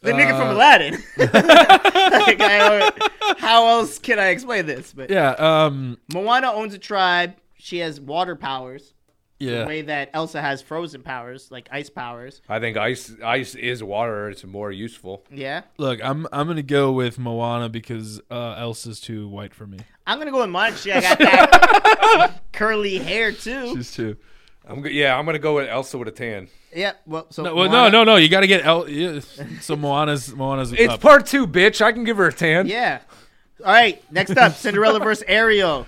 [SPEAKER 3] The nigga from
[SPEAKER 7] uh, [LAUGHS]
[SPEAKER 3] Aladdin. [LAUGHS] Like, I don't- how else can I explain this? But
[SPEAKER 7] Yeah. Um.
[SPEAKER 3] Moana owns a tribe. She has water powers, the
[SPEAKER 7] Yeah.
[SPEAKER 3] way that Elsa has frozen powers, like ice powers.
[SPEAKER 4] I think ice ice is water. It's more useful.
[SPEAKER 3] Yeah.
[SPEAKER 7] Look, I'm I'm gonna go with Moana because uh, Elsa's too white for me.
[SPEAKER 3] I'm gonna go with Moana. 'cause
[SPEAKER 7] [LAUGHS]
[SPEAKER 3] She I got that curly hair too.
[SPEAKER 7] She's too.
[SPEAKER 4] I'm go- yeah. I'm gonna go with Elsa with a tan.
[SPEAKER 3] Yeah. Well, so
[SPEAKER 7] No, well, no,
[SPEAKER 3] Moana-
[SPEAKER 7] no, no. You got to get
[SPEAKER 3] [LAUGHS]
[SPEAKER 7] El. Yeah. So Moana's Moana's.
[SPEAKER 4] It's
[SPEAKER 7] up.
[SPEAKER 4] part two, bitch. I can give her a tan.
[SPEAKER 3] Yeah. All right. Next
[SPEAKER 7] [LAUGHS]
[SPEAKER 3] up, Cinderella versus Ariel.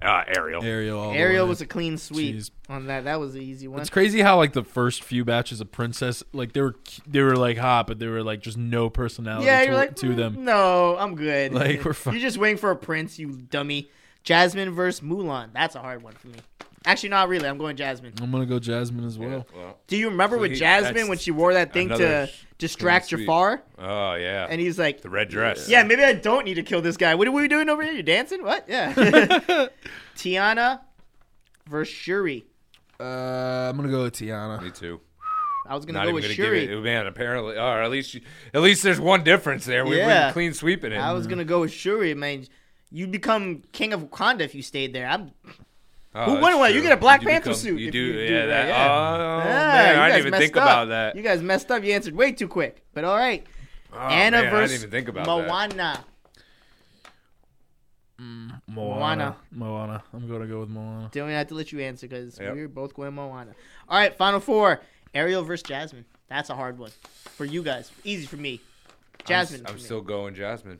[SPEAKER 4] Uh, Ariel.
[SPEAKER 7] Ariel. all the
[SPEAKER 3] Ariel
[SPEAKER 7] way.
[SPEAKER 3] was a clean sweep
[SPEAKER 7] Oh, Jeez.
[SPEAKER 3] on that. That was an easy one.
[SPEAKER 7] It's crazy how like the first few batches of Princess, like they were cu- they were like hot, but they were like just no personality
[SPEAKER 3] yeah,
[SPEAKER 7] to,
[SPEAKER 3] you're like
[SPEAKER 7] to
[SPEAKER 3] "Mm,
[SPEAKER 7] them.
[SPEAKER 3] No, I'm good.
[SPEAKER 7] [LAUGHS] Like, we're fine.
[SPEAKER 3] You're just waiting for a prince, you dummy. Jasmine versus Mulan. That's a hard one for me. Actually, not really. I'm going Jasmine.
[SPEAKER 7] I'm gonna go Jasmine as well.
[SPEAKER 4] Well,
[SPEAKER 3] Do you remember with
[SPEAKER 4] he-
[SPEAKER 3] Jasmine
[SPEAKER 4] that's
[SPEAKER 3] when she wore that thing
[SPEAKER 4] another
[SPEAKER 3] to distract
[SPEAKER 4] clean sweep.
[SPEAKER 3] Jafar?
[SPEAKER 4] oh yeah.
[SPEAKER 3] And he's like,
[SPEAKER 4] the red dress.
[SPEAKER 3] Yeah, maybe I don't need to kill this guy. What are we doing over here? You dancing? What? Yeah.
[SPEAKER 4] [LAUGHS]
[SPEAKER 3] [LAUGHS] Tiana versus Shuri.
[SPEAKER 7] [LAUGHS] Uh, I'm gonna go with Tiana.
[SPEAKER 4] Me too.
[SPEAKER 3] I was gonna
[SPEAKER 4] Not
[SPEAKER 3] go
[SPEAKER 4] even
[SPEAKER 3] with
[SPEAKER 4] gonna
[SPEAKER 3] Shuri.
[SPEAKER 4] give it. Man, apparently, or at least, you, at least there's one difference there. We
[SPEAKER 3] Yeah.
[SPEAKER 4] went clean sweeping it. Mm-hmm.
[SPEAKER 3] I was gonna go with Shuri, man. You become king of Wakanda if you stayed there. I'm,
[SPEAKER 4] Oh,
[SPEAKER 3] Who
[SPEAKER 4] that's
[SPEAKER 3] wouldn't want- you
[SPEAKER 4] true.
[SPEAKER 3] get a Black
[SPEAKER 4] You
[SPEAKER 3] Panther
[SPEAKER 4] become-
[SPEAKER 3] suit
[SPEAKER 4] You
[SPEAKER 3] if
[SPEAKER 4] do,
[SPEAKER 3] you
[SPEAKER 4] yeah.
[SPEAKER 3] do that,
[SPEAKER 4] that.
[SPEAKER 3] yeah.
[SPEAKER 4] Oh
[SPEAKER 3] Ah, you
[SPEAKER 4] man, I
[SPEAKER 3] guys
[SPEAKER 4] didn't even think
[SPEAKER 3] messed up.
[SPEAKER 4] about that.
[SPEAKER 3] You guys messed up. You answered way too quick. But all right,
[SPEAKER 4] Oh,
[SPEAKER 3] Anna
[SPEAKER 4] man, I
[SPEAKER 3] versus
[SPEAKER 4] didn't even think about that.
[SPEAKER 3] Moana.
[SPEAKER 7] Moana. Moana. I'm gonna go with Moana.
[SPEAKER 3] Don't have to let you answer because
[SPEAKER 4] Yep.
[SPEAKER 3] we're both going Moana. All right, final four: Ariel versus Jasmine. That's a hard one for you guys. Easy for me. Jasmine.
[SPEAKER 4] I'm,
[SPEAKER 3] for me.
[SPEAKER 4] still going Jasmine.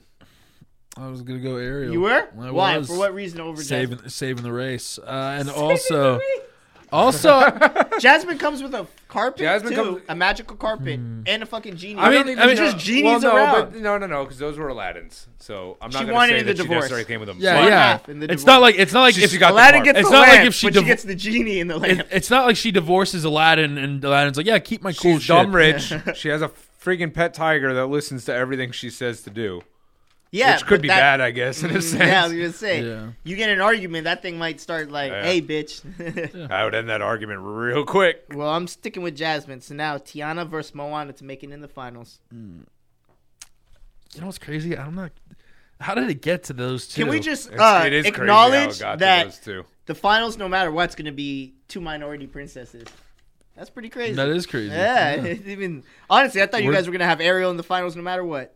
[SPEAKER 7] I was gonna go Ariel.
[SPEAKER 3] You were?
[SPEAKER 7] I
[SPEAKER 3] Why?
[SPEAKER 7] was.
[SPEAKER 3] For what reason over [LAUGHS] Jasmine?
[SPEAKER 7] saving saving the race, uh, and also
[SPEAKER 3] [LAUGHS]
[SPEAKER 7] also
[SPEAKER 4] [LAUGHS]
[SPEAKER 3] Jasmine comes with a carpet
[SPEAKER 4] Jasmine
[SPEAKER 3] too,
[SPEAKER 4] comes-
[SPEAKER 3] a magical carpet, and a fucking genie.
[SPEAKER 7] Hmm. I mean-
[SPEAKER 4] don't
[SPEAKER 7] I mean-
[SPEAKER 4] know-
[SPEAKER 7] Just
[SPEAKER 3] genies
[SPEAKER 4] well, no,
[SPEAKER 3] around.
[SPEAKER 4] But, no, no, no, because those were Aladdin's. So I'm not
[SPEAKER 3] She
[SPEAKER 4] going to
[SPEAKER 3] wanted
[SPEAKER 4] say
[SPEAKER 3] the
[SPEAKER 4] that she
[SPEAKER 3] divorce.
[SPEAKER 4] necessarily came with them.
[SPEAKER 7] yeah
[SPEAKER 3] One
[SPEAKER 7] yeah.
[SPEAKER 3] half in the
[SPEAKER 7] It's
[SPEAKER 3] divorce.
[SPEAKER 7] not like it's not like
[SPEAKER 4] She-
[SPEAKER 7] if,
[SPEAKER 4] she got the
[SPEAKER 3] Aladdin
[SPEAKER 4] part.
[SPEAKER 3] gets
[SPEAKER 7] It's
[SPEAKER 3] the
[SPEAKER 7] not like
[SPEAKER 3] lamp,
[SPEAKER 7] if she
[SPEAKER 3] but
[SPEAKER 7] div-
[SPEAKER 3] she gets the genie in the lamp.
[SPEAKER 7] [LAUGHS] it- it's not like she divorces Aladdin and Aladdin's like yeah keep my cool
[SPEAKER 4] She's dumb
[SPEAKER 7] shit.
[SPEAKER 3] [LAUGHS]
[SPEAKER 4] rich. she has a freaking pet tiger that listens to everything she says to do.
[SPEAKER 3] Yeah,
[SPEAKER 4] which could
[SPEAKER 3] but
[SPEAKER 4] be
[SPEAKER 3] that- Mm,
[SPEAKER 4] bad, I guess, in a sense.
[SPEAKER 3] [LAUGHS] Yeah, I was gonna say,
[SPEAKER 7] Yeah.
[SPEAKER 3] you get an argument, that thing might start like,
[SPEAKER 4] Yeah.
[SPEAKER 3] "Hey, bitch."
[SPEAKER 4] [LAUGHS] I would end that argument real quick.
[SPEAKER 3] well, I'm sticking with Jasmine. So now Tiana versus Moana to make it in the finals.
[SPEAKER 7] You know what's crazy? I'm not. How did it get to those two?
[SPEAKER 3] Can we just
[SPEAKER 4] It's-
[SPEAKER 3] uh,
[SPEAKER 4] it is crazy how it
[SPEAKER 3] acknowledge
[SPEAKER 4] got to
[SPEAKER 3] that
[SPEAKER 4] those two.
[SPEAKER 3] the finals, no matter what's going to be two minority princesses? That's pretty crazy.
[SPEAKER 7] That is crazy.
[SPEAKER 3] Yeah, [LAUGHS] even honestly, I thought you
[SPEAKER 7] We're-
[SPEAKER 3] guys were gonna have Ariel in the finals no matter what.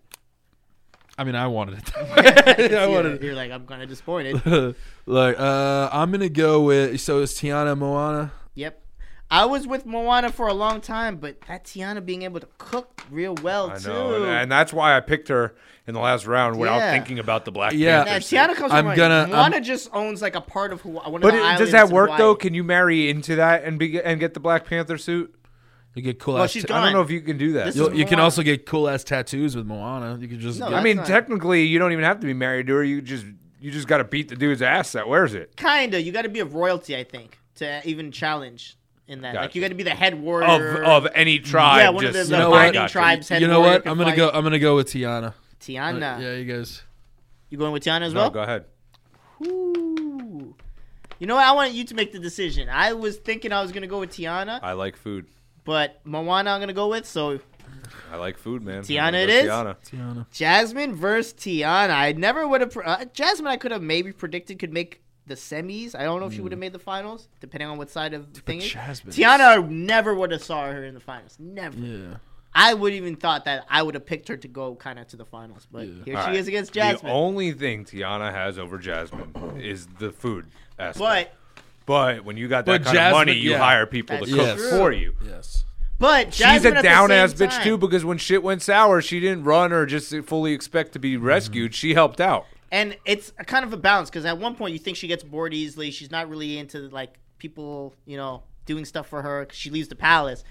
[SPEAKER 7] I mean, I wanted it. That way. [LAUGHS] I
[SPEAKER 3] [LAUGHS] You're-
[SPEAKER 7] wanted.
[SPEAKER 3] You're like, I'm kind of disappointed. [LAUGHS]
[SPEAKER 7] it. [LAUGHS] Look, uh, I'm gonna go with. So it's Tiana Moana.
[SPEAKER 3] yep, I was with Moana for a long time, but that Tiana being able to cook real well
[SPEAKER 4] I
[SPEAKER 3] too.
[SPEAKER 4] know, and, and that's why I picked her in the last round without
[SPEAKER 3] Yeah.
[SPEAKER 4] thinking about the Black
[SPEAKER 7] Yeah.
[SPEAKER 3] Nah,
[SPEAKER 4] Panther. suit.
[SPEAKER 3] Tiana comes from
[SPEAKER 7] I'm
[SPEAKER 3] Hawaii.
[SPEAKER 7] gonna-
[SPEAKER 3] Moana just owns like a part of Hawaii. One
[SPEAKER 4] But
[SPEAKER 3] of the
[SPEAKER 4] it, does
[SPEAKER 3] islands
[SPEAKER 4] that
[SPEAKER 3] in
[SPEAKER 4] work
[SPEAKER 3] Hawaii.
[SPEAKER 4] though? Can you marry into that and be and get the Black Panther suit?
[SPEAKER 7] You get cool.
[SPEAKER 3] Well,
[SPEAKER 7] ass
[SPEAKER 3] she's
[SPEAKER 7] ta-
[SPEAKER 3] gone.
[SPEAKER 4] I don't know if you can
[SPEAKER 3] [LAUGHS]
[SPEAKER 4] do that.
[SPEAKER 3] This
[SPEAKER 7] You'll-
[SPEAKER 3] is
[SPEAKER 7] you can
[SPEAKER 3] Moana.
[SPEAKER 7] also get cool ass tattoos with Moana. You can just.
[SPEAKER 3] No,
[SPEAKER 7] get-
[SPEAKER 4] I
[SPEAKER 3] that's
[SPEAKER 4] mean,
[SPEAKER 3] not-
[SPEAKER 4] technically, you don't even have to be married to her. You just you just got to beat the dude's ass that wears it.
[SPEAKER 3] Kinda, you got to be of royalty, I think, to even challenge in that. Like
[SPEAKER 4] Gotcha.
[SPEAKER 3] you got to be the head warrior
[SPEAKER 4] Of of any tribe.
[SPEAKER 3] Yeah, one of
[SPEAKER 4] just,
[SPEAKER 3] the- the
[SPEAKER 4] I
[SPEAKER 7] You know what?
[SPEAKER 4] got
[SPEAKER 3] binding
[SPEAKER 4] you.
[SPEAKER 3] tribes. Head
[SPEAKER 7] you know
[SPEAKER 3] warrior
[SPEAKER 7] what?
[SPEAKER 3] can
[SPEAKER 7] I'm gonna
[SPEAKER 3] fight
[SPEAKER 7] go. I'm gonna go with Tiana.
[SPEAKER 3] Tiana.
[SPEAKER 7] Yeah, you guys.
[SPEAKER 3] You going with Tiana as
[SPEAKER 4] uh, No,
[SPEAKER 3] well?
[SPEAKER 4] go ahead.
[SPEAKER 3] Ooh. You know what? I want you to make the decision. I was thinking I was gonna go with Tiana,
[SPEAKER 4] I like food.
[SPEAKER 3] but Moana I'm gonna go with. So
[SPEAKER 4] I like food, man.
[SPEAKER 3] Tiana
[SPEAKER 4] I'm gonna
[SPEAKER 3] it
[SPEAKER 4] go
[SPEAKER 3] is?
[SPEAKER 4] Tiana.
[SPEAKER 7] Tiana.
[SPEAKER 3] Jasmine versus Tiana. I never would have. Pre- uh, Jasmine, I could have maybe predicted could make the semis. I don't know if she would
[SPEAKER 4] Hmm.
[SPEAKER 3] have made the finals, depending on what side of the thing. is.
[SPEAKER 7] Jasmine is-
[SPEAKER 3] Tiana, I never would have saw her in the finals. Never.
[SPEAKER 7] Yeah.
[SPEAKER 3] I would even thought that I would have picked her to go kind of to the finals, but
[SPEAKER 7] Yeah.
[SPEAKER 3] here
[SPEAKER 4] All
[SPEAKER 3] she
[SPEAKER 4] right.
[SPEAKER 3] is against
[SPEAKER 4] The
[SPEAKER 3] Jasmine.
[SPEAKER 4] only thing Tiana has over Jasmine is the food aspect.
[SPEAKER 3] but
[SPEAKER 4] But when you got that
[SPEAKER 7] But
[SPEAKER 4] kind of money,
[SPEAKER 7] Jasmine-
[SPEAKER 4] you
[SPEAKER 7] yeah.
[SPEAKER 4] hire people
[SPEAKER 3] That's
[SPEAKER 4] to cook
[SPEAKER 7] true.
[SPEAKER 4] for you.
[SPEAKER 7] Yes.
[SPEAKER 3] but
[SPEAKER 4] She's
[SPEAKER 3] Jasmine
[SPEAKER 4] a
[SPEAKER 3] at the
[SPEAKER 4] down
[SPEAKER 3] same
[SPEAKER 4] ass bitch
[SPEAKER 3] time-
[SPEAKER 4] too because when shit went sour, she didn't run or just fully expect to
[SPEAKER 7] Mm-hmm.
[SPEAKER 4] be rescued. She helped out.
[SPEAKER 3] and it's a kind of a balance because at one point you think she gets bored easily. She's not really into like people, you know, doing stuff for her. 'cause she leaves the palace,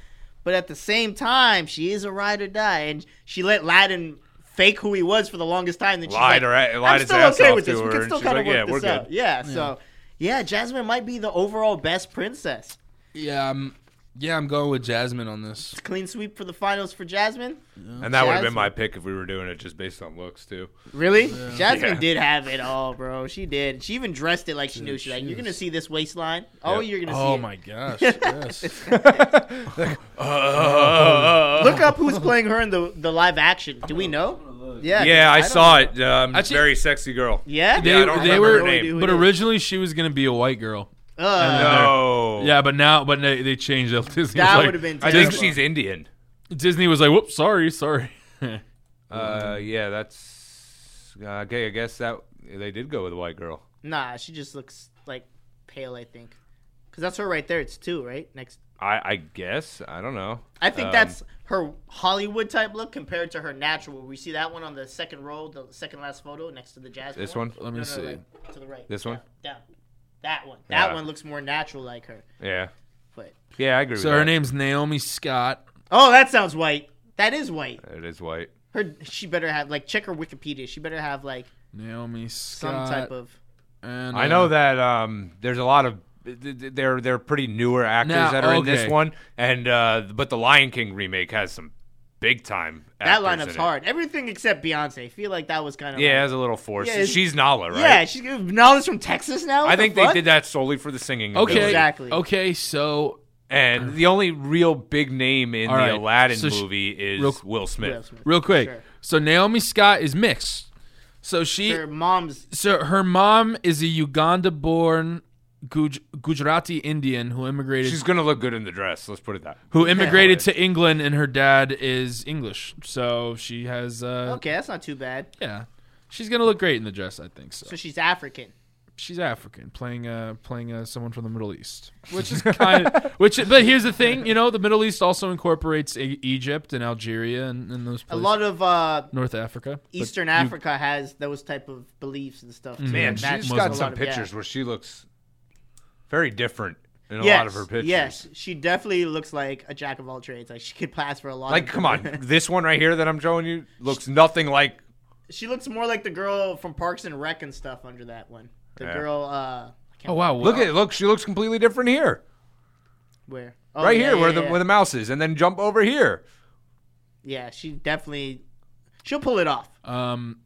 [SPEAKER 3] but at the same time, she is a ride or die, and she let Aladdin fake who he was for the longest time. Then she's like,
[SPEAKER 4] Lied her a-
[SPEAKER 3] I'm
[SPEAKER 4] lied his
[SPEAKER 3] still
[SPEAKER 4] ass
[SPEAKER 3] okay
[SPEAKER 4] off
[SPEAKER 3] with
[SPEAKER 4] to
[SPEAKER 3] this.
[SPEAKER 4] her,"
[SPEAKER 3] we can
[SPEAKER 4] and
[SPEAKER 3] still
[SPEAKER 4] she's
[SPEAKER 3] kind
[SPEAKER 4] like,
[SPEAKER 3] of work
[SPEAKER 4] "Yeah, we're
[SPEAKER 3] this
[SPEAKER 4] good."
[SPEAKER 3] out. Yeah, so yeah, Jasmine might be the overall best princess.
[SPEAKER 7] Yeah. I'm. Yeah, I'm going with Jasmine on this.
[SPEAKER 3] Clean sweep for the finals for Jasmine.
[SPEAKER 4] And that would have been
[SPEAKER 3] Jasmine.
[SPEAKER 4] my pick if we were doing it just based on looks too.
[SPEAKER 3] Really? Jasmine
[SPEAKER 4] Yeah.
[SPEAKER 3] did have it all, bro. She did. She even dressed it like she knew. She's like, "You're gonna see this waistline. Oh,
[SPEAKER 4] Yep.
[SPEAKER 3] you're gonna see."
[SPEAKER 7] Oh
[SPEAKER 3] it." [LAUGHS]
[SPEAKER 7] my gosh. Yes. Uh,
[SPEAKER 4] [LAUGHS]
[SPEAKER 3] Look up who's playing her in the, the live action. Do we know? Yeah.
[SPEAKER 4] yeah, I,
[SPEAKER 3] don't
[SPEAKER 4] saw
[SPEAKER 3] know.
[SPEAKER 4] it. Um,
[SPEAKER 7] Actually-
[SPEAKER 4] very sexy girl.
[SPEAKER 3] Yeah.
[SPEAKER 7] They,
[SPEAKER 4] Yeah, I don't remember
[SPEAKER 7] they were,
[SPEAKER 4] her name.
[SPEAKER 3] Who it
[SPEAKER 7] but
[SPEAKER 3] is.
[SPEAKER 7] originally she was gonna be a white girl.
[SPEAKER 3] Uh,
[SPEAKER 4] No.
[SPEAKER 7] Yeah, but now, but they, they changed it. [LAUGHS] Disney was
[SPEAKER 3] That
[SPEAKER 7] like-
[SPEAKER 3] would've been
[SPEAKER 4] I
[SPEAKER 7] I
[SPEAKER 4] think
[SPEAKER 3] terrible.
[SPEAKER 7] think
[SPEAKER 4] she's Indian.
[SPEAKER 7] Disney was like, "Whoops, sorry, sorry." [LAUGHS]
[SPEAKER 4] Uh, yeah, that's uh, okay. I guess that they did go with a white girl.
[SPEAKER 3] Nah, she just looks like pale. I think, because that's her right there. It's two right next.
[SPEAKER 4] I, I guess I don't know.
[SPEAKER 3] I think
[SPEAKER 4] Um,
[SPEAKER 3] that's her Hollywood type look compared to her natural. We see that one on the second row, the second last photo next to the Jasmine.
[SPEAKER 4] this one.
[SPEAKER 7] Let me
[SPEAKER 3] No, no,
[SPEAKER 7] see.
[SPEAKER 3] like, to the right.
[SPEAKER 4] This one?
[SPEAKER 3] Down. That one. That
[SPEAKER 4] Yeah.
[SPEAKER 3] one looks more natural like her.
[SPEAKER 4] Yeah,
[SPEAKER 3] But
[SPEAKER 4] yeah, I agree.
[SPEAKER 7] So
[SPEAKER 4] with
[SPEAKER 7] her
[SPEAKER 4] that.
[SPEAKER 7] name's Naomi Scott.
[SPEAKER 3] oh, that sounds white. That is white.
[SPEAKER 4] It is white.
[SPEAKER 3] Her. She better have like check her Wikipedia. She better have like
[SPEAKER 7] Naomi Scott.
[SPEAKER 3] some type of.
[SPEAKER 7] and,
[SPEAKER 4] I
[SPEAKER 7] uh,
[SPEAKER 4] know that um, there's a lot of they're they're pretty newer actors
[SPEAKER 7] Now,
[SPEAKER 4] that are in this
[SPEAKER 7] okay.
[SPEAKER 4] one, and uh, but the Lion King remake has some big time.
[SPEAKER 3] That
[SPEAKER 4] actors in
[SPEAKER 3] lineup's
[SPEAKER 4] it.
[SPEAKER 3] hard. Everything except Beyonce. I feel like that was kind of
[SPEAKER 4] Yeah,
[SPEAKER 3] Like,
[SPEAKER 4] it's a little forced.
[SPEAKER 3] Yeah, it's-
[SPEAKER 4] She's Nala, right?
[SPEAKER 3] Yeah, she's now from Texas now. What
[SPEAKER 4] I
[SPEAKER 3] the
[SPEAKER 4] think
[SPEAKER 3] fuck?
[SPEAKER 4] they did that solely for the singing.
[SPEAKER 7] Okay.
[SPEAKER 4] ability.
[SPEAKER 3] Exactly.
[SPEAKER 7] Okay, so
[SPEAKER 4] And the only real big name in
[SPEAKER 7] All
[SPEAKER 4] the
[SPEAKER 7] right,
[SPEAKER 4] Aladdin
[SPEAKER 7] so she-
[SPEAKER 4] movie is
[SPEAKER 7] real-
[SPEAKER 4] Will Smith.
[SPEAKER 3] Yeah, Smith.
[SPEAKER 7] real quick,
[SPEAKER 3] Sure.
[SPEAKER 7] so Naomi Scott is mixed. So she,
[SPEAKER 3] Her mom's
[SPEAKER 7] so her mom is a Uganda-born Guj- Gujarati Indian who immigrated,
[SPEAKER 4] She's gonna look good in the dress. Let's put it that.
[SPEAKER 7] who immigrated to England, and her dad is English. So she has, uh,
[SPEAKER 3] okay. That's not too bad.
[SPEAKER 7] yeah, she's gonna look great in the dress. I think so.
[SPEAKER 3] So she's African.
[SPEAKER 7] she's African, playing uh playing uh, someone from the Middle East, which [LAUGHS] is kind of which. But here's the thing, you know, the Middle East also incorporates e- Egypt and Algeria and, and those
[SPEAKER 3] A
[SPEAKER 7] places.
[SPEAKER 3] lot of uh,
[SPEAKER 7] North Africa, but
[SPEAKER 3] Eastern
[SPEAKER 7] you-
[SPEAKER 3] Africa has those type of beliefs and stuff. Too.
[SPEAKER 4] Man,
[SPEAKER 3] And that matches
[SPEAKER 4] she's
[SPEAKER 3] a
[SPEAKER 4] got
[SPEAKER 3] lot
[SPEAKER 4] some
[SPEAKER 3] of- yeah.
[SPEAKER 4] pictures where she looks very different in a
[SPEAKER 3] yes,
[SPEAKER 4] lot of her pictures.
[SPEAKER 3] Yes, she definitely looks like a jack of all trades. Like she could pass for a lot.
[SPEAKER 4] Like,
[SPEAKER 3] of
[SPEAKER 4] come
[SPEAKER 3] [LAUGHS]
[SPEAKER 4] on, this one right here that I'm showing you looks nothing like.
[SPEAKER 3] she looks more like the girl from Parks and Rec and stuff under that one. The
[SPEAKER 4] Yeah.
[SPEAKER 3] girl. Uh, I can't
[SPEAKER 7] Oh wow,
[SPEAKER 4] Look at look. She looks completely different here,
[SPEAKER 3] Where? Oh,
[SPEAKER 4] right
[SPEAKER 3] yeah,
[SPEAKER 4] here, where
[SPEAKER 3] yeah,
[SPEAKER 4] the
[SPEAKER 3] yeah.
[SPEAKER 4] where the mouse is, and then jump over here.
[SPEAKER 3] Yeah, she definitely she'll pull it off.
[SPEAKER 7] Um,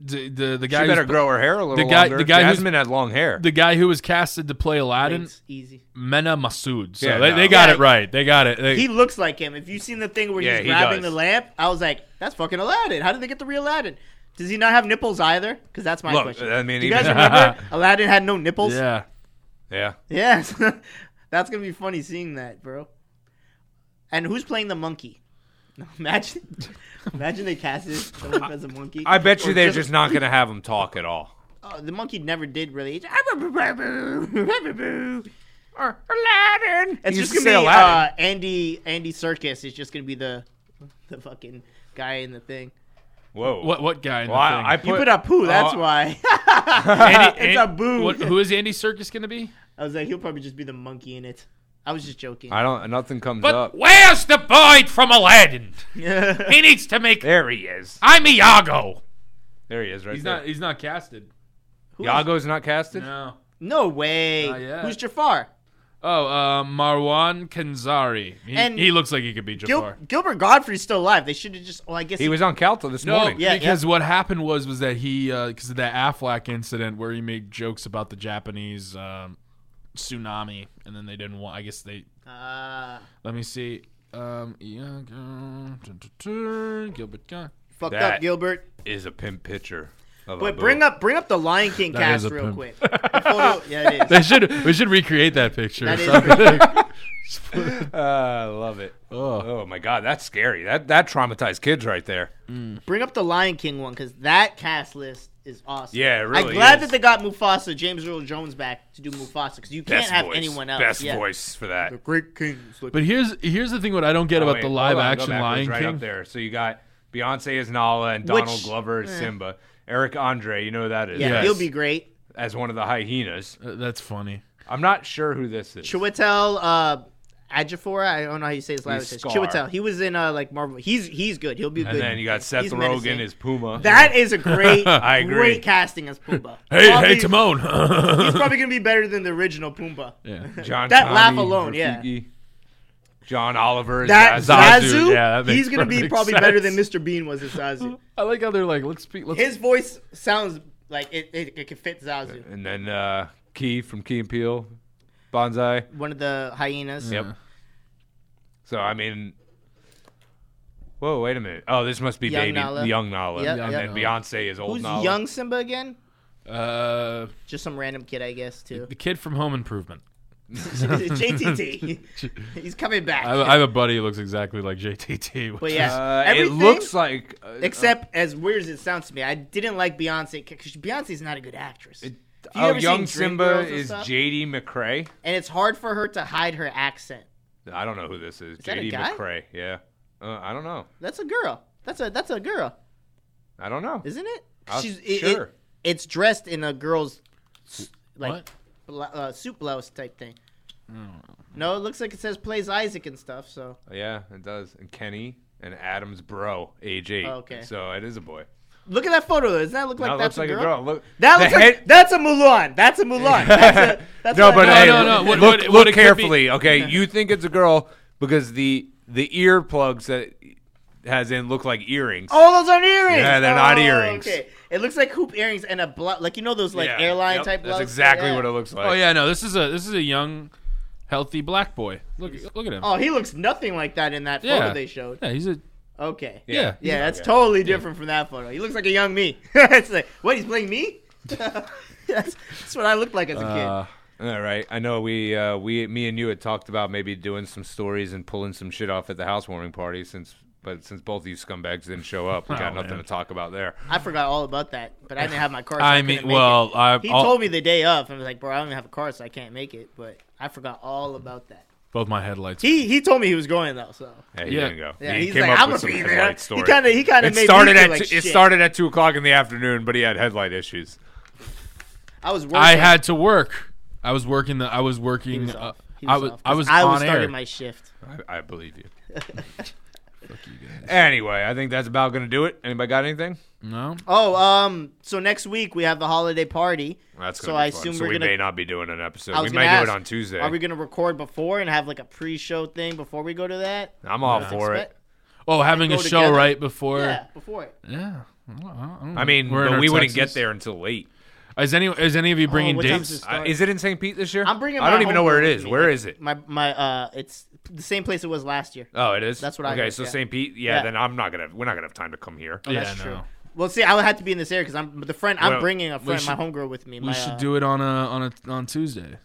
[SPEAKER 7] the the, the
[SPEAKER 4] She
[SPEAKER 7] guy
[SPEAKER 4] better
[SPEAKER 7] who's-
[SPEAKER 4] grow her hair a little
[SPEAKER 7] the guy-
[SPEAKER 4] longer.
[SPEAKER 7] the guy who's-
[SPEAKER 4] Jasmine had long hair.
[SPEAKER 7] the guy who was casted to play Aladdin,
[SPEAKER 3] It's easy.
[SPEAKER 7] Mena Masood. So
[SPEAKER 4] Yeah,
[SPEAKER 7] they,
[SPEAKER 4] no.
[SPEAKER 7] they got
[SPEAKER 3] Yeah.
[SPEAKER 7] it right. They got it. They-
[SPEAKER 3] He looks like him. If you've seen the thing where
[SPEAKER 4] Yeah,
[SPEAKER 3] he's
[SPEAKER 4] he
[SPEAKER 3] grabbing
[SPEAKER 4] does.
[SPEAKER 3] the lamp, I was like, that's fucking Aladdin. How did they get the real Aladdin? Does he not have nipples either? Because that's my
[SPEAKER 4] Look,
[SPEAKER 3] question.
[SPEAKER 4] I mean,
[SPEAKER 3] Do you
[SPEAKER 4] even-
[SPEAKER 3] guys
[SPEAKER 4] [LAUGHS]
[SPEAKER 3] remember Aladdin had no nipples?
[SPEAKER 7] yeah.
[SPEAKER 4] yeah.
[SPEAKER 3] Yes. [LAUGHS] That's gonna be funny seeing that, bro. And who's playing the monkey? [LAUGHS] Imagine, imagine they cast this someone as a monkey.
[SPEAKER 4] I bet you
[SPEAKER 3] Or
[SPEAKER 4] they're just, not going to have him talk
[SPEAKER 3] [LAUGHS]
[SPEAKER 4] at all.
[SPEAKER 3] oh, the monkey never did really. It's Aladdin. It's
[SPEAKER 4] You
[SPEAKER 3] just gonna
[SPEAKER 4] should say
[SPEAKER 3] be
[SPEAKER 4] Aladdin.
[SPEAKER 3] Uh, Andy Andy Circus is just gonna be the the fucking guy in the thing.
[SPEAKER 4] Whoa.
[SPEAKER 7] What what guy? In
[SPEAKER 4] Well,
[SPEAKER 7] the thing?
[SPEAKER 4] I, I put,
[SPEAKER 3] You put a poo, that's
[SPEAKER 4] Oh. [LAUGHS]
[SPEAKER 3] why.
[SPEAKER 7] Andy-
[SPEAKER 3] [LAUGHS] it's
[SPEAKER 7] An-
[SPEAKER 3] a boo.
[SPEAKER 7] what- who is Andy Circus going to be?
[SPEAKER 3] I was like, he'll probably just be the monkey in it. I was just joking. [LAUGHS]
[SPEAKER 4] I don't. Nothing comes
[SPEAKER 2] But
[SPEAKER 4] up.
[SPEAKER 2] where's the boy from Aladdin? He needs to make.
[SPEAKER 4] There he is.
[SPEAKER 2] I'm Iago.
[SPEAKER 4] There he is. Right
[SPEAKER 7] He's
[SPEAKER 4] there.
[SPEAKER 7] not. He's not casted.
[SPEAKER 3] Who is-
[SPEAKER 4] Yago's not casted.
[SPEAKER 7] No.
[SPEAKER 3] No way.
[SPEAKER 7] Not yet.
[SPEAKER 3] Who's Jafar?
[SPEAKER 7] Oh, uh, Marwan Kanzari. He,
[SPEAKER 3] And-
[SPEAKER 7] he looks like he could be
[SPEAKER 3] Gil-
[SPEAKER 7] Jafar.
[SPEAKER 3] Gilbert Godfrey's still alive. They should have just. Well, I guess
[SPEAKER 4] He was on Calta this
[SPEAKER 7] no,
[SPEAKER 4] morning.
[SPEAKER 3] Yeah,
[SPEAKER 7] because what happened was was that he because of that Aflac incident where he made jokes about the Japanese um, tsunami, and then they didn't want. I guess they
[SPEAKER 3] Ah,
[SPEAKER 7] let me see. Um, yeah, dun, dun, dun, Gilbert Gun.
[SPEAKER 3] fucked
[SPEAKER 4] That-
[SPEAKER 3] up, Gilbert.
[SPEAKER 4] Is a pimp pitcher. of a
[SPEAKER 3] But
[SPEAKER 4] boo.
[SPEAKER 3] bring
[SPEAKER 4] [LAUGHS]
[SPEAKER 3] up, bring up the Lion King
[SPEAKER 7] That is
[SPEAKER 3] cast
[SPEAKER 7] a
[SPEAKER 3] real
[SPEAKER 7] pimp.
[SPEAKER 3] quick. The photo- yeah, it is.
[SPEAKER 7] They should we should recreate that picture.
[SPEAKER 3] That is
[SPEAKER 4] Uh, I love it.
[SPEAKER 7] [LAUGHS] oh.
[SPEAKER 4] Oh my god, that's scary. That that traumatized kids right there.
[SPEAKER 3] Bring up the Lion King one because that cast list is awesome.
[SPEAKER 4] Yeah, it really
[SPEAKER 3] I'm glad
[SPEAKER 4] is.
[SPEAKER 3] that they got Mufasa, James Earl Jones back to do Mufasa because you can't
[SPEAKER 4] Best
[SPEAKER 3] have
[SPEAKER 4] voice.
[SPEAKER 3] anyone else.
[SPEAKER 4] Best
[SPEAKER 3] yeah.
[SPEAKER 4] voice for that.
[SPEAKER 3] Great Kings. Like,
[SPEAKER 7] But here's here's the thing. What I don't get
[SPEAKER 4] Oh,
[SPEAKER 7] about
[SPEAKER 4] wait,
[SPEAKER 7] the
[SPEAKER 4] hold
[SPEAKER 7] live
[SPEAKER 4] on, go
[SPEAKER 7] action
[SPEAKER 4] backwards,
[SPEAKER 7] Lion
[SPEAKER 4] right
[SPEAKER 7] King.
[SPEAKER 4] up there. So you got Beyonce as Nala and Donald
[SPEAKER 3] Which-
[SPEAKER 4] Glover as Simba. Eric Andre, you know who that is.
[SPEAKER 3] yeah,
[SPEAKER 7] Yes.
[SPEAKER 3] he'll be great.
[SPEAKER 4] As one of the hyenas.
[SPEAKER 7] Uh, that's funfunny.
[SPEAKER 4] I'm not sure who this is.
[SPEAKER 3] Chiwetel uh, Ejiofor. I don't know how you say his last name.
[SPEAKER 4] Scar.
[SPEAKER 3] Chiwetel. He was in uh, like Marvel. He's he's good. He'll be good.
[SPEAKER 4] and then you got Seth
[SPEAKER 3] He's menacing.
[SPEAKER 4] Rogen as Puma.
[SPEAKER 3] That is
[SPEAKER 7] [LAUGHS]
[SPEAKER 3] a great,
[SPEAKER 4] I agree.
[SPEAKER 3] great casting as Pumbaa.
[SPEAKER 7] Hey,
[SPEAKER 3] Probably-
[SPEAKER 7] hey, Timon.
[SPEAKER 3] He's probably gonna be better than the original Pumbaa.
[SPEAKER 7] [LAUGHS] yeah.
[SPEAKER 4] John
[SPEAKER 3] that
[SPEAKER 4] Tommy
[SPEAKER 3] laugh alone, yeah.
[SPEAKER 4] Rafiki. John Oliver as
[SPEAKER 3] That
[SPEAKER 4] Zazu.
[SPEAKER 3] Zazu,
[SPEAKER 7] yeah, that makes
[SPEAKER 3] he's gonna be
[SPEAKER 7] perfect
[SPEAKER 3] probably
[SPEAKER 7] sense.
[SPEAKER 3] better than Mr. Bean was as Zazu.
[SPEAKER 7] I like how they're like, let's speak. Let's
[SPEAKER 3] His voice sounds like it, it, it could fit Zazu,
[SPEAKER 4] And then uh, Key from Key and Peele, Bonsai.
[SPEAKER 3] one of the hyenas.
[SPEAKER 4] Yep. So I mean, whoa, wait a minute. Oh, this must be
[SPEAKER 3] Young
[SPEAKER 4] baby
[SPEAKER 3] Nala.
[SPEAKER 4] young Nala,
[SPEAKER 3] Yep,
[SPEAKER 4] and
[SPEAKER 3] yep.
[SPEAKER 4] then Beyonce is old
[SPEAKER 3] Who's
[SPEAKER 4] Nala.
[SPEAKER 3] young Simba again?
[SPEAKER 7] Uh,
[SPEAKER 3] Just some random kid, I guess. Too.
[SPEAKER 7] [LAUGHS]
[SPEAKER 3] [LAUGHS]
[SPEAKER 7] the kid from Home Improvement. [LAUGHS]
[SPEAKER 3] JTT. he's coming back.
[SPEAKER 7] I, I have a buddy who looks exactly like JTT. which
[SPEAKER 3] but
[SPEAKER 7] is-
[SPEAKER 3] yeah,
[SPEAKER 4] Uh, it
[SPEAKER 3] everything
[SPEAKER 4] looks like uh,
[SPEAKER 3] except as weird as it sounds to me, I didn't like Beyonce because Beyonce's not a good actress.
[SPEAKER 4] uh,
[SPEAKER 3] you
[SPEAKER 4] oh,
[SPEAKER 3] ever
[SPEAKER 4] young
[SPEAKER 3] seen
[SPEAKER 4] Simba
[SPEAKER 3] Dreamgirls and
[SPEAKER 4] is
[SPEAKER 3] stuff?
[SPEAKER 4] JD McRae.
[SPEAKER 3] and it's hard for her to hide her accent.
[SPEAKER 4] I don't know who this is.
[SPEAKER 3] that a
[SPEAKER 4] JD
[SPEAKER 3] guy?
[SPEAKER 4] McRae. Yeah. Uh, I don't know.
[SPEAKER 3] That's a girl. That's a that's a girl,
[SPEAKER 4] I don't know.
[SPEAKER 3] isn't it?
[SPEAKER 4] Uh,
[SPEAKER 3] it-
[SPEAKER 4] sure.
[SPEAKER 3] it- it's dressed in a girl's s- like
[SPEAKER 7] What?
[SPEAKER 3] bl- uh, suit blouse type thing.
[SPEAKER 4] Oh.
[SPEAKER 3] No, it looks like it says plays Isaac and stuff. So
[SPEAKER 4] yeah, it does. And Kenny and Adam's bro, age eight.
[SPEAKER 3] Oh, Okay.
[SPEAKER 4] So it is a boy.
[SPEAKER 3] look at that photo. though. Doesn't that look like
[SPEAKER 4] Now it
[SPEAKER 3] that's
[SPEAKER 4] looks like
[SPEAKER 3] a girl?
[SPEAKER 4] Look,
[SPEAKER 3] That
[SPEAKER 4] the [LAUGHS]
[SPEAKER 3] looks like
[SPEAKER 4] head-
[SPEAKER 3] that's a Mulan. That's a
[SPEAKER 4] [LAUGHS]
[SPEAKER 3] Mulan. [LAUGHS] That's a, that's
[SPEAKER 4] no,
[SPEAKER 3] what I
[SPEAKER 4] but
[SPEAKER 3] know.
[SPEAKER 4] hey,
[SPEAKER 7] no, no. What-
[SPEAKER 4] look,
[SPEAKER 7] what-
[SPEAKER 4] look
[SPEAKER 7] what it could be-
[SPEAKER 4] carefully. Okay, you think it's a girl because the the earplugs that it has in look like earrings.
[SPEAKER 3] Oh, those aren't earrings.
[SPEAKER 4] Yeah, they're
[SPEAKER 3] oh,
[SPEAKER 4] not earrings.
[SPEAKER 3] Okay, it looks like hoop earrings and a blouse, like you know those like
[SPEAKER 4] Yeah,
[SPEAKER 3] airline
[SPEAKER 4] yep,
[SPEAKER 3] type.
[SPEAKER 4] That's
[SPEAKER 3] blouses?
[SPEAKER 4] exactly
[SPEAKER 3] Yeah.
[SPEAKER 4] what it looks like.
[SPEAKER 7] Oh yeah, no. This is a this is a young, healthy black boy. Look look at him.
[SPEAKER 3] Oh, he looks nothing like that in that
[SPEAKER 7] yeah.
[SPEAKER 3] photo they showed.
[SPEAKER 7] Yeah, he's a
[SPEAKER 3] Okay.
[SPEAKER 7] yeah.
[SPEAKER 3] Yeah,
[SPEAKER 7] he's-
[SPEAKER 3] that's totally different from that photo. He looks like a young me. [LAUGHS] it's like, what? He's playing me? [LAUGHS] that's, that's what I looked like as a kid.
[SPEAKER 7] uh,
[SPEAKER 4] All right. I know we uh, we me and you had talked about maybe doing some stories and pulling some shit off at the housewarming party since but since both of you scumbags didn't show up, we got
[SPEAKER 7] Oh,
[SPEAKER 4] nothing
[SPEAKER 7] man.
[SPEAKER 4] to talk about there.
[SPEAKER 3] I forgot all about that, but I didn't have my car. So
[SPEAKER 7] I
[SPEAKER 3] couldn't
[SPEAKER 7] mean,
[SPEAKER 3] make
[SPEAKER 7] well,
[SPEAKER 3] it.
[SPEAKER 7] I
[SPEAKER 3] he
[SPEAKER 7] all-
[SPEAKER 3] told me the day of, and I was like, bro, I don't even have a car, so I can't make it. But I forgot all about that.
[SPEAKER 7] both my headlights.
[SPEAKER 3] He he told me he was going though, so
[SPEAKER 4] Yeah, he
[SPEAKER 7] Yeah.
[SPEAKER 4] didn't go.
[SPEAKER 3] yeah,
[SPEAKER 4] he
[SPEAKER 3] he's
[SPEAKER 4] came
[SPEAKER 3] like,
[SPEAKER 4] up
[SPEAKER 3] I'm
[SPEAKER 4] with
[SPEAKER 3] gonna
[SPEAKER 4] some
[SPEAKER 3] be there.
[SPEAKER 4] headlight
[SPEAKER 3] He
[SPEAKER 4] story.
[SPEAKER 3] kind of he kind of
[SPEAKER 4] it
[SPEAKER 3] made
[SPEAKER 4] started
[SPEAKER 3] me
[SPEAKER 4] at
[SPEAKER 3] feel like
[SPEAKER 4] two, it
[SPEAKER 3] shit.
[SPEAKER 4] started at two o'clock in the afternoon, but he had headlight issues.
[SPEAKER 3] I was working.
[SPEAKER 7] I had to work. I was working the. I was working.
[SPEAKER 3] was
[SPEAKER 7] uh,
[SPEAKER 3] off. He
[SPEAKER 7] I
[SPEAKER 3] was
[SPEAKER 7] was.
[SPEAKER 3] off,
[SPEAKER 7] I
[SPEAKER 3] 'cause
[SPEAKER 7] was
[SPEAKER 3] I was
[SPEAKER 7] on
[SPEAKER 3] starting
[SPEAKER 7] air.
[SPEAKER 3] my shift. [LAUGHS]
[SPEAKER 4] I, I believe you. Anyway, I think that's about going to do it. Anybody got anything?
[SPEAKER 7] no.
[SPEAKER 3] Oh, um, so next week we have the holiday party.
[SPEAKER 4] That's
[SPEAKER 3] so
[SPEAKER 4] gonna
[SPEAKER 3] I
[SPEAKER 4] be fun.
[SPEAKER 3] assume
[SPEAKER 4] so
[SPEAKER 3] we're
[SPEAKER 4] we
[SPEAKER 3] gonna.
[SPEAKER 4] may not be doing an episode.
[SPEAKER 3] I
[SPEAKER 4] We
[SPEAKER 3] was
[SPEAKER 4] may
[SPEAKER 3] gonna
[SPEAKER 4] do it
[SPEAKER 3] ask,
[SPEAKER 4] on Tuesday.
[SPEAKER 3] Are we gonna record before and have like a pre-show thing before we go to that?
[SPEAKER 4] I'm all for it.
[SPEAKER 3] Expect-
[SPEAKER 7] Oh, having a
[SPEAKER 3] go
[SPEAKER 7] show
[SPEAKER 3] together.
[SPEAKER 7] right before.
[SPEAKER 3] yeah, before it.
[SPEAKER 7] Yeah.
[SPEAKER 4] I mean,
[SPEAKER 7] We're in
[SPEAKER 4] but
[SPEAKER 7] our
[SPEAKER 4] we wouldn't get
[SPEAKER 7] Texas.
[SPEAKER 4] there until late.
[SPEAKER 7] Is any is any of you bringing
[SPEAKER 3] Oh, what time's
[SPEAKER 7] dates?
[SPEAKER 3] this?
[SPEAKER 4] I,
[SPEAKER 3] Sorry.
[SPEAKER 4] is it in St. Pete this year?
[SPEAKER 3] I'm bringing
[SPEAKER 4] I don't
[SPEAKER 3] my
[SPEAKER 4] even know where it
[SPEAKER 3] homeboy with
[SPEAKER 4] is.
[SPEAKER 3] me.
[SPEAKER 4] Where is it?
[SPEAKER 3] My my uh, it's the same place it was last year.
[SPEAKER 4] Oh, it is.
[SPEAKER 3] That's what I
[SPEAKER 4] Okay,
[SPEAKER 3] heard,
[SPEAKER 4] so
[SPEAKER 3] yeah.
[SPEAKER 4] St. Pete. Yeah,
[SPEAKER 3] Yeah.
[SPEAKER 4] then I'm not gonna. We're not gonna have time to come here.
[SPEAKER 7] yeah,
[SPEAKER 3] that's
[SPEAKER 7] no.
[SPEAKER 3] true. Well, see, I would have to be in this area because I'm the friend. I'm
[SPEAKER 4] Well,
[SPEAKER 3] bringing a
[SPEAKER 7] we
[SPEAKER 3] friend, my
[SPEAKER 7] should-
[SPEAKER 3] homegirl, with me.
[SPEAKER 7] We
[SPEAKER 3] my,
[SPEAKER 7] should
[SPEAKER 3] uh,
[SPEAKER 7] do it on a on a on Tuesday.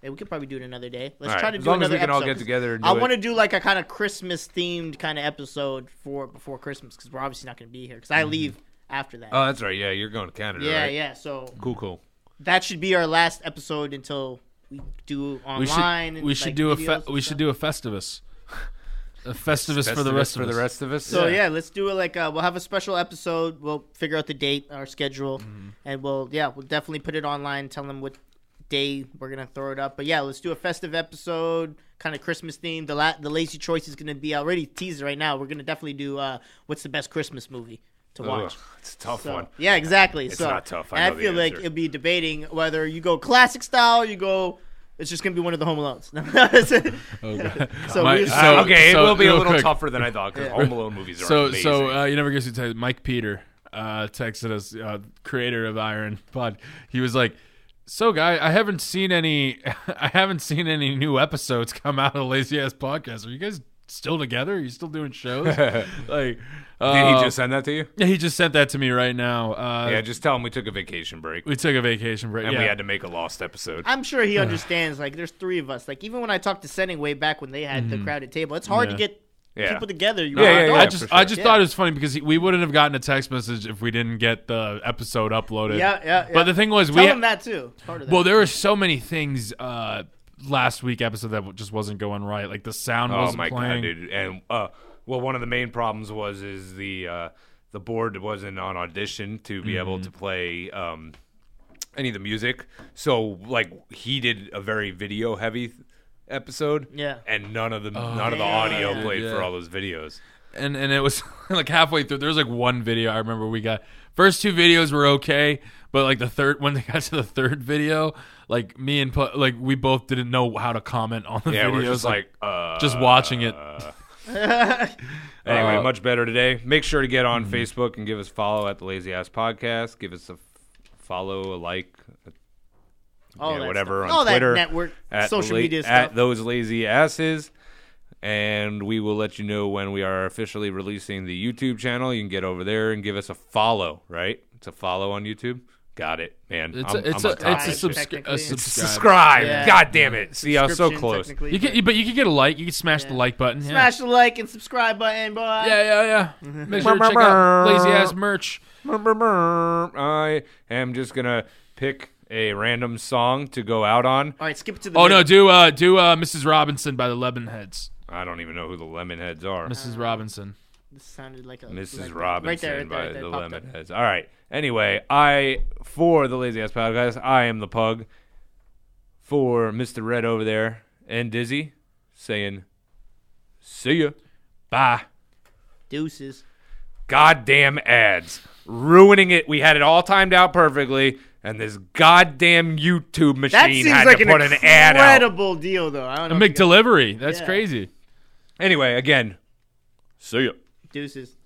[SPEAKER 3] yeah, we could probably do it another day. Let's
[SPEAKER 4] All right,
[SPEAKER 3] try to
[SPEAKER 4] as
[SPEAKER 3] do
[SPEAKER 4] long as
[SPEAKER 3] another
[SPEAKER 4] we can all
[SPEAKER 3] episode,
[SPEAKER 4] get
[SPEAKER 3] 'cause
[SPEAKER 4] together and
[SPEAKER 3] I
[SPEAKER 4] do it.
[SPEAKER 3] want to do like a kind of Christmas themed kind of episode for before Christmas because we're obviously not going to be here because I leave after that.
[SPEAKER 4] Mm-hmm. Oh, that's right. Yeah, you're going to Canada.
[SPEAKER 3] yeah,
[SPEAKER 4] right?
[SPEAKER 3] yeah. So
[SPEAKER 4] Cool, cool.
[SPEAKER 3] that should be our last episode until we do
[SPEAKER 7] We
[SPEAKER 3] online.
[SPEAKER 7] should
[SPEAKER 3] and,
[SPEAKER 7] we should
[SPEAKER 3] like,
[SPEAKER 7] do a
[SPEAKER 3] videos
[SPEAKER 7] fe-
[SPEAKER 3] and
[SPEAKER 7] we
[SPEAKER 3] stuff.
[SPEAKER 7] should do a Festivus. [LAUGHS] A Festivus for the
[SPEAKER 4] Festivus
[SPEAKER 7] rest of
[SPEAKER 4] for
[SPEAKER 7] us.
[SPEAKER 4] the rest of us.
[SPEAKER 3] So yeah. let's do it like uh, we'll have a special episode. We'll figure out the date, our schedule,
[SPEAKER 4] Mm-hmm.
[SPEAKER 3] and we'll yeah, we'll definitely put it online. Tell them what day we're gonna throw it up. But yeah, let's do a festive episode, kind of Christmas theme. The la- the lazy choice is gonna be I already teased it right now. We're gonna definitely do uh, what's the best Christmas movie to
[SPEAKER 4] Ugh,
[SPEAKER 3] watch.
[SPEAKER 4] it's a tough
[SPEAKER 3] So,
[SPEAKER 4] one.
[SPEAKER 3] Yeah, exactly. It's so,
[SPEAKER 4] not tough. I
[SPEAKER 3] and
[SPEAKER 4] know the
[SPEAKER 3] feel like
[SPEAKER 4] answer.
[SPEAKER 3] it'd be debating whether you go classic style, you go. It's just gonna be one of the Home Alones. [LAUGHS] so
[SPEAKER 7] Oh, My-
[SPEAKER 3] we
[SPEAKER 7] so-
[SPEAKER 4] Uh, okay,
[SPEAKER 7] so
[SPEAKER 4] it will be a
[SPEAKER 7] real
[SPEAKER 4] little
[SPEAKER 7] quick.
[SPEAKER 4] tougher than I thought [LAUGHS] because Home Alone movies are
[SPEAKER 7] So
[SPEAKER 4] amazing. [LAUGHS]
[SPEAKER 7] so uh, you never guess who texted Mike Peter uh, texted us uh, creator of Iron [LAUGHS] Pod. He was like, "So guy, I haven't seen any [LAUGHS] I haven't seen any new episodes come out of Lazy Ass Podcast. Are you guys still together? Are you still doing shows?"
[SPEAKER 4] [LAUGHS]
[SPEAKER 7] like
[SPEAKER 4] Did
[SPEAKER 7] uh,
[SPEAKER 4] he just send that to you?
[SPEAKER 7] Yeah, he just sent that to me right now. Uh,
[SPEAKER 4] Yeah, just tell him we took a vacation break
[SPEAKER 7] we took a vacation break.
[SPEAKER 4] and
[SPEAKER 7] yeah.
[SPEAKER 4] we had to make a lost episode.
[SPEAKER 3] I'm sure he understands. Like, there's three of us. Like, even when I talked to Senning way back when they had the crowded table, it's hard
[SPEAKER 7] Mm-hmm. Yeah.
[SPEAKER 3] to get
[SPEAKER 4] Yeah.
[SPEAKER 3] people together. You
[SPEAKER 4] Yeah,
[SPEAKER 3] really
[SPEAKER 4] yeah,
[SPEAKER 3] don't.
[SPEAKER 4] yeah,
[SPEAKER 7] I
[SPEAKER 4] for sure.
[SPEAKER 7] just I just
[SPEAKER 3] Yeah.
[SPEAKER 7] thought it was funny because he, we wouldn't have gotten a text message if we didn't get the episode uploaded.
[SPEAKER 3] Yeah, yeah, yeah.
[SPEAKER 7] But the thing was,
[SPEAKER 3] Tell
[SPEAKER 7] we
[SPEAKER 3] them that too. Part of that.
[SPEAKER 7] well,
[SPEAKER 3] [LAUGHS]
[SPEAKER 7] there were so many things uh, last week episode that just wasn't going right. Like the sound
[SPEAKER 4] oh
[SPEAKER 7] wasn't
[SPEAKER 4] my god,
[SPEAKER 7] playing.
[SPEAKER 4] dude! And uh, well, one of the main problems was is the uh, the board wasn't on audition to be
[SPEAKER 7] Mm-hmm.
[SPEAKER 4] able to play um, any of the music. So like he did a very video heavy episode,
[SPEAKER 3] Yeah.
[SPEAKER 4] and none of the none of the
[SPEAKER 3] yeah,
[SPEAKER 4] audio
[SPEAKER 3] yeah.
[SPEAKER 4] played for
[SPEAKER 7] Oh, Yeah.
[SPEAKER 4] all those videos.
[SPEAKER 7] And and it was [LAUGHS] like halfway through. There was like one video I remember we got. First two videos were okay, but like the third when they [LAUGHS] got to the third video, like me and Pu- like we both didn't know how to comment on the
[SPEAKER 4] Yeah,
[SPEAKER 7] videos.
[SPEAKER 4] we're just like, uh,
[SPEAKER 7] just watching it.
[SPEAKER 3] Oh,
[SPEAKER 4] Anyway,
[SPEAKER 7] Uh, mm-hmm.
[SPEAKER 4] much better today. Make sure to get on Facebook and give us a follow at the Lazy Ass Podcast. Give us a f- follow, a like, a-
[SPEAKER 3] All
[SPEAKER 4] yeah,
[SPEAKER 3] that
[SPEAKER 4] whatever
[SPEAKER 3] stuff.
[SPEAKER 4] on
[SPEAKER 3] all
[SPEAKER 4] Twitter,
[SPEAKER 3] that network,
[SPEAKER 4] at
[SPEAKER 3] social
[SPEAKER 4] la-
[SPEAKER 3] media
[SPEAKER 4] at
[SPEAKER 3] stuff.
[SPEAKER 4] those lazy asses. And we will let you know when we are officially releasing the YouTube channel. You can get over there and give us a follow. Right? It's a follow on YouTube. Got it, man.
[SPEAKER 7] It's
[SPEAKER 4] I'm-
[SPEAKER 7] a it's
[SPEAKER 4] I'm
[SPEAKER 7] a,
[SPEAKER 4] on top of
[SPEAKER 7] it's a,
[SPEAKER 3] subs-
[SPEAKER 4] this shit.
[SPEAKER 7] subscri- a
[SPEAKER 3] technically. It's a
[SPEAKER 7] subscribe.
[SPEAKER 4] subscribe.
[SPEAKER 3] Yeah.
[SPEAKER 4] God damn it! See, I was so
[SPEAKER 3] Subscription,
[SPEAKER 4] close.
[SPEAKER 3] technically,
[SPEAKER 7] You
[SPEAKER 3] but-
[SPEAKER 7] can you- but you can get a like. You can smash the
[SPEAKER 3] Yeah.
[SPEAKER 7] like button. yeah.
[SPEAKER 3] smash the like and subscribe button, boy.
[SPEAKER 7] Yeah, yeah, yeah. Make sure to check
[SPEAKER 3] [LAUGHS]
[SPEAKER 7] out lazy ass merch.
[SPEAKER 4] I am just gonna pick a random song to go out on.
[SPEAKER 3] All right, skip it to the.
[SPEAKER 7] Oh no,
[SPEAKER 3] middle.
[SPEAKER 7] do uh do uh Mrs. Robinson by the Lemonheads.
[SPEAKER 4] I don't even know who the Lemonheads are.
[SPEAKER 7] Mrs. Robinson.
[SPEAKER 3] This sounded like a
[SPEAKER 4] Mrs.
[SPEAKER 3] like-
[SPEAKER 4] Robinson
[SPEAKER 3] Right there, right there,
[SPEAKER 4] by
[SPEAKER 3] right there,
[SPEAKER 4] the
[SPEAKER 3] popped up.
[SPEAKER 4] Lemonheads. All right. Anyway, I for the Lazy Ass Podcast, I am the pug. For Mr. Red over there and Dizzy, saying, "See ya." Bye.
[SPEAKER 3] Deuces.
[SPEAKER 4] goddamn ads ruining it. We had it all timed out perfectly, and this goddamn YouTube machine
[SPEAKER 3] That seems
[SPEAKER 4] had
[SPEAKER 3] like
[SPEAKER 4] to
[SPEAKER 3] an
[SPEAKER 4] put an ad out.
[SPEAKER 3] incredible deal, though. I don't know.
[SPEAKER 7] A
[SPEAKER 3] if you
[SPEAKER 7] McDelivery. That's
[SPEAKER 3] Yeah.
[SPEAKER 7] crazy.
[SPEAKER 4] Anyway, again, see ya.
[SPEAKER 3] got- Deuces.